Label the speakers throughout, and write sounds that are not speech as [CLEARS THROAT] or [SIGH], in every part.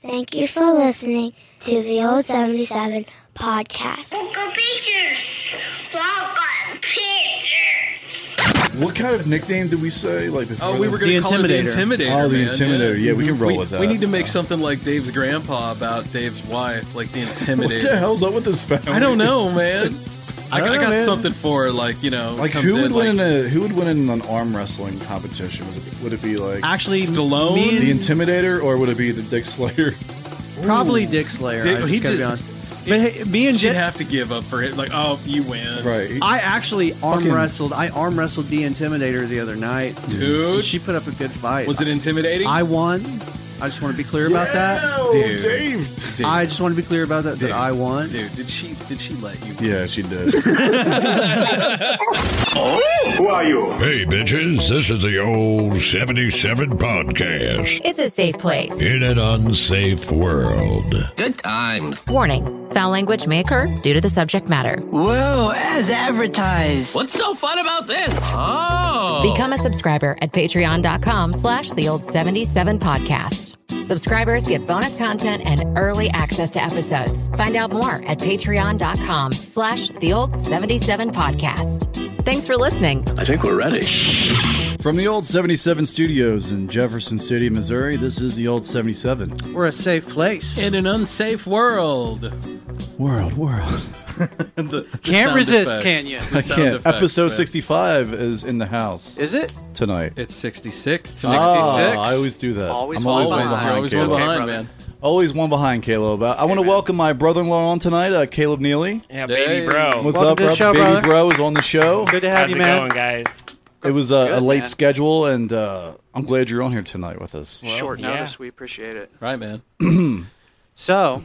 Speaker 1: Thank you for listening to the Old 77 podcast.
Speaker 2: Uncle Peter's. Uncle Peter's.
Speaker 3: What kind of nickname did we say? Like before
Speaker 4: Oh, we
Speaker 3: that?
Speaker 4: were going to
Speaker 5: The
Speaker 4: call it the
Speaker 5: Intimidator.
Speaker 4: Intimidator.
Speaker 3: Oh, the
Speaker 4: man,
Speaker 3: Intimidator. Yeah, we can roll
Speaker 4: we,
Speaker 3: with that.
Speaker 4: We need to make something like Dave's grandpa about Dave's wife, like
Speaker 3: [LAUGHS]
Speaker 4: the
Speaker 3: What the
Speaker 4: Intimidator.
Speaker 3: hell's up with this family?
Speaker 4: I don't know, man. I, I
Speaker 5: don't know,
Speaker 4: got
Speaker 5: man.
Speaker 4: something for her, like you know,
Speaker 3: Like
Speaker 4: comes
Speaker 3: who would
Speaker 4: in,
Speaker 3: win
Speaker 4: like,
Speaker 3: in a who would win in an arm wrestling competition? Was it, would it be like
Speaker 5: Actually,
Speaker 4: Stallone?
Speaker 5: me and-
Speaker 3: the Intimidator, or would it be the Dick
Speaker 4: [LAUGHS]
Speaker 3: Slayer?
Speaker 5: probably Dick Slayer.
Speaker 4: Dick-
Speaker 5: I just
Speaker 4: he
Speaker 5: gotta be
Speaker 4: just-
Speaker 5: honest. But hey, me and
Speaker 4: she'd
Speaker 5: Jen,
Speaker 4: have to give up for it. Like, oh, you win,
Speaker 3: right. he-
Speaker 5: I actually arm
Speaker 3: Fucking-
Speaker 5: wrestled. I arm wrestled the Intimidator the other night.
Speaker 4: dude?
Speaker 5: She put up a good fight.
Speaker 4: Was it intimidating?
Speaker 5: I won. I just want to be clear about that.
Speaker 3: Oh,
Speaker 4: Dude.
Speaker 3: Dave.
Speaker 4: Dude,
Speaker 5: I just want to be clear about that.
Speaker 4: Dude.
Speaker 5: That I won.
Speaker 4: dude, did she did she let you?
Speaker 3: Yeah, she did.
Speaker 6: Who are you?
Speaker 7: Hey, bitches, this is the old 77 podcast
Speaker 8: It's a safe place.
Speaker 7: in an unsafe world.
Speaker 9: Good times.
Speaker 8: Warning foul language may occur due to the subject matter.
Speaker 10: Whoa, as advertised.
Speaker 9: What's so fun about this? Oh.
Speaker 8: Become a subscriber at patreon.com slash the old 77 podcast. Subscribers get bonus content and early access to episodes. Find out more at patreon.com slash the old 77 podcast. Thanks for listening.
Speaker 6: I think we're ready.
Speaker 3: From the old 77 studios in Jefferson City, Missouri, this is the old 77.
Speaker 5: We're a safe place.
Speaker 4: In an unsafe world,
Speaker 3: World, world.
Speaker 4: [LAUGHS] The- the
Speaker 5: Can't
Speaker 4: sound
Speaker 5: resist,
Speaker 4: effects.
Speaker 5: can you?
Speaker 4: The
Speaker 3: I
Speaker 4: sound
Speaker 3: can't.
Speaker 4: effects,
Speaker 3: Episode
Speaker 4: man.
Speaker 3: 65 is in the house
Speaker 5: Is it?
Speaker 3: tonight.
Speaker 4: It's sixty six.
Speaker 3: Oh, I always do that.
Speaker 5: Always
Speaker 3: I'm always
Speaker 5: one
Speaker 3: one
Speaker 5: behind.
Speaker 3: behind.
Speaker 4: You're always
Speaker 3: Caleb.
Speaker 4: one behind,
Speaker 5: brother.
Speaker 4: man.
Speaker 3: Always one behind, Caleb. Uh, I, I want to welcome my brother-in-law on tonight, uh, Caleb Neely.
Speaker 11: Yeah,
Speaker 4: Hey.
Speaker 11: baby bro.
Speaker 3: What's
Speaker 5: Welcome
Speaker 3: up,
Speaker 5: to the
Speaker 3: bro?
Speaker 5: show,
Speaker 3: Baby
Speaker 5: brother.
Speaker 3: bro is on the show.
Speaker 5: Good to have
Speaker 11: How's
Speaker 5: you,
Speaker 11: it
Speaker 5: man.
Speaker 11: going, guys?
Speaker 3: It was uh, a
Speaker 5: Good,
Speaker 3: late
Speaker 5: man.
Speaker 3: schedule, and uh, I'm glad you're on here tonight with us.
Speaker 5: Short
Speaker 11: yeah.
Speaker 5: notice. We appreciate it.
Speaker 4: Right, man.
Speaker 5: So,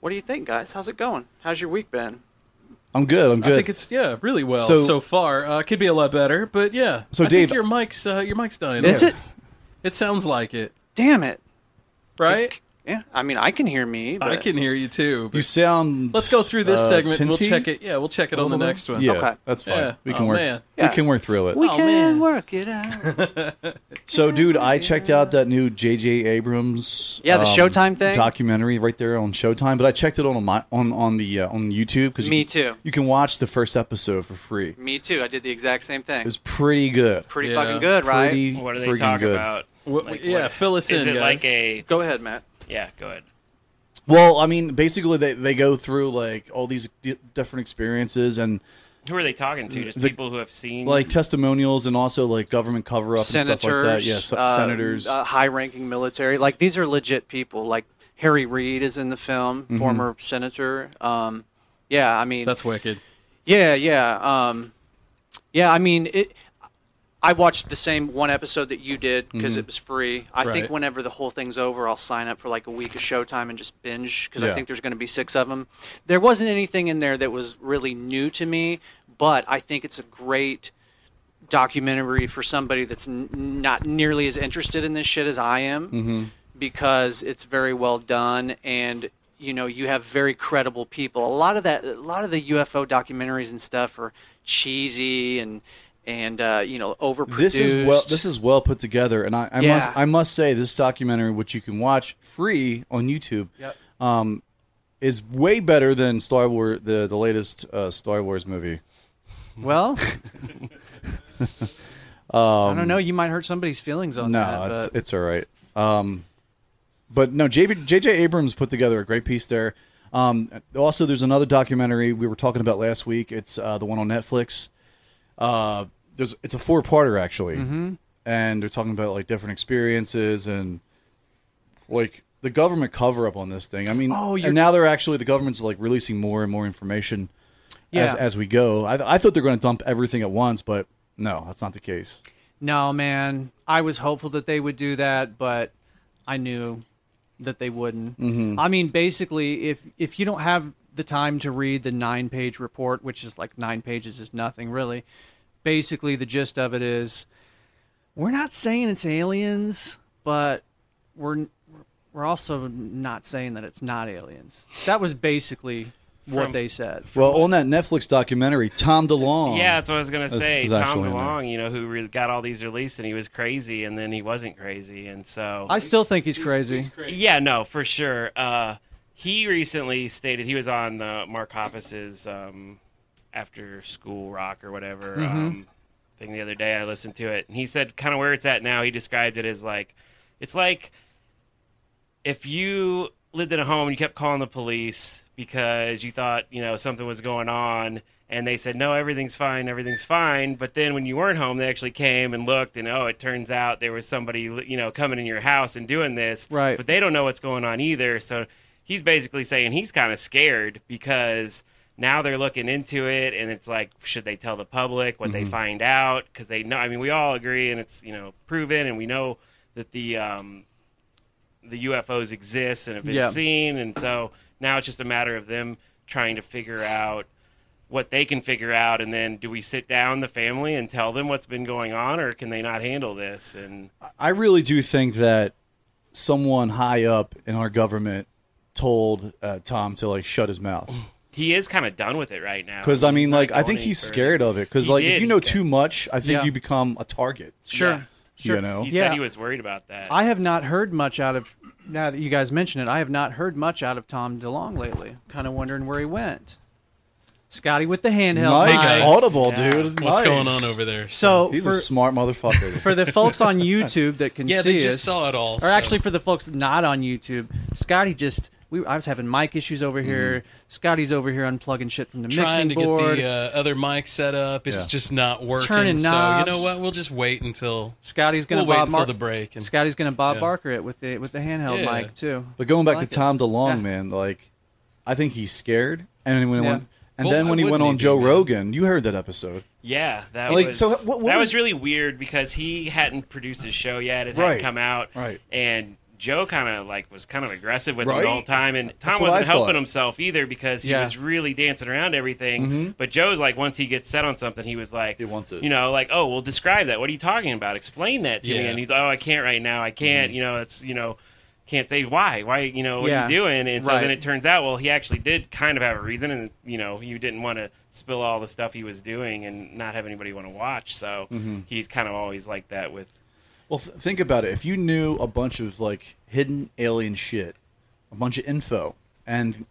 Speaker 5: what do you think, guys? How's it going? How's your week been?
Speaker 3: I'm good. I'm
Speaker 4: I
Speaker 3: good.
Speaker 4: think it's yeah, really well so,
Speaker 3: So-
Speaker 4: far. Uh, could be a lot better, but yeah.
Speaker 3: So,
Speaker 4: I think
Speaker 3: Dave-
Speaker 4: your mic's uh, your mic's done.
Speaker 5: Is it?
Speaker 4: It sounds like it,
Speaker 5: Damn it.
Speaker 4: right?
Speaker 5: Yeah. I mean, I can hear me. But
Speaker 4: I can hear you too. but-
Speaker 3: you sound.
Speaker 4: let's go through this
Speaker 3: uh,
Speaker 4: segment. We'll
Speaker 3: tinty?
Speaker 4: check it. Yeah, we'll check it on the next one.
Speaker 3: Yeah,
Speaker 5: Okay.
Speaker 3: that's fine.
Speaker 4: Yeah.
Speaker 3: We can
Speaker 4: Oh,
Speaker 3: work.
Speaker 4: man.
Speaker 5: Yeah.
Speaker 3: We can work through it.
Speaker 5: We
Speaker 4: Oh,
Speaker 5: can
Speaker 4: man.
Speaker 5: work it out.
Speaker 3: So, dude, I checked out that new J.J. Abrams, um,
Speaker 5: Yeah, the Showtime thing?
Speaker 3: documentary right there on Showtime. But I checked it on my on on the uh, on YouTube because
Speaker 5: Me
Speaker 3: you,
Speaker 5: too.
Speaker 3: You can watch the first episode for free. It
Speaker 5: me too. I did the exact same thing.
Speaker 3: was pretty good.
Speaker 5: pretty
Speaker 4: Yeah.
Speaker 5: fucking good, right?
Speaker 3: Pretty
Speaker 11: What are they
Speaker 3: freaking
Speaker 11: talking
Speaker 3: good.
Speaker 11: about?
Speaker 4: What-
Speaker 11: Like,
Speaker 4: yeah,
Speaker 11: what-
Speaker 4: fill us
Speaker 11: is
Speaker 4: in,
Speaker 11: it
Speaker 4: guys.
Speaker 11: like a
Speaker 5: Go ahead, Matt.
Speaker 11: yeah? Go ahead.
Speaker 3: Well, I mean, basically, they they go through like all these di- different experiences and
Speaker 11: Who are they talking to? Just
Speaker 3: The-
Speaker 11: people who have seen
Speaker 5: Mm.
Speaker 3: like testimonials and also like government cover up and stuff like that.
Speaker 5: Senators,
Speaker 3: Yes,
Speaker 5: uh,
Speaker 3: senators.
Speaker 5: uh, high-ranking military. Like these are legit people. Like Harry Reid is in the film,
Speaker 3: Mm-hmm.
Speaker 5: former senator. Um, yeah, I mean,
Speaker 4: That's wicked.
Speaker 5: Yeah, yeah, um, yeah. I mean, it. I watched the same one episode that you did because it was free. I
Speaker 4: Right.
Speaker 5: think whenever the whole thing's over, I'll sign up for like a week of Showtime and just binge because
Speaker 3: Yeah.
Speaker 5: I think there's going to be six of them. There wasn't anything in there that was really new to me, but I think it's a great documentary for somebody that's n- not nearly as interested in this shit as I am because it's very well done and you know you have very credible people. A lot of that, a lot of the UFO documentaries and stuff are cheesy and and uh, you know overproduced.
Speaker 3: this is well this is well put together and i, I must
Speaker 5: Yeah.
Speaker 3: i must say this documentary which you can watch free on youtube um, is way better than star wars the, the latest uh, star wars movie [LAUGHS]
Speaker 5: well. I don't know. You might hurt somebody's feelings on
Speaker 3: no
Speaker 5: that.
Speaker 3: it's,
Speaker 5: but-
Speaker 3: it's all right um, but no jb jj abrams put together a great piece there um, also there's another documentary we were talking about last week it's uh, the one on netflix uh, there's it's a four-parter actually
Speaker 5: Mm-hmm.
Speaker 3: and they're talking about like different experiences and like the government cover up on this thing. I mean,
Speaker 5: Oh, you're-
Speaker 3: and now they're actually the government's like releasing more and more information as
Speaker 5: Yeah.
Speaker 3: as we go. I, th- I thought they're going to dump everything at once, but no, that's not the case.
Speaker 5: no, man. I was hopeful that they would do that, but I knew that they wouldn't. I mean, basically, if if you don't have the time to read the nine page report, which is like nine pages is nothing really. Basically, the gist of it is, we're not saying it's aliens, but we're we're also not saying that it's not aliens. That was basically what they said.
Speaker 3: Well, on that Netflix documentary, Tom DeLonge.
Speaker 11: Yeah, that's what I was gonna
Speaker 3: is-
Speaker 11: say.
Speaker 3: is
Speaker 11: Tom
Speaker 3: actually in there.
Speaker 11: DeLong, you know, who re- got all these released, and he was crazy, and then he wasn't crazy, and so
Speaker 5: I still think he's crazy.
Speaker 11: Yeah, no, for sure. Uh, he recently stated he was on the Mark Hoppus's um, after school rock or whatever
Speaker 5: Mhm.
Speaker 11: um, thing the other day. I listened to it, and he said kind of where it's at now. He described it as like it's like if you lived in a home and you kept calling the police because you thought you know something was going on and they said no everything's fine everything's fine but then when you weren't home they actually came and looked and oh it turns out there was somebody you know coming in your house and doing this
Speaker 5: Right.
Speaker 11: but they don't know what's going on either so he's basically saying he's kind of scared because now they're looking into it and it's like should they tell the public what they
Speaker 12: Mhm.
Speaker 11: find out because they know i mean we all agree and it's you know proven and we know that the um, the UFOs exist and have been
Speaker 5: Yeah.
Speaker 11: seen, and so now it's just a matter of them trying to figure out what they can figure out, and then do we sit down the family and tell them what's been going on, or can they not handle this? And
Speaker 3: I really do think that someone high up in our government told uh, Tom to like shut his mouth.
Speaker 11: he is kind of done with it right now.
Speaker 3: Because I mean,
Speaker 11: not
Speaker 3: like, I
Speaker 11: going
Speaker 3: think
Speaker 11: any
Speaker 3: he's
Speaker 11: further.
Speaker 3: scared of it. Because
Speaker 11: He
Speaker 3: like,
Speaker 11: did.
Speaker 3: if you know too much, I think
Speaker 5: Yeah.
Speaker 3: you become a target.
Speaker 5: Sure. Sure.
Speaker 3: You know.
Speaker 11: he
Speaker 5: Yeah.
Speaker 11: said he was worried about that.
Speaker 5: I have not heard much out of now that you guys mention it. I have not heard much out of Tom DeLong lately. Kind of wondering where he went. Scotty with the handheld.
Speaker 3: Nice
Speaker 5: mic.
Speaker 3: audible, dude. Nice.
Speaker 5: So
Speaker 3: he's
Speaker 5: for,
Speaker 3: a smart motherfucker.
Speaker 5: [LAUGHS] for the folks on YouTube that
Speaker 4: [LAUGHS]
Speaker 5: can
Speaker 4: Yeah,
Speaker 5: see
Speaker 4: they just
Speaker 5: us,
Speaker 4: saw it all,
Speaker 5: Or
Speaker 4: so-
Speaker 5: actually, for the folks not on YouTube, Scotty just we I was having mic issues over here.
Speaker 3: Mm-hmm.
Speaker 5: Scotty's over here unplugging shit from the
Speaker 4: Trying
Speaker 5: mixing
Speaker 4: to
Speaker 5: board.
Speaker 4: get the uh, other mic set up. It's
Speaker 5: Yeah.
Speaker 4: just not working.
Speaker 5: Turning knobs.
Speaker 4: So you know what? We'll just wait until
Speaker 5: Scotty's gonna
Speaker 4: we'll wait
Speaker 5: Bob
Speaker 4: until
Speaker 5: Mar-
Speaker 4: the break. And,
Speaker 5: Scotty's gonna Bob
Speaker 4: Yeah.
Speaker 5: Barker it with the with the handheld
Speaker 4: Yeah.
Speaker 5: mic too.
Speaker 3: But going back
Speaker 5: I like
Speaker 3: to
Speaker 5: it.
Speaker 3: Tom DeLong, man, like I think he's scared. And then when he
Speaker 11: Yeah.
Speaker 3: went, and
Speaker 11: Well,
Speaker 3: then
Speaker 11: why
Speaker 3: when he went
Speaker 11: wouldn't he
Speaker 3: on
Speaker 11: be,
Speaker 3: Joe
Speaker 11: man?
Speaker 3: Rogan, you heard that episode.
Speaker 11: Yeah, that
Speaker 3: Like,
Speaker 11: was
Speaker 3: so what- what
Speaker 11: that
Speaker 3: was-
Speaker 11: was, really weird because he hadn't produced his show yet; it
Speaker 3: Right,
Speaker 11: hadn't come out.
Speaker 3: right.
Speaker 11: And Joe kind of like was kind of aggressive with him
Speaker 4: Right?
Speaker 11: the whole time, and
Speaker 4: That's
Speaker 11: Tom
Speaker 4: what
Speaker 11: wasn't
Speaker 4: I thought.
Speaker 11: helping himself either because he
Speaker 4: Yeah.
Speaker 11: was really dancing around everything.
Speaker 4: Mhm.
Speaker 11: But Joe's like, once he gets set on something, he was like, he
Speaker 3: Mm-hmm. wants it.
Speaker 11: You know, like, oh, well, describe that. What are you talking about? Explain that to me.
Speaker 4: Yeah.
Speaker 11: And he's, oh, I can't right now. I can't.
Speaker 3: Mm-hmm.
Speaker 11: You know, it's you know. Can't say why. Why you know what
Speaker 4: Yeah.
Speaker 11: are you doing? And so
Speaker 4: Right.
Speaker 11: then it turns out, well, he actually did kind of have a reason, and you know, you didn't want to spill all the stuff he was doing and not have anybody want to watch. So
Speaker 3: Mhm.
Speaker 11: he's kind of always like that with
Speaker 3: Well, th- think about it. If you knew a bunch of like hidden alien shit, a bunch of info, and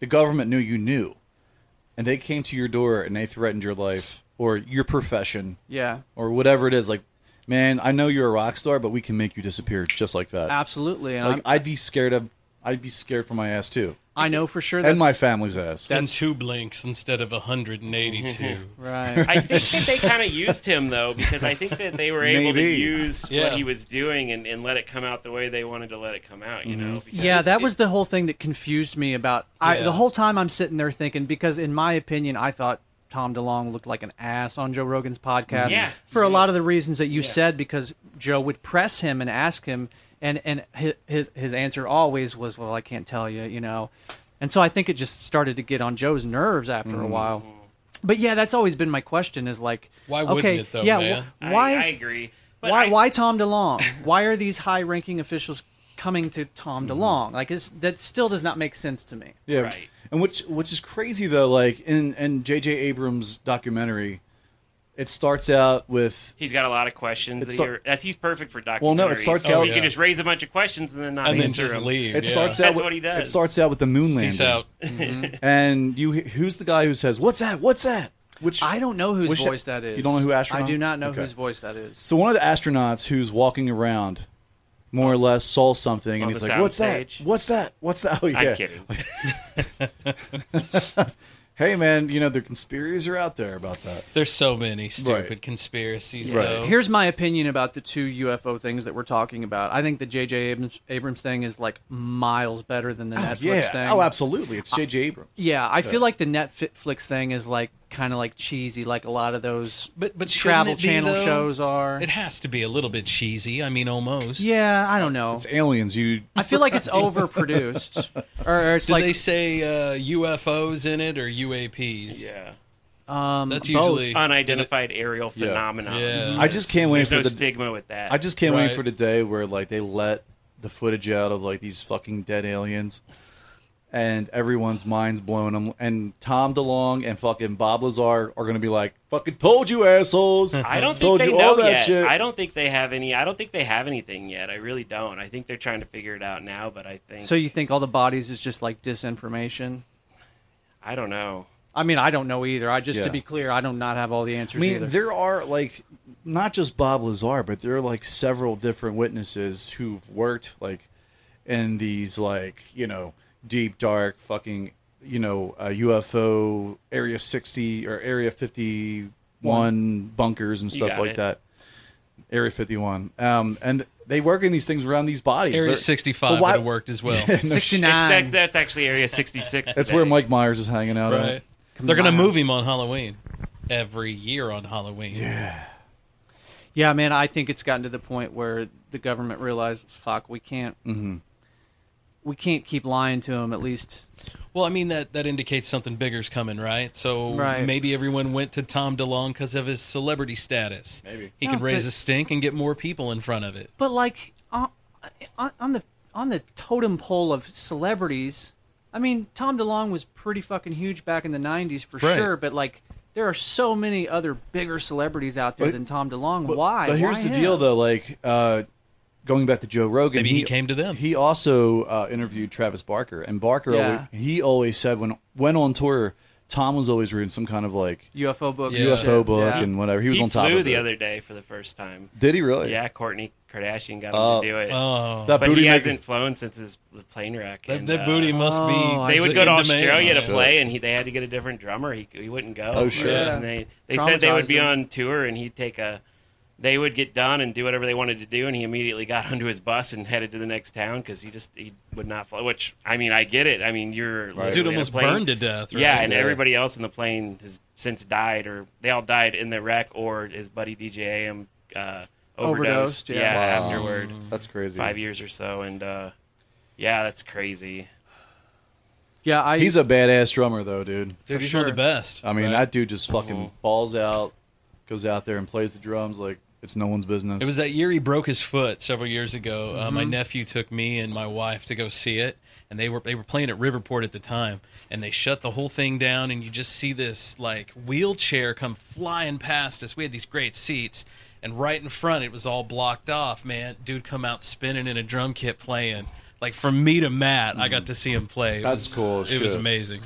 Speaker 3: the government knew you knew, and they came to your door and they threatened your life or your profession,
Speaker 5: Yeah.
Speaker 3: or whatever it is, like, man, I know you're a rock star, but we can make you disappear just like that.
Speaker 5: Absolutely, and
Speaker 3: Like,
Speaker 5: I'm-
Speaker 3: I'd be scared of. I'd be scared for my ass too.
Speaker 5: I know for sure.
Speaker 3: and
Speaker 5: that's-
Speaker 3: my family's ass.
Speaker 4: and two blinks instead of [LAUGHS] 182.
Speaker 5: right.
Speaker 11: I think that they kind of used him though, because I think that they were able to
Speaker 4: Maybe.
Speaker 11: use
Speaker 4: Yeah.
Speaker 11: what he was doing and, and let it come out the way they wanted to let it come out. You know? Because
Speaker 5: Yeah, that was the whole thing that confused me about I,
Speaker 11: Yeah.
Speaker 5: the whole time I'm sitting there thinking because in my opinion I thought Tom DeLong looked like an ass on Joe Rogan's podcast
Speaker 11: Yeah.
Speaker 5: for a lot of the reasons that you said because Joe would press him and ask him and and hi- his his answer always was well I can't tell you, you know. And so I think it just started to get on Joe's nerves after a
Speaker 4: Mhm.
Speaker 5: while. But yeah, that's always been my question is like
Speaker 4: Why
Speaker 5: okay,
Speaker 4: wouldn't it though,
Speaker 5: yeah,
Speaker 4: man?
Speaker 5: wh- why
Speaker 11: I, I agree. But
Speaker 5: why,
Speaker 11: I-
Speaker 5: why Tom DeLong? why are these high-ranking officials coming to Tom
Speaker 3: Mm-hmm.
Speaker 5: DeLong? Like, it's, that still does not make sense to me.
Speaker 3: Yeah. And which which is crazy though, like in in J.J. Abrams' documentary, it starts out with
Speaker 11: He's got a lot of questions.
Speaker 3: It
Speaker 11: that
Speaker 3: start-
Speaker 11: you're- that's he's perfect for documentaries.
Speaker 3: Well, no, it starts
Speaker 11: so
Speaker 3: out-
Speaker 11: he can just raise a bunch of questions and then not
Speaker 4: And then
Speaker 11: answer
Speaker 4: just
Speaker 11: them.
Speaker 4: leave,
Speaker 3: it starts out
Speaker 11: That's
Speaker 3: with,
Speaker 11: what he
Speaker 3: It
Speaker 11: does.
Speaker 3: starts out with the moon landing. Mm-hmm.
Speaker 4: Peace out.
Speaker 3: and you who's the guy who says what's that? What's that? Which
Speaker 5: I don't know whose
Speaker 3: which-
Speaker 5: voice that is.
Speaker 3: You don't know who astronaut?
Speaker 5: I do not know
Speaker 3: Okay.
Speaker 5: whose voice that is.
Speaker 3: So one of the astronauts who's walking around, more or less, saw something,
Speaker 5: On
Speaker 3: and he's
Speaker 5: the
Speaker 3: like, "What's
Speaker 5: soundstage?
Speaker 3: that? What's that? What's that?" [LAUGHS] Oh yeah,
Speaker 5: I'm kidding.
Speaker 3: hey man, you know the conspiracies are out there about that.
Speaker 4: There's so many stupid
Speaker 3: Right.
Speaker 4: conspiracies,
Speaker 3: Right.
Speaker 4: though.
Speaker 5: Here's my opinion about the two UFO things that we're talking about. I think the J.J. Abrams, Abrams thing is like miles better than the Netflix
Speaker 3: yeah.
Speaker 5: thing.
Speaker 3: Oh, absolutely. It's J.J. Abrams.
Speaker 5: Yeah, I
Speaker 3: Yeah.
Speaker 5: feel like the Netflix thing is like kind of like cheesy, like a lot of those
Speaker 4: but, but shouldn't
Speaker 5: travel
Speaker 4: it be,
Speaker 5: channel
Speaker 4: though?
Speaker 5: shows are.
Speaker 4: It has to be a little bit cheesy. I mean, almost.
Speaker 5: yeah, I don't know.
Speaker 3: It's aliens. You.
Speaker 5: I feel like it's overproduced, or, or it's
Speaker 4: Did
Speaker 5: like
Speaker 4: they say uh, UFOs in it or UAPs? Yeah.
Speaker 5: um,
Speaker 4: That's
Speaker 5: both.
Speaker 4: usually
Speaker 11: unidentified aerial
Speaker 3: Yeah.
Speaker 11: phenomenon.
Speaker 3: I just can't wait
Speaker 11: There's
Speaker 3: for
Speaker 11: no
Speaker 3: the
Speaker 11: stigma with that.
Speaker 3: I just can't wait for the day where like they let the footage out of like these fucking dead aliens, and everyone's minds blown. Um, And Tom DeLong and fucking Bob Lazar are going to be like, "Fucking told you, assholes!
Speaker 11: [LAUGHS] I don't think
Speaker 3: told
Speaker 11: they
Speaker 3: you
Speaker 11: know
Speaker 3: all that
Speaker 11: yet.
Speaker 3: shit."
Speaker 11: I don't think they have any. I don't think they have anything yet. I really don't. I think they're trying to figure it out now. But I think
Speaker 5: So you think all the bodies is just like disinformation?
Speaker 11: I don't know.
Speaker 5: I mean, I don't know either. I just
Speaker 3: Yeah.
Speaker 5: to be clear, I do not have all the
Speaker 3: I
Speaker 5: answers
Speaker 3: mean,
Speaker 5: either.
Speaker 3: there are like not just Bob Lazar, but there are like several different witnesses who've worked like in these like you know deep dark fucking you know uh, UFO Area sixty or Area fifty one bunkers and
Speaker 4: You
Speaker 3: stuff
Speaker 4: got
Speaker 3: like
Speaker 4: it.
Speaker 3: that. Area fifty one, um, and they work in these things around these bodies.
Speaker 4: Area
Speaker 3: They're-
Speaker 4: 65
Speaker 3: But why-
Speaker 4: would have worked as well.
Speaker 3: Yeah, no shit.
Speaker 11: It's- That's, that's actually Area 66.
Speaker 3: That's
Speaker 11: today.
Speaker 3: where Mike Myers is hanging out.
Speaker 4: Right.
Speaker 3: At.
Speaker 4: They're going to move him on Halloween. Every year on Halloween.
Speaker 3: Yeah.
Speaker 5: yeah, man, I think it's gotten to the point where the government realized, fuck, we can't,
Speaker 3: Mhm.
Speaker 5: we can't keep lying to them. At least
Speaker 4: Well, I mean that that indicates something bigger's coming, right? So
Speaker 5: Right.
Speaker 4: maybe everyone went to Tom DeLonge because of his celebrity status. Maybe he can
Speaker 5: No,
Speaker 4: raise
Speaker 5: but-
Speaker 4: a stink and get more people in front of it.
Speaker 5: But like on, on on the on the totem pole of celebrities, I mean, Tom DeLonge was pretty fucking huge back in the '90s for
Speaker 3: Right.
Speaker 5: sure. But like, there are so many other bigger celebrities out there
Speaker 3: But-
Speaker 5: than Tom DeLonge. Why?
Speaker 3: But here's
Speaker 5: Why
Speaker 3: the
Speaker 5: him?
Speaker 3: deal, though. Like uh, going back to Joe Rogan,
Speaker 4: Maybe he came
Speaker 3: to them. He also uh, interviewed Travis Barker, and Barker
Speaker 5: Yeah.
Speaker 3: always, he always said when when on tour, Tom was always reading some kind of like
Speaker 5: UFO book, and
Speaker 3: UFO
Speaker 5: shit,
Speaker 3: book,
Speaker 5: yeah.
Speaker 3: and whatever. He was
Speaker 11: he
Speaker 3: on top
Speaker 11: flew
Speaker 3: of
Speaker 11: the
Speaker 3: it.
Speaker 11: other day for the first time.
Speaker 3: Did he really?
Speaker 11: Yeah, Courtney Kardashian got him
Speaker 3: Oh.
Speaker 11: to do it.
Speaker 3: Oh. That
Speaker 11: That but
Speaker 3: booty
Speaker 11: he
Speaker 3: making-
Speaker 11: hasn't flown since his the plane wreck.
Speaker 4: That-
Speaker 11: and, uh,
Speaker 4: that booty must be Oh, I
Speaker 11: They
Speaker 4: see.
Speaker 11: would go to
Speaker 4: in demand.
Speaker 11: Australia
Speaker 4: Oh,
Speaker 11: to
Speaker 4: shit.
Speaker 11: play, and he they had to get a different drummer. He he wouldn't go.
Speaker 3: Oh, shit. Yeah.
Speaker 11: And they they said they
Speaker 3: Traumatized
Speaker 11: would be
Speaker 3: him.
Speaker 11: on tour, and he'd take a. They would get done and do whatever they wanted to do, and he immediately got [LAUGHS] onto his bus and headed to the next town because he just he would not fly. Which I mean, I get it. I mean,
Speaker 4: Right.
Speaker 11: you're
Speaker 4: Dude
Speaker 11: literally in a
Speaker 4: almost
Speaker 11: plane.
Speaker 4: burned to death, right?
Speaker 11: Yeah, and
Speaker 4: Yeah.
Speaker 11: everybody everybody else in the plane has since died, or they all died in the wreck, or his buddy DJ AM uh, overdosed.
Speaker 5: Overdosed, yeah.
Speaker 11: yeah,
Speaker 5: Wow.
Speaker 11: afterward.
Speaker 3: That's crazy.
Speaker 11: Five years or so, and uh, yeah, that's crazy.
Speaker 5: Yeah, I,
Speaker 3: he's a badass drummer though, dude.
Speaker 4: Dude, For he's one of the sure. best.
Speaker 3: I mean,
Speaker 4: Right.
Speaker 3: that dude just fucking balls out, goes out there and plays the drums like it's no one's business.
Speaker 4: It was that year he broke his foot several years ago. Uh, my
Speaker 3: Mhm.
Speaker 4: nephew took me and my wife to go see it, and they were they were playing at Riverport at the time, and they shut the whole thing down, and you just see this like wheelchair come flying past us. We had these great seats, and right in front it was all blocked off. Man, dude, come out spinning in a drum kit playing. Like from me to Matt, I got to see him play. It
Speaker 3: That's
Speaker 4: was-
Speaker 3: cool as
Speaker 4: It was
Speaker 3: shit.
Speaker 4: amazing.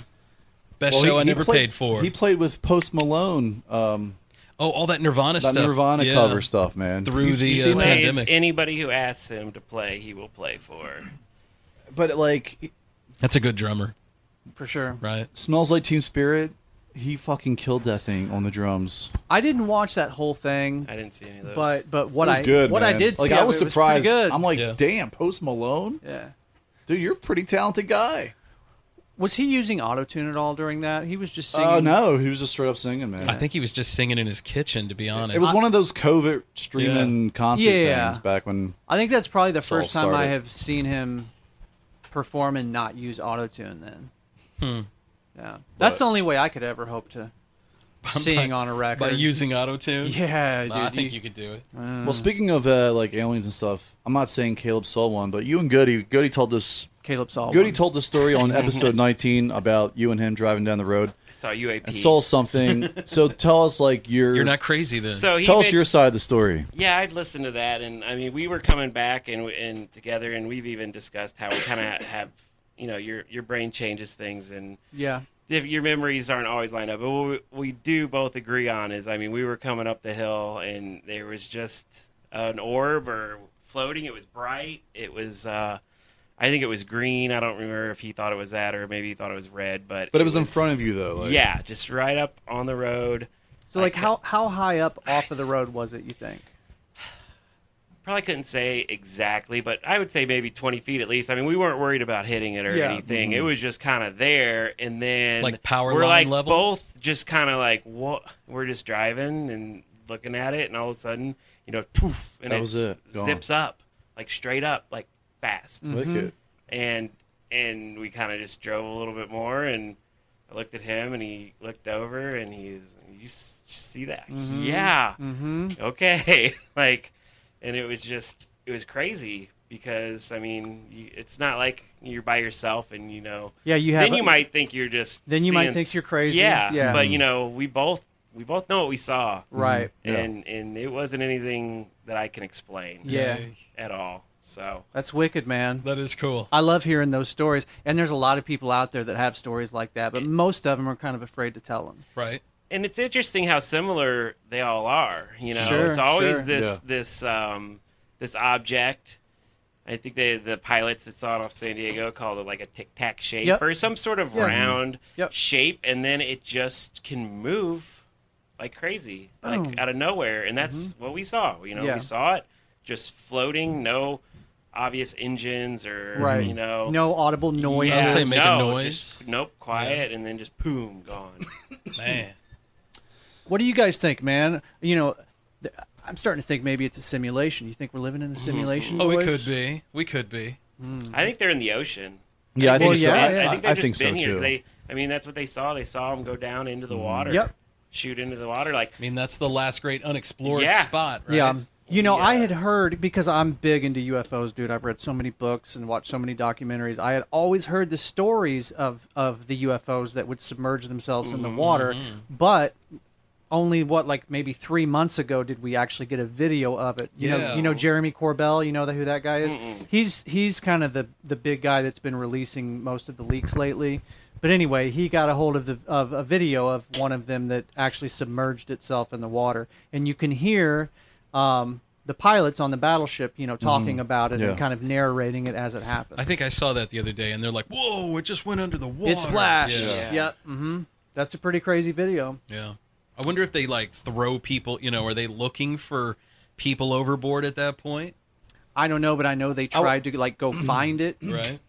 Speaker 4: Best
Speaker 3: Well,
Speaker 4: show
Speaker 3: he-
Speaker 4: I
Speaker 3: he
Speaker 4: never
Speaker 3: played-
Speaker 4: paid for.
Speaker 3: He played with Post Malone. Um,
Speaker 4: oh, all that Nirvana
Speaker 3: that
Speaker 4: stuff.
Speaker 3: Nirvana
Speaker 4: yeah.
Speaker 3: cover stuff, man.
Speaker 4: Through
Speaker 3: You-
Speaker 4: the
Speaker 3: you
Speaker 4: uh,
Speaker 3: seen that?
Speaker 11: Plays anybody who asks him to play, he will play for.
Speaker 3: But like,
Speaker 4: that's a good drummer.
Speaker 5: for sure.
Speaker 4: Right.
Speaker 3: Smells like Teen Spirit. He fucking killed that thing on the drums.
Speaker 5: I didn't watch that whole thing.
Speaker 11: I didn't see any of those.
Speaker 5: But but what
Speaker 3: it was
Speaker 5: I
Speaker 3: good,
Speaker 5: what I
Speaker 3: man.
Speaker 5: did
Speaker 3: like
Speaker 5: see
Speaker 3: I
Speaker 5: of
Speaker 3: was
Speaker 5: it pretty
Speaker 3: surprised.
Speaker 5: good.
Speaker 3: I'm like, damn, Post Malone.
Speaker 5: Yeah,
Speaker 3: dude, you're a pretty talented guy.
Speaker 5: was he using auto tune at all during that? He was just singing.
Speaker 3: Oh no, he was just straight up singing, man.
Speaker 4: I think he was just singing in his kitchen, to be honest.
Speaker 3: it was one of those COVID streaming concert
Speaker 5: Yeah.
Speaker 3: things back when.
Speaker 5: I think that's probably the
Speaker 3: This all
Speaker 5: first time I
Speaker 3: started.
Speaker 5: have seen him perform and not use autotune then.
Speaker 4: Hmm.
Speaker 5: Yeah. That's the only way I could ever
Speaker 4: [LAUGHS]
Speaker 5: hope to sing on a record.
Speaker 4: by using autotune.
Speaker 5: [LAUGHS] Yeah,
Speaker 4: Nah, I
Speaker 5: dude,
Speaker 4: think
Speaker 5: you-
Speaker 4: you could do it.
Speaker 5: Uh-huh.
Speaker 3: well, speaking of uh, like aliens and stuff, I'm not saying Caleb saw one, but you and Goody, Goody told this.
Speaker 5: Caleb saw
Speaker 3: Goody
Speaker 5: one.
Speaker 3: told the story
Speaker 4: [LAUGHS]
Speaker 3: on episode 19 about you and him driving down the road
Speaker 11: I saw UAP.
Speaker 3: and saw something. [LAUGHS] so tell us like your.
Speaker 4: You're not crazy then.
Speaker 11: So he
Speaker 3: tell us
Speaker 11: made-
Speaker 3: your side of the story.
Speaker 11: Yeah, I'd listen to that, and I mean, we were coming back and and together, and we've even discussed how we kind of have, you know, your your brain changes things, and
Speaker 5: Yeah.
Speaker 11: if your memories aren't always lined up. But what we, we do both agree on is, I mean, we were coming up the hill, and there was just an orb or floating. It was bright. It was, uh, I think it was green. I don't remember if he thought it was that or maybe he thought it was red, but
Speaker 3: But it was in front of you though. Like,
Speaker 11: yeah, just right up on the road.
Speaker 5: So like how how high up off of the road was it, you think?
Speaker 11: Probably couldn't say exactly, but I would say maybe 20 feet at least. I mean, we weren't worried about hitting it or
Speaker 4: Yeah.
Speaker 11: anything.
Speaker 4: Mhm.
Speaker 11: It was just kind of there, and then
Speaker 4: Like power
Speaker 11: we're
Speaker 4: line
Speaker 11: like
Speaker 4: level?
Speaker 11: both just kind of like what we're just driving and looking at it, and all of a sudden, you know, poof, and
Speaker 3: That was
Speaker 11: it
Speaker 3: it. Gone.
Speaker 11: zips up like straight up, like fast.
Speaker 5: Mm.
Speaker 3: Mhm. Wicked.
Speaker 11: And and we kind of just drove a little bit more, and I looked at him, and he looked over, and he's you s- see that?
Speaker 5: Mhm.
Speaker 11: Yeah
Speaker 5: Mhm.
Speaker 11: [LAUGHS] okay like and it was just it was crazy because I mean, you, it's not like you're by yourself and you know.
Speaker 5: Yeah, you have
Speaker 11: Then
Speaker 5: a-
Speaker 11: you might think you're just.
Speaker 5: Then you might
Speaker 11: seeing
Speaker 5: think
Speaker 11: s-
Speaker 5: you're crazy.
Speaker 11: Yeah,
Speaker 5: Yeah.
Speaker 11: But you know, we both we both know what we saw.
Speaker 5: Right. Yeah.
Speaker 11: And and it wasn't anything that I can explain.
Speaker 5: Yeah.
Speaker 11: At all. So.
Speaker 5: That's wicked, man.
Speaker 4: That is cool.
Speaker 5: I love hearing those stories, and there's a lot of people out there that have stories like that, but most of them are kind of afraid to tell them.
Speaker 4: Right.
Speaker 11: and it's interesting how similar they all are. You know,
Speaker 5: Sure,
Speaker 11: it's always
Speaker 5: sure.
Speaker 11: this
Speaker 5: Yeah.
Speaker 11: this um, this object. I think they, the pilots that saw it off San Diego called it like a tic tac shape
Speaker 5: Yep.
Speaker 11: or some sort of
Speaker 5: Yeah.
Speaker 11: round
Speaker 5: Mm-hmm.
Speaker 11: shape, and then it just can move like crazy,
Speaker 5: Boom. Mm-hmm.
Speaker 11: like out of nowhere. And that's what we saw. You know,
Speaker 5: Yeah.
Speaker 11: we saw it just floating, no obvious engines or
Speaker 5: Right.
Speaker 11: you know,
Speaker 5: No audible noise.
Speaker 11: Oh. Yeah,
Speaker 5: I'll say make a
Speaker 11: no,
Speaker 5: noise.
Speaker 11: just, nope, quiet, and then just boom,
Speaker 5: [LAUGHS]
Speaker 11: gone.
Speaker 4: Man.
Speaker 5: What do you guys think, man? You know, th- I'm starting to think maybe it's a simulation. You think we're living in a
Speaker 11: Mm-hmm.
Speaker 5: simulation?
Speaker 4: Oh, it
Speaker 5: boys?
Speaker 4: could be. We could be.
Speaker 11: I think they're in the ocean.
Speaker 3: Yeah, I think so.
Speaker 11: they've-
Speaker 3: I-
Speaker 11: I think,
Speaker 3: I
Speaker 11: they've just
Speaker 3: think so,
Speaker 11: been here.
Speaker 3: too. Mm-hmm.
Speaker 11: They, I mean, that's what they saw. They saw them go down into the water.
Speaker 5: Yep.
Speaker 11: Shoot into the water like.
Speaker 4: I mean, that's the last great unexplored
Speaker 11: Yeah.
Speaker 4: spot, right?
Speaker 5: Yeah. You know, I had heard because I'm big into UFOs, dude. I've read so many books and watched so many documentaries. I had always heard the stories of of the UFOs that would submerge themselves in the water,
Speaker 4: Mhm.
Speaker 5: but only what like maybe three months ago did we actually get a video of it. You know,
Speaker 4: Yeah.
Speaker 5: you know Jeremy Corbell. You know who that guy is.
Speaker 4: Mm-mm.
Speaker 5: He's he's kind of the the big guy that's been releasing most of the leaks lately. But anyway, he got a hold of the of a video of one of them that actually submerged itself in the water, and you can hear um, the pilots on the battleship, you know,
Speaker 3: Mm-hmm.
Speaker 5: talking
Speaker 4: Mhm.
Speaker 5: about it
Speaker 4: Yeah.
Speaker 5: and kind of narrating it as it happened.
Speaker 4: I think I saw that the other day, and they're like, "Whoa! It just went under the water."
Speaker 5: It splashed.
Speaker 4: Yeah.
Speaker 5: Yep. hmm That's a pretty crazy video.
Speaker 4: Yeah. I wonder if they like throw people. You know, are they looking for people overboard at that point?
Speaker 5: I don't know, but I know they
Speaker 4: I w-
Speaker 5: tried to like go find it.
Speaker 4: Right.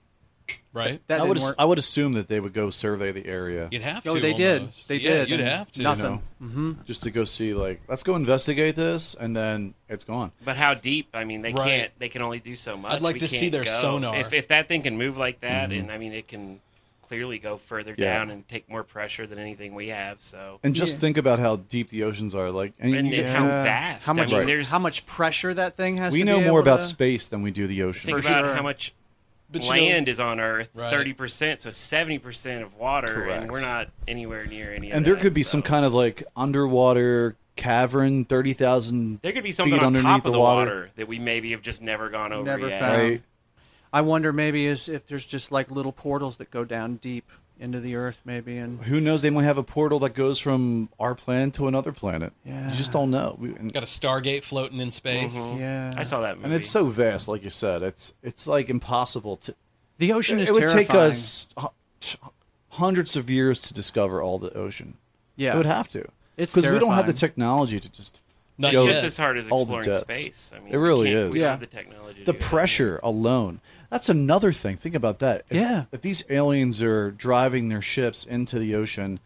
Speaker 4: Right.
Speaker 5: That
Speaker 3: I Mm-hmm. would
Speaker 5: didn't
Speaker 3: ass-
Speaker 5: work.
Speaker 3: I would assume that they would go survey the area.
Speaker 4: You'd have
Speaker 5: No, to they did. almost. They
Speaker 4: Yeah,
Speaker 5: did, you'd and have to. nothing. Mhm.
Speaker 3: Just to go see, like, let's go investigate this, and then it's gone.
Speaker 11: But how deep? I mean, they
Speaker 3: Right.
Speaker 11: can't. They can only do so much.
Speaker 4: like
Speaker 11: We
Speaker 4: to see
Speaker 11: can't
Speaker 4: their
Speaker 11: go.
Speaker 4: sonar.
Speaker 11: If, if that thing can move like that,
Speaker 3: Mhm.
Speaker 11: and I mean, it can clearly go further
Speaker 3: Yeah.
Speaker 11: down and take more pressure than anything we have. So
Speaker 3: And just think about how deep the oceans are, like,
Speaker 11: And
Speaker 3: you-
Speaker 11: then how Yeah. vast.
Speaker 5: How
Speaker 11: I
Speaker 5: much?
Speaker 11: mean, there's-
Speaker 5: how much pressure that thing has?
Speaker 3: we
Speaker 5: to
Speaker 3: know
Speaker 5: be
Speaker 3: more
Speaker 5: able
Speaker 3: about
Speaker 5: to-
Speaker 3: space than we do the ocean.
Speaker 11: think about how much
Speaker 5: But you know-
Speaker 11: land is on Earth.
Speaker 5: Right.
Speaker 11: Thirty percent, so seventy percent of water,
Speaker 3: Correct.
Speaker 11: and we're not anywhere near any.
Speaker 3: and
Speaker 11: of
Speaker 3: there
Speaker 11: that,
Speaker 3: could be
Speaker 11: so.
Speaker 3: some kind of like underwater cavern, thirty thousand.
Speaker 11: There could be something
Speaker 3: feet
Speaker 11: on
Speaker 3: underneath
Speaker 11: top
Speaker 3: the
Speaker 11: of the water. that we maybe have just never gone over
Speaker 5: Never
Speaker 11: yet.
Speaker 5: found. I wonder maybe is if there's just like little portals that go down deep into the earth, maybe, and
Speaker 3: Who knows? They might have a portal that goes from our planet to another planet. Yeah. You just don't know. We, and,
Speaker 4: Got a Stargate floating in space.
Speaker 5: Mm-hmm.
Speaker 3: Mhm.
Speaker 5: Yeah.
Speaker 11: I saw that
Speaker 3: and it's so vast, like you said. It's it's like impossible to.
Speaker 5: The ocean
Speaker 3: it,
Speaker 5: is
Speaker 3: It would take
Speaker 5: terrifying.
Speaker 3: us h- hundreds of years to discover all the ocean.
Speaker 5: Yeah.
Speaker 3: it would have to.
Speaker 5: It's
Speaker 3: because we don't have the
Speaker 5: terrifying.
Speaker 3: technology to just.
Speaker 11: Not
Speaker 3: go
Speaker 11: yet. Just as hard as
Speaker 3: all the
Speaker 11: exploring
Speaker 3: depths.
Speaker 11: space. I mean,
Speaker 3: it
Speaker 11: we
Speaker 3: really
Speaker 11: can't-
Speaker 3: is.
Speaker 11: we don't have the technology to
Speaker 3: The
Speaker 11: do that.
Speaker 3: pressure alone. That's another thing. Think about that. If,
Speaker 5: Yeah.
Speaker 3: If these aliens are driving their ships into the ocean,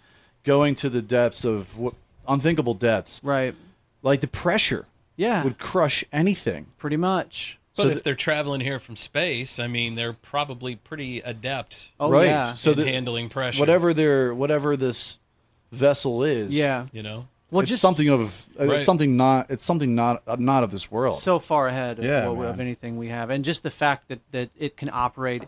Speaker 3: going to the depths of what, unthinkable depths.
Speaker 5: Right.
Speaker 3: Like the pressure.
Speaker 5: Yeah.
Speaker 3: Would crush anything.
Speaker 5: Pretty much.
Speaker 4: But
Speaker 3: So
Speaker 4: if
Speaker 3: th-
Speaker 4: they're traveling here from space, I mean, they're probably pretty adept.
Speaker 5: Oh,
Speaker 3: right. So
Speaker 4: So
Speaker 3: the,
Speaker 4: handling pressure.
Speaker 3: Whatever their whatever this vessel is.
Speaker 5: Yeah.
Speaker 4: You know.
Speaker 5: Well,
Speaker 3: it's
Speaker 5: just-
Speaker 3: something of uh,
Speaker 5: Right.
Speaker 3: it's something not it's something not uh, not of this world.
Speaker 5: so far ahead of,
Speaker 3: Yeah,
Speaker 5: what we- of
Speaker 3: man.
Speaker 5: anything we have, and just the fact that that it can operate,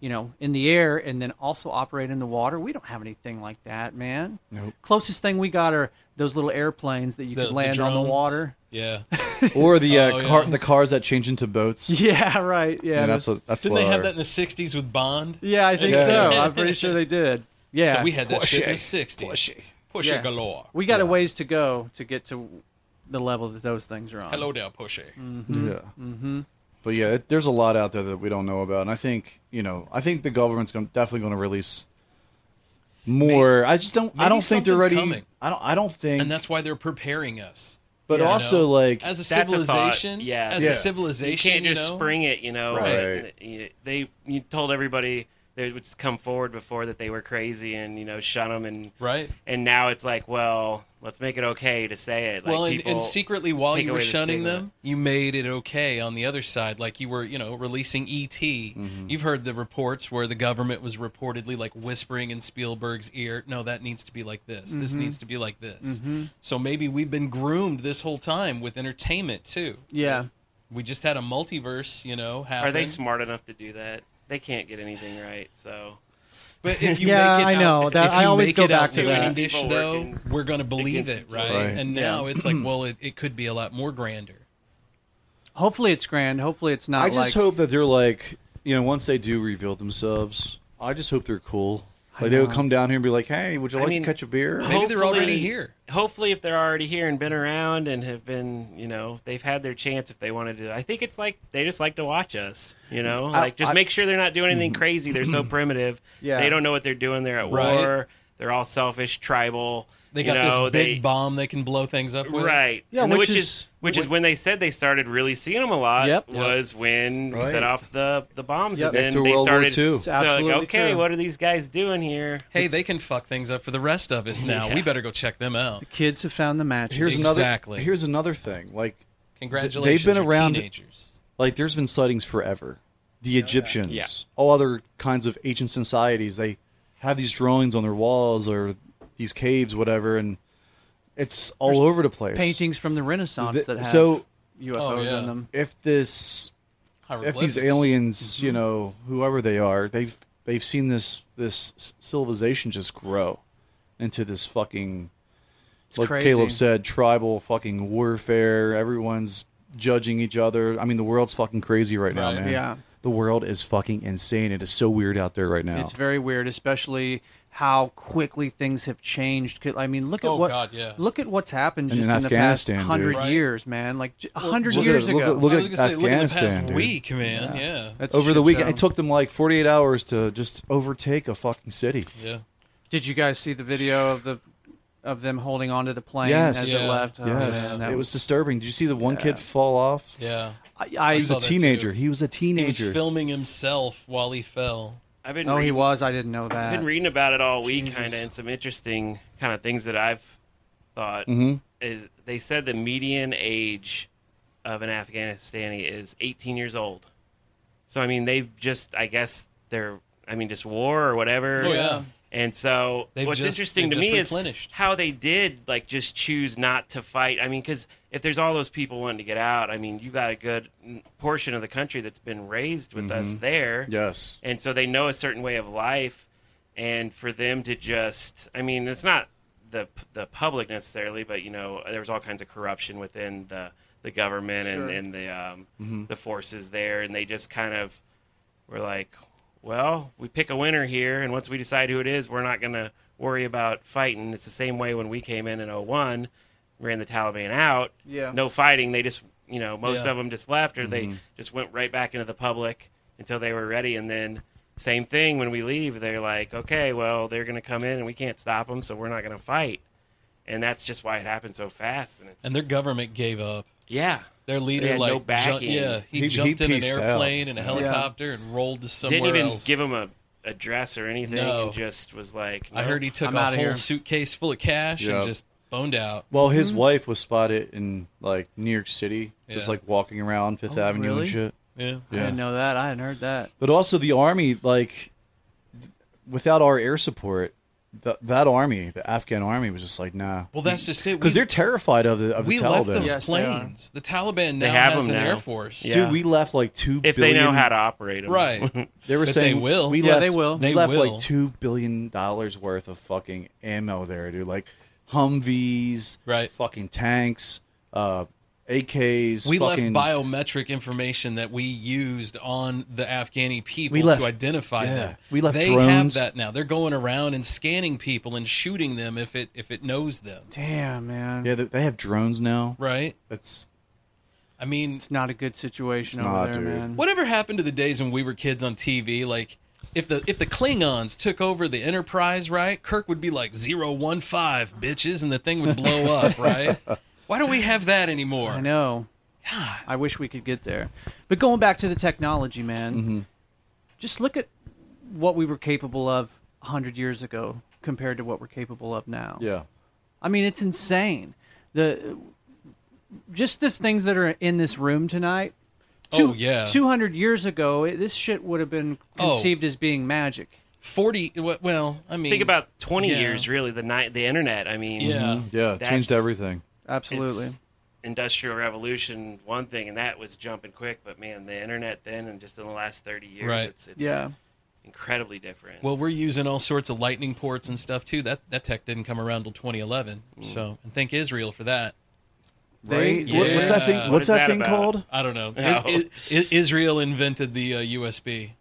Speaker 5: you know, in the air and then also operate in the water. We don't have anything like that, man.
Speaker 3: Nope.
Speaker 5: Closest thing we got are those little airplanes that you
Speaker 4: The-
Speaker 5: can
Speaker 4: the
Speaker 5: land on the
Speaker 4: drones.
Speaker 5: water. [LAUGHS]
Speaker 4: Yeah.
Speaker 3: or the uh,
Speaker 4: Oh, yeah.
Speaker 3: car the cars that change into boats.
Speaker 5: Yeah, right. Yeah,
Speaker 3: Yeah, that's what that's
Speaker 4: [LAUGHS] Didn't
Speaker 3: what
Speaker 4: they have
Speaker 3: our-
Speaker 4: that in the '60s with Bond?
Speaker 5: Yeah, I think
Speaker 4: Yeah. [LAUGHS]
Speaker 5: so.
Speaker 4: Yeah.
Speaker 5: I'm pretty sure they did. Yeah,
Speaker 4: So we had that shit in the
Speaker 5: Porsche.
Speaker 4: '60s. Pushy, pushy
Speaker 5: Yeah.
Speaker 4: galore.
Speaker 5: We got a ways to go to get to the level that those things are on.
Speaker 4: Hello there, pushy.
Speaker 5: Mhm.
Speaker 3: Yeah.
Speaker 4: Mm-hmm.
Speaker 5: Mhm.
Speaker 3: But yeah, it, there's a lot out there that we don't know about, and I think you know, I think the government's going definitely going to release more. I just don't. I
Speaker 4: maybe
Speaker 3: don't think they're ready.
Speaker 4: something's coming.
Speaker 3: I don't. I don't think.
Speaker 4: And that's why they're preparing us.
Speaker 3: But
Speaker 4: You
Speaker 3: also,
Speaker 4: know?
Speaker 3: like-
Speaker 4: as a
Speaker 11: That's a thought,
Speaker 4: civilization,
Speaker 11: yeah,
Speaker 4: as
Speaker 11: Yeah.
Speaker 4: a civilization,
Speaker 11: you can't just
Speaker 4: know?
Speaker 11: spring it. You know,
Speaker 4: Right.
Speaker 11: And you- they you told everybody they would come forward before that they were crazy and you know shun them and
Speaker 4: Right.
Speaker 11: And now it's like, well, let's make it okay to say it. Like,
Speaker 4: well, and,
Speaker 11: people
Speaker 4: and secretly, while
Speaker 11: take
Speaker 4: you were
Speaker 11: away the
Speaker 4: shunning
Speaker 11: stigma.
Speaker 4: them, you made it okay on the other side. Like you were, you know, releasing ET.
Speaker 11: Mm-hmm.
Speaker 4: You've heard the reports where the government was reportedly like whispering in Spielberg's ear, "No, that needs to be like this. This
Speaker 5: Mhm.
Speaker 11: Mm-hmm.
Speaker 4: needs to be like this."
Speaker 5: Mhm.
Speaker 4: So maybe we've been groomed this whole time with entertainment too.
Speaker 5: Yeah.
Speaker 4: We just had a multiverse, you know. Happen.
Speaker 11: Are they smart enough to do that? They can't get anything right, so.
Speaker 4: But if you
Speaker 13: Yeah,
Speaker 4: make it
Speaker 13: I
Speaker 4: out-
Speaker 13: know. That-
Speaker 4: if you
Speaker 13: I always
Speaker 4: make
Speaker 13: go
Speaker 4: it
Speaker 13: back
Speaker 4: out
Speaker 13: to that.
Speaker 4: outlandish,
Speaker 11: People
Speaker 4: though,
Speaker 11: working
Speaker 4: we're gonna believe it,
Speaker 11: against
Speaker 4: right?
Speaker 11: each other.
Speaker 4: And
Speaker 13: Right.
Speaker 4: now
Speaker 13: Yeah.
Speaker 4: [CLEARS THROAT] it's like, well, it, it could be a lot more grander.
Speaker 13: Hopefully it's grand. Hopefully it's not
Speaker 3: I just
Speaker 13: like
Speaker 3: hope that they're like, you know, once they do reveal themselves, I just hope they're cool. Like they would
Speaker 11: know.
Speaker 3: come down here and be like, "Hey, would you
Speaker 11: I
Speaker 3: like
Speaker 11: mean,
Speaker 3: to catch a beer?"
Speaker 11: hopefully- Hopefully, if they're already here and been around and have been, you know, they've had their chance if they wanted to. I think it's like they just like to watch us, you know,
Speaker 13: I-
Speaker 11: like just
Speaker 13: I-
Speaker 11: make sure they're not
Speaker 4: [CLEARS THROAT]
Speaker 11: doing anything crazy. They're so primitive.
Speaker 4: Yeah.
Speaker 11: They don't know what they're doing. They're at
Speaker 4: Right.
Speaker 11: war. They're all selfish, tribal.
Speaker 4: They
Speaker 11: you
Speaker 4: got
Speaker 11: know,
Speaker 4: this big
Speaker 11: they-
Speaker 4: bomb they can blow things up with,
Speaker 11: Right. And which, is, which is when they said they started really seeing them a lot.
Speaker 4: Yep.
Speaker 11: Was when we
Speaker 4: Right.
Speaker 11: set off the the bombs
Speaker 4: Yep.
Speaker 11: and then
Speaker 4: After
Speaker 11: they
Speaker 4: World War
Speaker 11: started.
Speaker 4: II. It's
Speaker 11: so, like,
Speaker 4: absolutely
Speaker 11: okay,
Speaker 4: true.
Speaker 11: what are these guys doing here?
Speaker 4: Hey, they can fuck things up for the rest of us now.
Speaker 11: Yeah.
Speaker 4: We better go check them out.
Speaker 13: kids have found the match.
Speaker 3: Here's
Speaker 4: Exactly.
Speaker 3: another. Here's another thing. Like, th-
Speaker 4: Congratulations,
Speaker 3: They've been
Speaker 4: you're
Speaker 3: around.
Speaker 4: teenagers.
Speaker 3: Like, there's been sightings forever. The Egyptians,
Speaker 4: Yeah.
Speaker 3: all other kinds of ancient societies, they have these drawings on their walls or these caves, whatever, and it's all
Speaker 13: There's
Speaker 3: over the place.
Speaker 13: paintings from the Renaissance
Speaker 3: Th-
Speaker 13: that have
Speaker 3: so-
Speaker 13: UFOs
Speaker 3: Oh,
Speaker 13: in
Speaker 3: yeah.
Speaker 13: them.
Speaker 3: If this, if these aliens,
Speaker 13: Mm-hmm.
Speaker 3: you know, whoever they are, they've they've seen this this s- civilization just grow into this fucking like
Speaker 13: crazy.
Speaker 3: Caleb said, tribal fucking warfare. Everyone's judging each other. I mean, the world's fucking crazy right, now,
Speaker 13: Right.
Speaker 3: man.
Speaker 13: Yeah.
Speaker 3: The world is fucking insane. It is so weird out there right now.
Speaker 13: It's very weird, especially how quickly things have changed. 'Cause, I mean, look at
Speaker 4: Oh,
Speaker 13: what
Speaker 4: God, yeah.
Speaker 13: look at what's happened
Speaker 3: And
Speaker 13: just
Speaker 3: in
Speaker 13: in the past
Speaker 3: Afghanistan, dude.
Speaker 13: hundred
Speaker 3: Right.
Speaker 13: years, man. Like j- a hundred
Speaker 3: Look at-
Speaker 13: years
Speaker 3: look
Speaker 13: ago.
Speaker 3: at- look I was at
Speaker 4: gonna say, look at the past
Speaker 3: Afghanistan, dude.
Speaker 4: week, man. Yeah. That's
Speaker 3: over
Speaker 4: a
Speaker 3: the
Speaker 4: shit
Speaker 3: weekend,
Speaker 4: show.
Speaker 3: it took them like 48 hours to just overtake a fucking city.
Speaker 4: Yeah.
Speaker 13: Did you guys see the video of the of them holding onto the plane
Speaker 3: yes.
Speaker 13: as it left? Oh,
Speaker 3: yes.
Speaker 13: man, that
Speaker 3: it was disturbing. Did you see the one kid fall off?
Speaker 4: Yeah.
Speaker 13: I,
Speaker 3: he was a teenager. He was a
Speaker 4: He was
Speaker 3: teenager.
Speaker 4: filming himself while he fell.
Speaker 11: I've been.
Speaker 13: Oh, he
Speaker 11: reading-
Speaker 13: was. I didn't know
Speaker 11: I've
Speaker 13: that.
Speaker 11: been reading about it all week,
Speaker 13: Jesus.
Speaker 11: kind of, and some interesting kind of things that I've thought.
Speaker 13: Mm-hmm.
Speaker 3: Mhm.
Speaker 11: Is they said the median age of an Afghanistani is 18 years old. So I mean, they've just, I guess, they're, I mean, just war or whatever.
Speaker 4: Oh, yeah.
Speaker 11: And so
Speaker 4: They've
Speaker 11: what's
Speaker 4: just-
Speaker 11: interesting
Speaker 4: they've
Speaker 11: to
Speaker 4: just
Speaker 11: me is
Speaker 4: replenished.
Speaker 11: how they did like just choose not to fight. I mean, because if there's all those people wanting to get out, I mean, you got a good portion of the country that's been raised with us
Speaker 13: Mm-hmm.
Speaker 3: Mhm.
Speaker 11: there.
Speaker 3: Yes.
Speaker 11: And so they know a certain way of life, and for them to just, I mean, it's not the the public necessarily, but you know, there was all kinds of corruption within the the government and,
Speaker 5: Sure.
Speaker 11: and the um,
Speaker 5: Mhm.
Speaker 11: the forces there, and they just kind of were like, well, we pick a winner here, and once we decide who it is, we're not gonna worry about fighting. It's the same way when we came in in 01, ran the Taliban out,
Speaker 13: Yeah.
Speaker 11: no fighting. They just, you know, most
Speaker 13: Yeah.
Speaker 11: of them just left, or
Speaker 13: Mhm.
Speaker 11: they just went right back into the public until they were ready, and then same thing when we leave, they're like, okay, well, they're gonna come in, and we can't stop them, so we're not gonna fight, and that's just why it happened so fast, and it's
Speaker 4: And their government gave up.
Speaker 11: Yeah.
Speaker 4: Their
Speaker 11: They
Speaker 4: leader
Speaker 11: had
Speaker 4: like
Speaker 11: no
Speaker 4: ju-
Speaker 11: backing.
Speaker 4: yeah, he,
Speaker 11: He- he
Speaker 4: jumped in an
Speaker 11: peaced out.
Speaker 4: airplane and a
Speaker 11: Yeah.
Speaker 4: helicopter and rolled to somewhere
Speaker 11: didn't even
Speaker 4: else.
Speaker 11: give him a address or anything,
Speaker 4: No.
Speaker 11: and just was like,
Speaker 4: I
Speaker 11: nope,
Speaker 4: heard he took
Speaker 11: I'm
Speaker 4: a
Speaker 11: outta
Speaker 4: whole
Speaker 11: here.
Speaker 4: suitcase full of cash
Speaker 3: Yeah.
Speaker 4: and just boned out.
Speaker 3: Well, his wife was spotted in like New York City, just
Speaker 4: Yeah.
Speaker 3: like walking around Fifth
Speaker 13: Oh,
Speaker 3: Avenue
Speaker 13: really?
Speaker 3: and shit.
Speaker 4: Yeah.
Speaker 13: I didn't know that. I hadn't heard that.
Speaker 3: But also the army, like th- without our air support, th- that army, the Afghan army, was just like, nah.
Speaker 4: Well, that's just it.
Speaker 3: Because
Speaker 4: We-
Speaker 3: they're terrified of the of the
Speaker 4: we
Speaker 3: Taliban.
Speaker 4: left those planes. The Taliban now
Speaker 11: They have
Speaker 4: has
Speaker 11: them
Speaker 4: an
Speaker 11: now.
Speaker 4: air force.
Speaker 11: Yeah.
Speaker 3: Dude, we left like two.
Speaker 11: If they know
Speaker 3: billion-
Speaker 11: how to operate 'em. [LAUGHS]
Speaker 4: Right.
Speaker 3: they were
Speaker 4: But
Speaker 3: saying
Speaker 4: they will.
Speaker 3: We
Speaker 4: Yeah,
Speaker 3: left,
Speaker 4: they will.
Speaker 3: We
Speaker 4: They
Speaker 3: left
Speaker 4: will.
Speaker 3: like two billion dollars worth of fucking ammo there, dude. Like Humvees,
Speaker 4: right?
Speaker 3: Fucking tanks, uh, AKs.
Speaker 4: We
Speaker 3: fucking,
Speaker 4: left biometric information that we used on the Afghani people
Speaker 3: We left-
Speaker 4: to identify
Speaker 3: yeah.
Speaker 4: them.
Speaker 3: We left
Speaker 4: they
Speaker 3: drones.
Speaker 4: have that now. They're going around and scanning people and shooting them if it if it knows them.
Speaker 13: Damn, man.
Speaker 3: Yeah, they, they have drones now.
Speaker 4: Right?
Speaker 3: That's
Speaker 4: I mean
Speaker 13: It's not a good situation
Speaker 4: It's
Speaker 13: over
Speaker 4: not,
Speaker 13: there,
Speaker 4: dude.
Speaker 13: man.
Speaker 4: Whatever happened to the days when we were kids on TV? Like, if the if the Klingons took over the Enterprise, right? Kirk would be like zero one five bitches, and the thing would blow up, right? Why don't we have that anymore?
Speaker 13: I know. I wish we could get there. But going back to the technology, man,
Speaker 5: Mm-hmm.
Speaker 13: just look at what we were capable of 100 years ago compared to what we're capable of now.
Speaker 3: Yeah.
Speaker 13: I mean, it's insane. The just the things that are in this room tonight.
Speaker 4: Oh, yeah.
Speaker 13: 200 years ago, it, this shit would have been
Speaker 4: Oh.
Speaker 13: conceived as being magic.
Speaker 4: 40 well, I mean
Speaker 11: think about 20
Speaker 13: yeah.
Speaker 11: years really the night the internet i mean
Speaker 3: Mm-hmm. yeah,
Speaker 11: that's-
Speaker 3: changed everything.
Speaker 13: Absolutely.
Speaker 11: it's- industrial revolution one thing, and that was jumping quick. But man, the internet then and just in the last thirty years,
Speaker 4: Right.
Speaker 11: it's, it's
Speaker 4: Yeah.
Speaker 11: incredibly different.
Speaker 4: Well, we're using all sorts of lightning ports and stuff too. That that tech didn't come around till 2011.
Speaker 11: Mm.
Speaker 4: So, and thank Israel for that.
Speaker 3: They- what- what's that thing-
Speaker 4: Yeah.
Speaker 3: what's What is that that thing about? called?
Speaker 4: I don't know.
Speaker 3: No.
Speaker 4: Is, is- Israel invented the uh, USB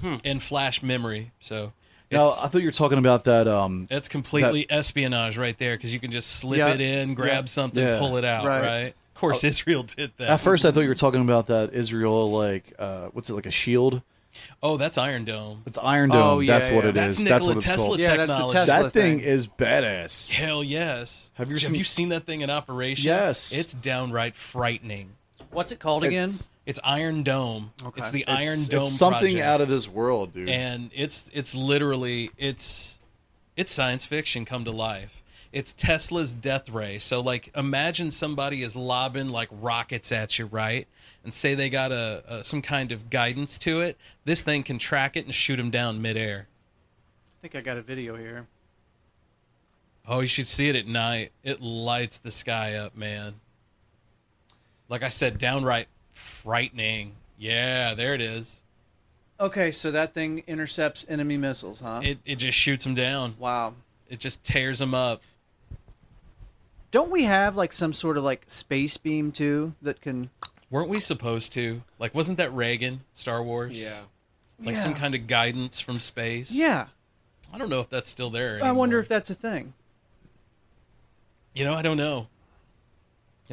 Speaker 11: Hmm.
Speaker 4: and flash memory. So,
Speaker 3: No,
Speaker 4: it's-
Speaker 3: I thought you were talking about that. Um,
Speaker 4: that's completely espionage right there because you can just slip
Speaker 5: Yeah.
Speaker 4: it in, grab
Speaker 5: Yeah.
Speaker 4: something,
Speaker 3: Yeah.
Speaker 4: pull it out,
Speaker 5: Right.
Speaker 4: right? Of course,
Speaker 5: Oh.
Speaker 4: Israel did that.
Speaker 3: At first, I thought you were talking about that Israel, like uh, what's it like a shield?
Speaker 4: oh, that's Iron Dome.
Speaker 3: It's Iron Dome. that's what it is.
Speaker 4: That's
Speaker 3: That's
Speaker 4: Nikola
Speaker 3: what it's
Speaker 4: Tesla
Speaker 3: called.
Speaker 4: technology.
Speaker 3: that thing, is badass.
Speaker 4: Hell yes.
Speaker 3: Have you
Speaker 4: Have
Speaker 3: seen-
Speaker 4: you seen that thing in operation?
Speaker 3: Yes.
Speaker 4: It's downright frightening.
Speaker 5: What's it called again?
Speaker 4: It's, it's Iron Dome.
Speaker 5: Okay.
Speaker 4: It's the
Speaker 5: It's-
Speaker 4: Iron
Speaker 5: it's
Speaker 4: Dome.
Speaker 3: something
Speaker 4: project.
Speaker 3: out of this world, dude.
Speaker 4: And it's it's literally it's it's science fiction come to life. It's Tesla's death ray. So like imagine somebody is lobbing like rockets at you, right? And say they got a, a some kind of guidance to it. This thing can track it and shoot them down midair.
Speaker 5: I think I got a video here.
Speaker 4: Oh, you should see it at night. It lights the sky up, man. Like I said, downright frightening. Yeah, there it is.
Speaker 5: Okay, so that thing intercepts enemy missiles, huh?
Speaker 4: It it just shoots them down.
Speaker 5: Wow.
Speaker 4: It just tears them up.
Speaker 5: Don't we have like some sort of like space beam too that can?
Speaker 4: Weren't we supposed to? Like, wasn't that Reagan Star Wars?
Speaker 5: Yeah.
Speaker 4: Like some
Speaker 5: Yeah.
Speaker 4: kind of guidance from space.
Speaker 5: Yeah.
Speaker 4: I don't know if that's still there.
Speaker 5: I
Speaker 4: anymore.
Speaker 5: wonder if that's a thing.
Speaker 4: You know, I don't know.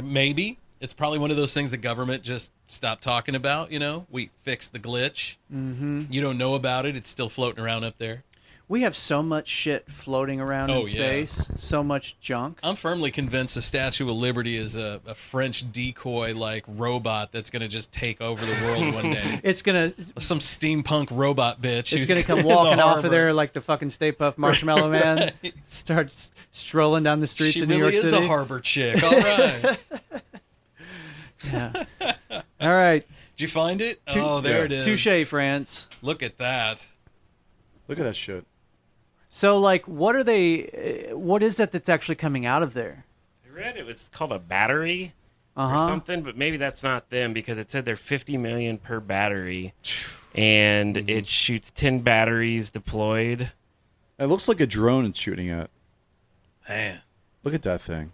Speaker 4: Maybe it's probably one of those things the government just stopped talking about. You know, we fixed the glitch.
Speaker 5: Mm-hmm.
Speaker 4: You don't know about it. It's still floating around up there.
Speaker 5: We have so much shit floating around
Speaker 4: Oh, yeah.
Speaker 5: in space, so much junk.
Speaker 4: I'm firmly convinced the Statue of Liberty is a, a French decoy like robot that's going to just take over the world one day.
Speaker 5: It's gonna
Speaker 4: [LAUGHS] some steampunk robot bitch.
Speaker 5: It's
Speaker 4: who's
Speaker 5: gonna
Speaker 4: in
Speaker 5: come
Speaker 4: the
Speaker 5: walking off
Speaker 4: harbor.
Speaker 5: of there like the fucking Stay
Speaker 4: [LAUGHS]
Speaker 5: Puft Marshmallow Man. Starts strolling down the streets
Speaker 4: She
Speaker 5: of New
Speaker 4: really
Speaker 5: York
Speaker 4: is
Speaker 5: City.
Speaker 4: a harbor chick. All
Speaker 5: [LAUGHS]
Speaker 4: right.
Speaker 5: Yeah. All right.
Speaker 4: Did you find it?
Speaker 5: Tou-
Speaker 4: oh, there
Speaker 5: yeah.
Speaker 4: it is.
Speaker 5: Touche, France.
Speaker 4: Look at that.
Speaker 3: Look at that shit.
Speaker 5: So, like, what are they? uh, What is that that's actually coming out of there?
Speaker 11: I read it was called a battery or
Speaker 5: Uh-huh.
Speaker 11: something, but maybe that's not them because it said they're 50 million per battery, and it shoots 10 batteries deployed.
Speaker 3: It looks like a drone it's shooting at.
Speaker 4: Man.
Speaker 3: Look at that thing.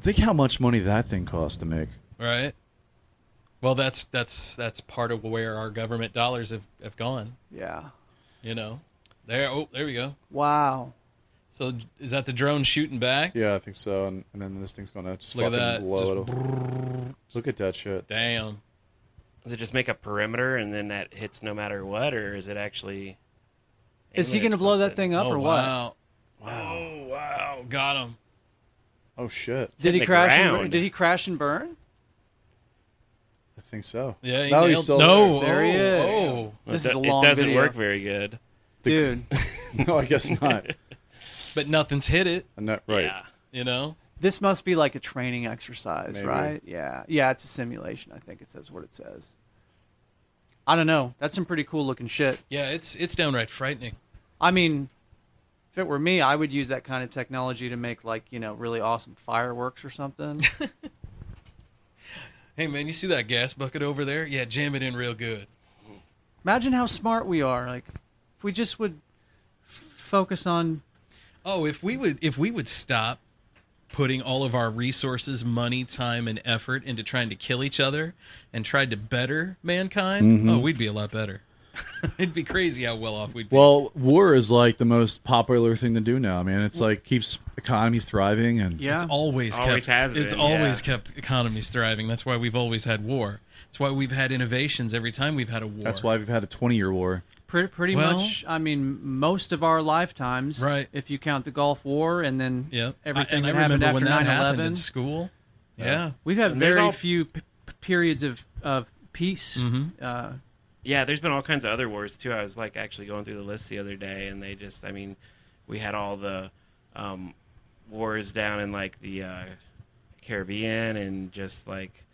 Speaker 3: Think how much money that thing cost to make.
Speaker 4: Right. Well, that's that's that's part of where our government dollars have, have gone.
Speaker 5: Yeah.
Speaker 4: You know. There. Oh, there we go.
Speaker 5: Wow.
Speaker 4: So is that the drone shooting back?
Speaker 3: Yeah, I think so. And, and then this thing's gonna just
Speaker 4: Look at
Speaker 3: fucking
Speaker 4: that.
Speaker 3: blow
Speaker 4: Just
Speaker 3: it. up. Look at that shit.
Speaker 4: Damn.
Speaker 11: Does it just make a perimeter and then that hits no matter what, or is it actually?
Speaker 5: Is he
Speaker 11: aiming
Speaker 5: gonna
Speaker 11: at
Speaker 5: blow that
Speaker 11: something?
Speaker 5: thing up
Speaker 4: Oh,
Speaker 5: or what?
Speaker 4: Wow. Wow. Oh, wow. Got him.
Speaker 3: Oh shit.
Speaker 5: Did he
Speaker 11: the
Speaker 5: crash? And,
Speaker 11: ground.
Speaker 5: burn- did he crash and burn?
Speaker 3: I think so.
Speaker 4: Yeah, he
Speaker 3: Now he's
Speaker 4: nailed-
Speaker 3: still
Speaker 4: No.
Speaker 5: There he is.
Speaker 4: Oh.
Speaker 11: Well,
Speaker 5: This
Speaker 11: it
Speaker 5: is a
Speaker 11: do-
Speaker 5: long
Speaker 11: It doesn't
Speaker 5: video.
Speaker 11: work very good. [LAUGHS]
Speaker 5: dude.
Speaker 3: there. [LAUGHS] no, I
Speaker 4: [LAUGHS]
Speaker 3: guess not.
Speaker 4: But nothing's hit it.
Speaker 3: I'm not right.
Speaker 11: Yeah.
Speaker 4: You know.
Speaker 5: This must be like a training exercise,
Speaker 3: Maybe.
Speaker 5: right? Yeah. Yeah, it's a simulation. I think it says what it says. I don't know. That's some pretty cool looking shit.
Speaker 4: Yeah. It's it's downright frightening.
Speaker 5: I mean, if it were me, I would use that kind of technology to make like, you know, really awesome fireworks or
Speaker 11: [LAUGHS]
Speaker 5: something.
Speaker 4: Hey man, you see that gas bucket over there? Yeah, jam it in real good.
Speaker 5: Imagine how smart we are. Like, if we just would f- focus on
Speaker 4: Oh, if we would if we would stop putting all of our resources, money, time, and effort into trying to kill each other and tried to better mankind,
Speaker 3: Mhm.
Speaker 4: oh, we'd be a lot better. [LAUGHS] It'd be crazy how well off we'd be.
Speaker 3: Well, war is like the most popular thing to do now. I mean, it's like keeps economies thriving and
Speaker 4: It's always, kept,
Speaker 11: Always has
Speaker 4: it's
Speaker 11: been,
Speaker 4: always
Speaker 11: yeah.
Speaker 4: kept economies thriving. That's why we've always had war. That's why we've had innovations every time we've had a war.
Speaker 3: that's why we've had a 20-year war.
Speaker 5: pretty, pretty
Speaker 4: Well-
Speaker 5: much, I mean, most of our lifetimes,
Speaker 4: Right.
Speaker 5: if you count the Gulf War and then
Speaker 4: Yep. I-
Speaker 5: everything
Speaker 4: and I
Speaker 5: that happened
Speaker 4: remember
Speaker 5: after
Speaker 4: when that
Speaker 5: 9
Speaker 4: happened
Speaker 5: 11.
Speaker 4: in school. Yeah.
Speaker 5: We've had
Speaker 11: And there's
Speaker 5: very
Speaker 11: all-
Speaker 5: few p- p- periods of, of peace.
Speaker 4: Mhm.
Speaker 5: Uh,
Speaker 11: Yeah, there's been all kinds of other wars too. I was like actually going through the list the other day, and they just, I mean, we had all the um, wars down in like the uh, Caribbean and just like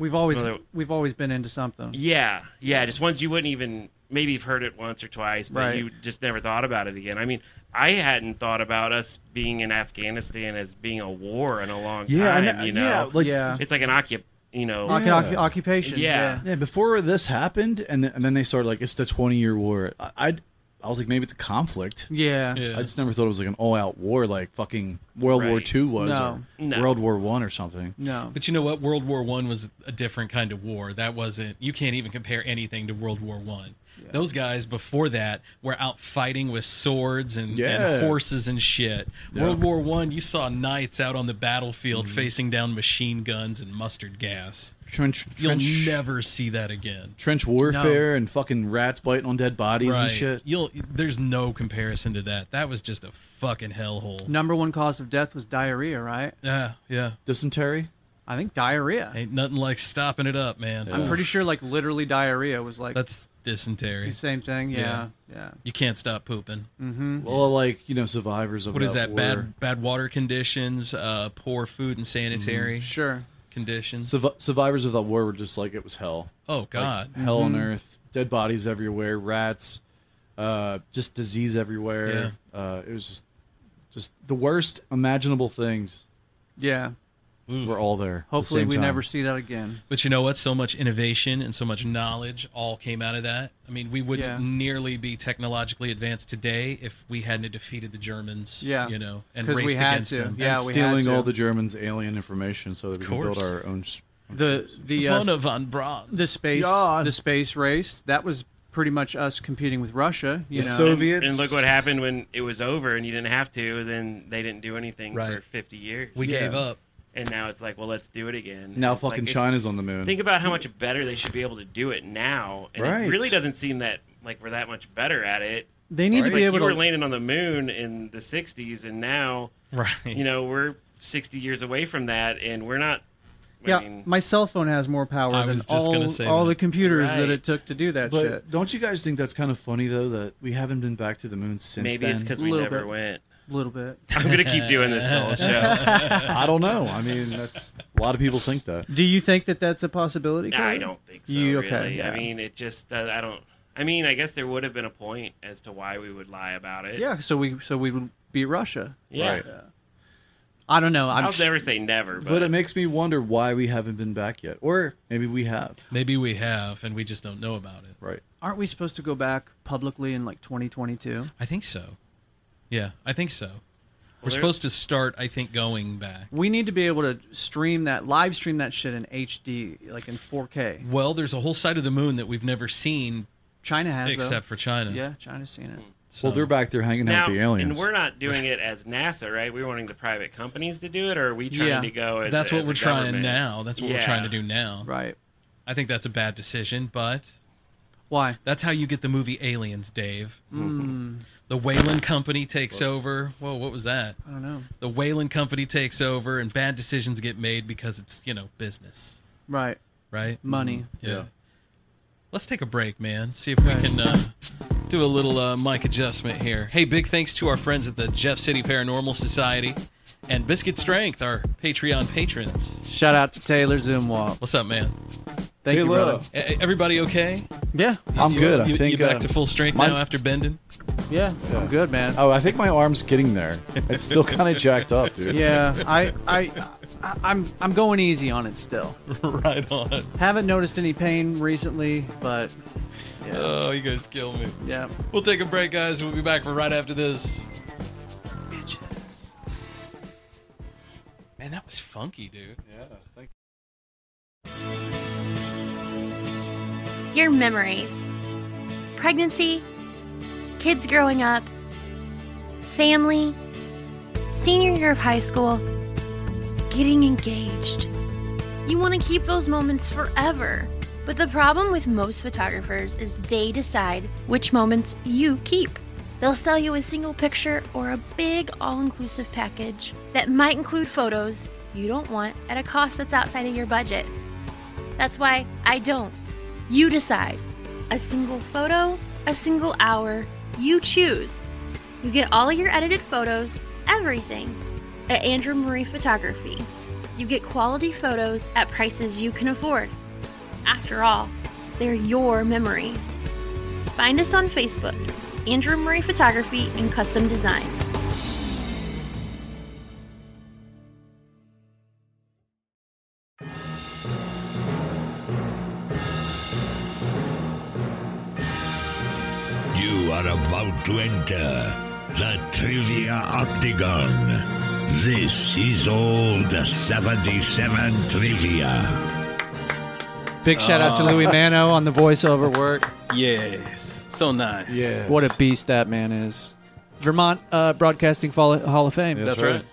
Speaker 5: we've always
Speaker 11: Some other-
Speaker 5: we've always been into something.
Speaker 11: yeah, yeah, just ones you wouldn't even maybe you've heard it once or twice, but
Speaker 4: Right.
Speaker 11: you just never thought about it again. I mean, I hadn't thought about us being in Afghanistan as being a war in a long
Speaker 3: Yeah, I
Speaker 11: time.
Speaker 3: know-
Speaker 11: you know,
Speaker 3: yeah, like- Yeah.
Speaker 11: it's like an occup, you know,
Speaker 3: Like an occu-
Speaker 5: occupation,
Speaker 11: Yeah,
Speaker 3: Yeah, before this happened, and then, and then they started like it's the twenty year war. I, I I was like maybe it's a conflict.
Speaker 5: Yeah.
Speaker 3: I just never thought it was like an all out war like fucking World War
Speaker 4: Right.
Speaker 3: Two was
Speaker 4: No.
Speaker 3: or
Speaker 4: No.
Speaker 3: World War One or something.
Speaker 5: No.
Speaker 4: But you know what? World War One was a different kind of war. That wasn't. You can't even compare anything to World War One. Those guys before that were out fighting with swords and, and
Speaker 3: Yeah.
Speaker 4: horses and shit.
Speaker 3: Yeah.
Speaker 4: World War One, you saw knights out on the battlefield
Speaker 3: Mhm.
Speaker 4: facing down machine guns and mustard gas.
Speaker 3: Trench,
Speaker 4: You'll
Speaker 3: trench,
Speaker 4: never see that again.
Speaker 3: trench warfare and fucking rats biting on dead bodies
Speaker 4: Right.
Speaker 3: and shit.
Speaker 4: You'll. There's no comparison to that. That was just a fucking hellhole.
Speaker 5: Number one cause of death was diarrhea, right?
Speaker 4: Yeah, yeah.
Speaker 3: Dysentery.
Speaker 5: I think diarrhea.
Speaker 4: Ain't nothing like stopping it up, man.
Speaker 5: I'm pretty sure like literally diarrhea was like
Speaker 4: That's dysentery.
Speaker 5: the same thing. Yeah, yeah.
Speaker 4: You can't stop pooping.
Speaker 5: Mm-hmm.
Speaker 3: Well, like you know, survivors of
Speaker 4: What is that?
Speaker 3: war.
Speaker 4: Bad bad water conditions, uh, poor food and sanitary
Speaker 5: sure
Speaker 4: conditions.
Speaker 3: Survi- survivors of that war were just like it was hell.
Speaker 4: Oh,
Speaker 3: Like,
Speaker 4: God.
Speaker 3: hell on
Speaker 11: Mm-hmm.
Speaker 4: Mhm.
Speaker 3: earth, dead bodies everywhere, rats, uh, just disease everywhere. Uh, it was just, just the worst imaginable things.
Speaker 5: Yeah.
Speaker 3: We're all there. at the
Speaker 5: Hopefully,
Speaker 3: same
Speaker 5: we
Speaker 3: time.
Speaker 5: never see that again.
Speaker 4: But you know what? So much innovation and so much knowledge all came out of that. I mean, we wouldn't
Speaker 5: Yeah.
Speaker 4: nearly be technologically advanced today if we hadn't have defeated the Germans.
Speaker 5: Yeah.
Speaker 4: you know, and
Speaker 5: 'Cause we
Speaker 4: raced
Speaker 5: had
Speaker 4: against
Speaker 5: to.
Speaker 4: them.
Speaker 5: Yeah,
Speaker 3: And
Speaker 5: we had
Speaker 3: stealing
Speaker 5: to.
Speaker 3: all the Germans' alien information so that we can build
Speaker 5: course.
Speaker 3: our own. s-
Speaker 5: The the uh,
Speaker 4: Werner von Braun.
Speaker 5: the space
Speaker 4: Yeah.
Speaker 5: the space race that was pretty much us competing with Russia. You know?
Speaker 11: And, look what happened when it was over and you didn't have to. Then they didn't do anything for 50 years.
Speaker 4: We Yeah. gave up.
Speaker 11: And now it's like, well, let's do it again.
Speaker 3: Now
Speaker 11: It's like,
Speaker 3: fucking
Speaker 11: it's-
Speaker 3: China's on the moon.
Speaker 11: Think about how much better they should be able to do it now. And
Speaker 3: Right.
Speaker 11: it really doesn't seem that like we're that much better at it.
Speaker 5: They need to
Speaker 11: It's
Speaker 5: be
Speaker 11: like
Speaker 5: able
Speaker 11: you
Speaker 5: to-
Speaker 11: were landing on the moon in the 60s and now
Speaker 4: Right.
Speaker 11: you know, we're 60 years away from that and we're not
Speaker 5: Yeah, my cell phone has more power
Speaker 11: I
Speaker 5: than
Speaker 11: was just
Speaker 5: all,
Speaker 11: gonna say
Speaker 5: all
Speaker 11: that.
Speaker 5: the computers
Speaker 11: Right.
Speaker 5: that it took to do that
Speaker 3: But
Speaker 5: shit.
Speaker 3: don't you guys think that's kind of funny though that we haven't been back to the moon since
Speaker 11: Maybe
Speaker 3: then?
Speaker 11: it's 'cause we Little never bit. went.
Speaker 5: Little bit.
Speaker 11: I'm gonna keep doing this the whole show.
Speaker 5: [LAUGHS]
Speaker 3: I don't know. I mean, that's a lot of people think
Speaker 11: [LAUGHS]
Speaker 3: that.
Speaker 5: Do you think that that's a possibility?
Speaker 11: Nah, I
Speaker 5: Kevin?
Speaker 11: don't think so.
Speaker 5: You okay?
Speaker 11: Really.
Speaker 5: Yeah.
Speaker 11: I mean, it just uh, I don't. I mean, I guess there would have been a point as to why we would lie about it.
Speaker 5: yeah. So we so we would beat Russia.
Speaker 11: Yeah. Right.
Speaker 5: I don't know. I'm
Speaker 11: I'll never say never,
Speaker 3: But,
Speaker 11: but,
Speaker 3: it makes me wonder why we haven't been back yet, or maybe we have.
Speaker 4: Maybe we have, and we just don't know about it.
Speaker 3: Right.
Speaker 5: Aren't we supposed to go back publicly in like 2022?
Speaker 4: I think so. Yeah, I think so. We're
Speaker 5: there-
Speaker 4: supposed to start, I think, going back.
Speaker 5: We need to be able to stream that live stream that shit in HD, like in 4K.
Speaker 4: Well, there's a whole side of the moon that we've never seen.
Speaker 5: China has though.
Speaker 4: except for China.
Speaker 5: Yeah, China's seen it.
Speaker 11: Hmm.
Speaker 4: So-
Speaker 3: Well, they're back there hanging
Speaker 11: now
Speaker 3: out with the aliens.
Speaker 11: and we're not doing it as NASA, right? We're wanting the private companies to do it, or are we trying
Speaker 4: Yeah.
Speaker 11: to go? as
Speaker 4: that's
Speaker 11: a-
Speaker 4: what
Speaker 11: as a
Speaker 4: we're trying
Speaker 11: government?
Speaker 4: now. That's what we're
Speaker 11: Yeah.
Speaker 4: trying to do now.
Speaker 5: Right.
Speaker 4: I think that's a bad decision, but
Speaker 5: why?
Speaker 4: That's how you get the movie Aliens, Dave. Mm-hmm.
Speaker 5: Mm.
Speaker 4: The Wayland Company takes over. Whoa, what was that?
Speaker 5: I don't know.
Speaker 4: The Wayland Company takes over, and bad decisions get made because it's you know business,
Speaker 5: Right.
Speaker 4: right?
Speaker 5: Money.
Speaker 4: Yeah. Let's take a break, man. See if we can uh, do a little uh, mic adjustment here. Hey, big thanks to our friends at the Jeff City Paranormal Society and Biscuit Strength, our Patreon patrons.
Speaker 5: Shout out to Taylor Zumwalt.
Speaker 4: What's up, man?
Speaker 5: Thank you, brother.
Speaker 4: E- Everybody okay?
Speaker 5: Yeah,
Speaker 3: I'm
Speaker 4: You-
Speaker 3: good. I
Speaker 4: You, you
Speaker 3: think,
Speaker 4: back
Speaker 3: uh,
Speaker 4: to full strength
Speaker 3: my-
Speaker 4: now after bending.
Speaker 5: Yeah, I'm good, man.
Speaker 3: Oh, I think my arm's getting there. It's still kind
Speaker 5: [LAUGHS]
Speaker 3: of jacked up, dude.
Speaker 5: Yeah, I, I, I, I'm, I'm going easy on it still.
Speaker 4: [LAUGHS] right on.
Speaker 5: Haven't noticed any pain recently, but yeah.
Speaker 4: Oh, you guys kill me.
Speaker 5: Yeah.
Speaker 4: We'll take a break, guys. We'll be back for right after this. Man, that was funky, dude.
Speaker 3: Yeah. Thank
Speaker 1: your memories pregnancy, kids growing up, family, senior year of high school, getting engaged. You want to keep those moments forever. But the problem with most photographers is they decide which moments you keep. They'll sell you a single picture or a big all inclusive package that might include photos you don't want at a cost that's outside of your budget. That's why I don't. You decide. A single photo, a single hour, you choose. You get all of your edited photos, everything, at Andrew Marie Photography. You get quality photos at prices you can afford. After all, they're your memories. Find us on Facebook, Andrew Murray Photography and Custom Design.
Speaker 7: You are about to enter the Trivia Octagon. This is all the 77 trivia.
Speaker 5: Big shout out to
Speaker 4: Oh.
Speaker 5: Louis Mano on the [LAUGHS] voiceover work.
Speaker 4: Yes. So nice.
Speaker 5: Yeah. What a beast that man is. Vermont uh, Broadcasting Fall- Hall of Fame.
Speaker 3: That's That's right. right.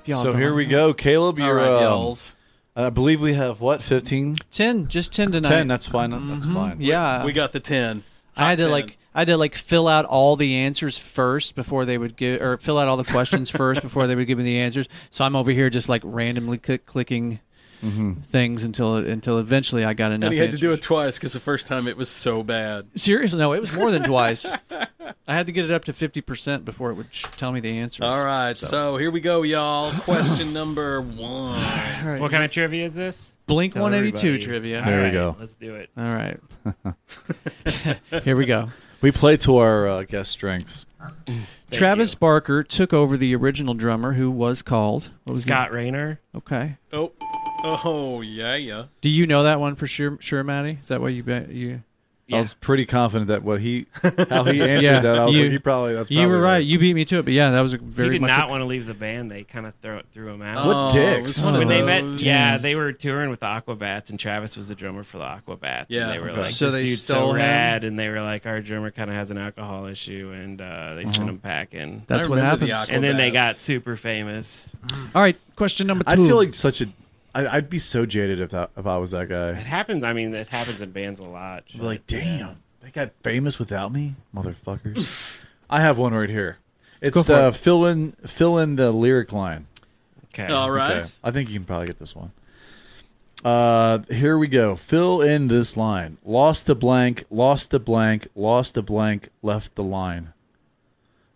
Speaker 5: If y'all
Speaker 3: so
Speaker 5: don't-
Speaker 3: here we go, Caleb.
Speaker 5: All
Speaker 3: You're
Speaker 5: right,
Speaker 3: um,
Speaker 5: y'alls.
Speaker 3: I believe we have what 15,
Speaker 5: 10, just 10 tonight.
Speaker 3: 10. That's fine. That's
Speaker 5: Mhm.
Speaker 3: fine.
Speaker 5: Yeah.
Speaker 4: We got the 10.
Speaker 5: I had to
Speaker 4: Hot 10.
Speaker 5: like I had to like fill out all the answers first before they would give or fill out all the questions first before they would give me the answers. So I'm over here just like randomly click, clicking things until until eventually I got enough.
Speaker 4: And
Speaker 14: he had
Speaker 5: answers.
Speaker 14: to do it twice because the first time it was so bad.
Speaker 5: Seriously, no, it was more than twice. I had to get it up to 50% before it would sh- tell me the
Speaker 14: [LAUGHS]
Speaker 5: answers.
Speaker 14: All right, so, here we go, y'all. Question [LAUGHS] number one.
Speaker 11: What kind of trivia is this?
Speaker 5: Blink
Speaker 11: Tell
Speaker 5: 182
Speaker 11: everybody.
Speaker 5: trivia.
Speaker 11: All
Speaker 3: There we
Speaker 11: right,
Speaker 3: go.
Speaker 11: Let's do it.
Speaker 5: All right. Here we go.
Speaker 3: We play to our uh, guest strengths.
Speaker 5: Travis Barker took over the original drummer who was called what was he-
Speaker 11: Scott Rayner.
Speaker 5: Okay.
Speaker 14: Oh, oh yeah, yeah.
Speaker 5: Do you know that one for sure, sure Maddie? Is that why you bet you
Speaker 3: I was pretty confident that what
Speaker 5: [LAUGHS]
Speaker 3: he how he answered
Speaker 5: Yeah,
Speaker 3: that. I was
Speaker 5: you-
Speaker 3: like, he probably that's
Speaker 5: You
Speaker 3: probably
Speaker 5: were right. You beat me to it, but yeah, that was a
Speaker 11: he
Speaker 5: very
Speaker 11: did
Speaker 5: much a-
Speaker 11: not want to leave the band. They kind of throw, threw him out.
Speaker 3: What Oh, dicks?
Speaker 5: it was one
Speaker 11: When
Speaker 5: of
Speaker 11: they met,
Speaker 5: those.
Speaker 11: yeah,
Speaker 5: Yes.
Speaker 11: they were touring with the Aquabats, and Travis was the drummer for the Aquabats.
Speaker 14: Yeah.
Speaker 11: and they were
Speaker 14: Okay.
Speaker 11: like,
Speaker 14: So
Speaker 11: this
Speaker 14: they
Speaker 11: dude's
Speaker 14: stole
Speaker 11: so
Speaker 14: him?
Speaker 11: rad, and they were like, our drummer kind of has an alcohol issue, and uh, they sent
Speaker 5: Uh-huh.
Speaker 11: him packing.
Speaker 5: That's I what remember the happens.
Speaker 11: and then they
Speaker 5: Aquabats.
Speaker 11: got super famous.
Speaker 5: All right, question number 2.
Speaker 3: I feel like such a. I, I'd be so jaded if that if I was that guy.
Speaker 11: It happens. I mean, it happens in bands a lot.
Speaker 3: I'd be like, damn, they got famous without me, motherfuckers. [LAUGHS] I have one right here. It's
Speaker 5: Go for
Speaker 3: uh,
Speaker 5: it.
Speaker 3: fill in fill in the lyric line.
Speaker 11: Okay.
Speaker 14: All right.
Speaker 3: I think you can probably get this one. Uh, here we go. Fill in this line. Lost the blank. Lost the blank. Lost the blank. Left the line.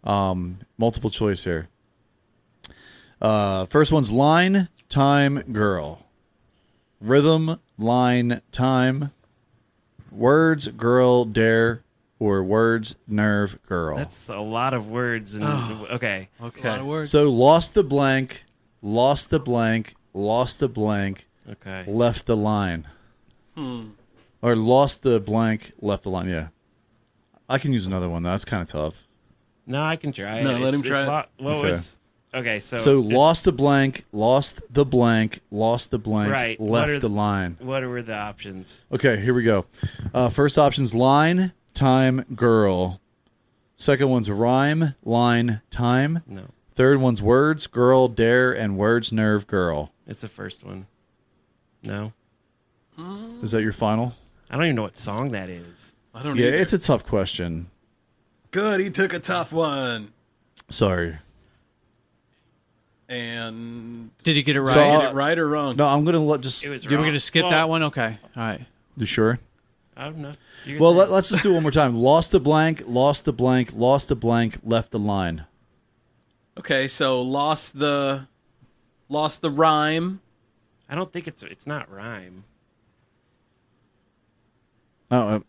Speaker 3: Um, multiple choice here. Uh, first one's line, time, girl. Rhythm, line, time. Words, girl, dare, or words, nerve, girl.
Speaker 11: That's a lot of words. And
Speaker 3: Oh.
Speaker 11: okay,
Speaker 5: okay.
Speaker 3: So lost the blank, lost the blank, lost the blank,
Speaker 11: Okay.
Speaker 3: left the line.
Speaker 14: Hmm.
Speaker 3: Or lost the blank, left the line, yeah. I can use another one though. That's kind of tough.
Speaker 11: No, I can try.
Speaker 14: No,
Speaker 11: it.
Speaker 14: let
Speaker 11: It's-
Speaker 14: him try
Speaker 11: it's
Speaker 14: it.
Speaker 11: lot- What
Speaker 3: Okay.
Speaker 11: was? Okay, so
Speaker 3: So,
Speaker 11: Oh, it's-
Speaker 3: lost the blank, lost the blank, lost the blank,
Speaker 11: right, what
Speaker 3: left
Speaker 11: are-
Speaker 3: the line.
Speaker 11: What were the options?
Speaker 3: Okay, here we go. Uh, first option's line, time, girl. Second one's rhyme, line, time.
Speaker 11: No.
Speaker 3: Third one's words, girl, dare, and words, nerve, girl.
Speaker 11: It's the first one. No,
Speaker 3: Is that your final?
Speaker 11: I don't even know what song that is.
Speaker 14: I don't.
Speaker 3: yeah,
Speaker 14: either.
Speaker 3: it's a tough question.
Speaker 14: good. He took a tough one,
Speaker 3: Sorry.
Speaker 14: and
Speaker 5: Did you get it right?
Speaker 3: So I'll-
Speaker 14: Did it right or wrong?
Speaker 3: No, I'm gonna let just.
Speaker 14: It was
Speaker 5: You were going to skip
Speaker 14: Well-
Speaker 5: that one? Okay. All right.
Speaker 3: You sure?
Speaker 11: I don't know. You
Speaker 3: Well,
Speaker 11: can-
Speaker 3: let, us just do it one more time. Lost the blank, lost the blank, lost the blank, left the line.
Speaker 14: Okay, so lost the lost the rhyme.
Speaker 11: I don't think it's it's not rhyme.
Speaker 3: Oh uh,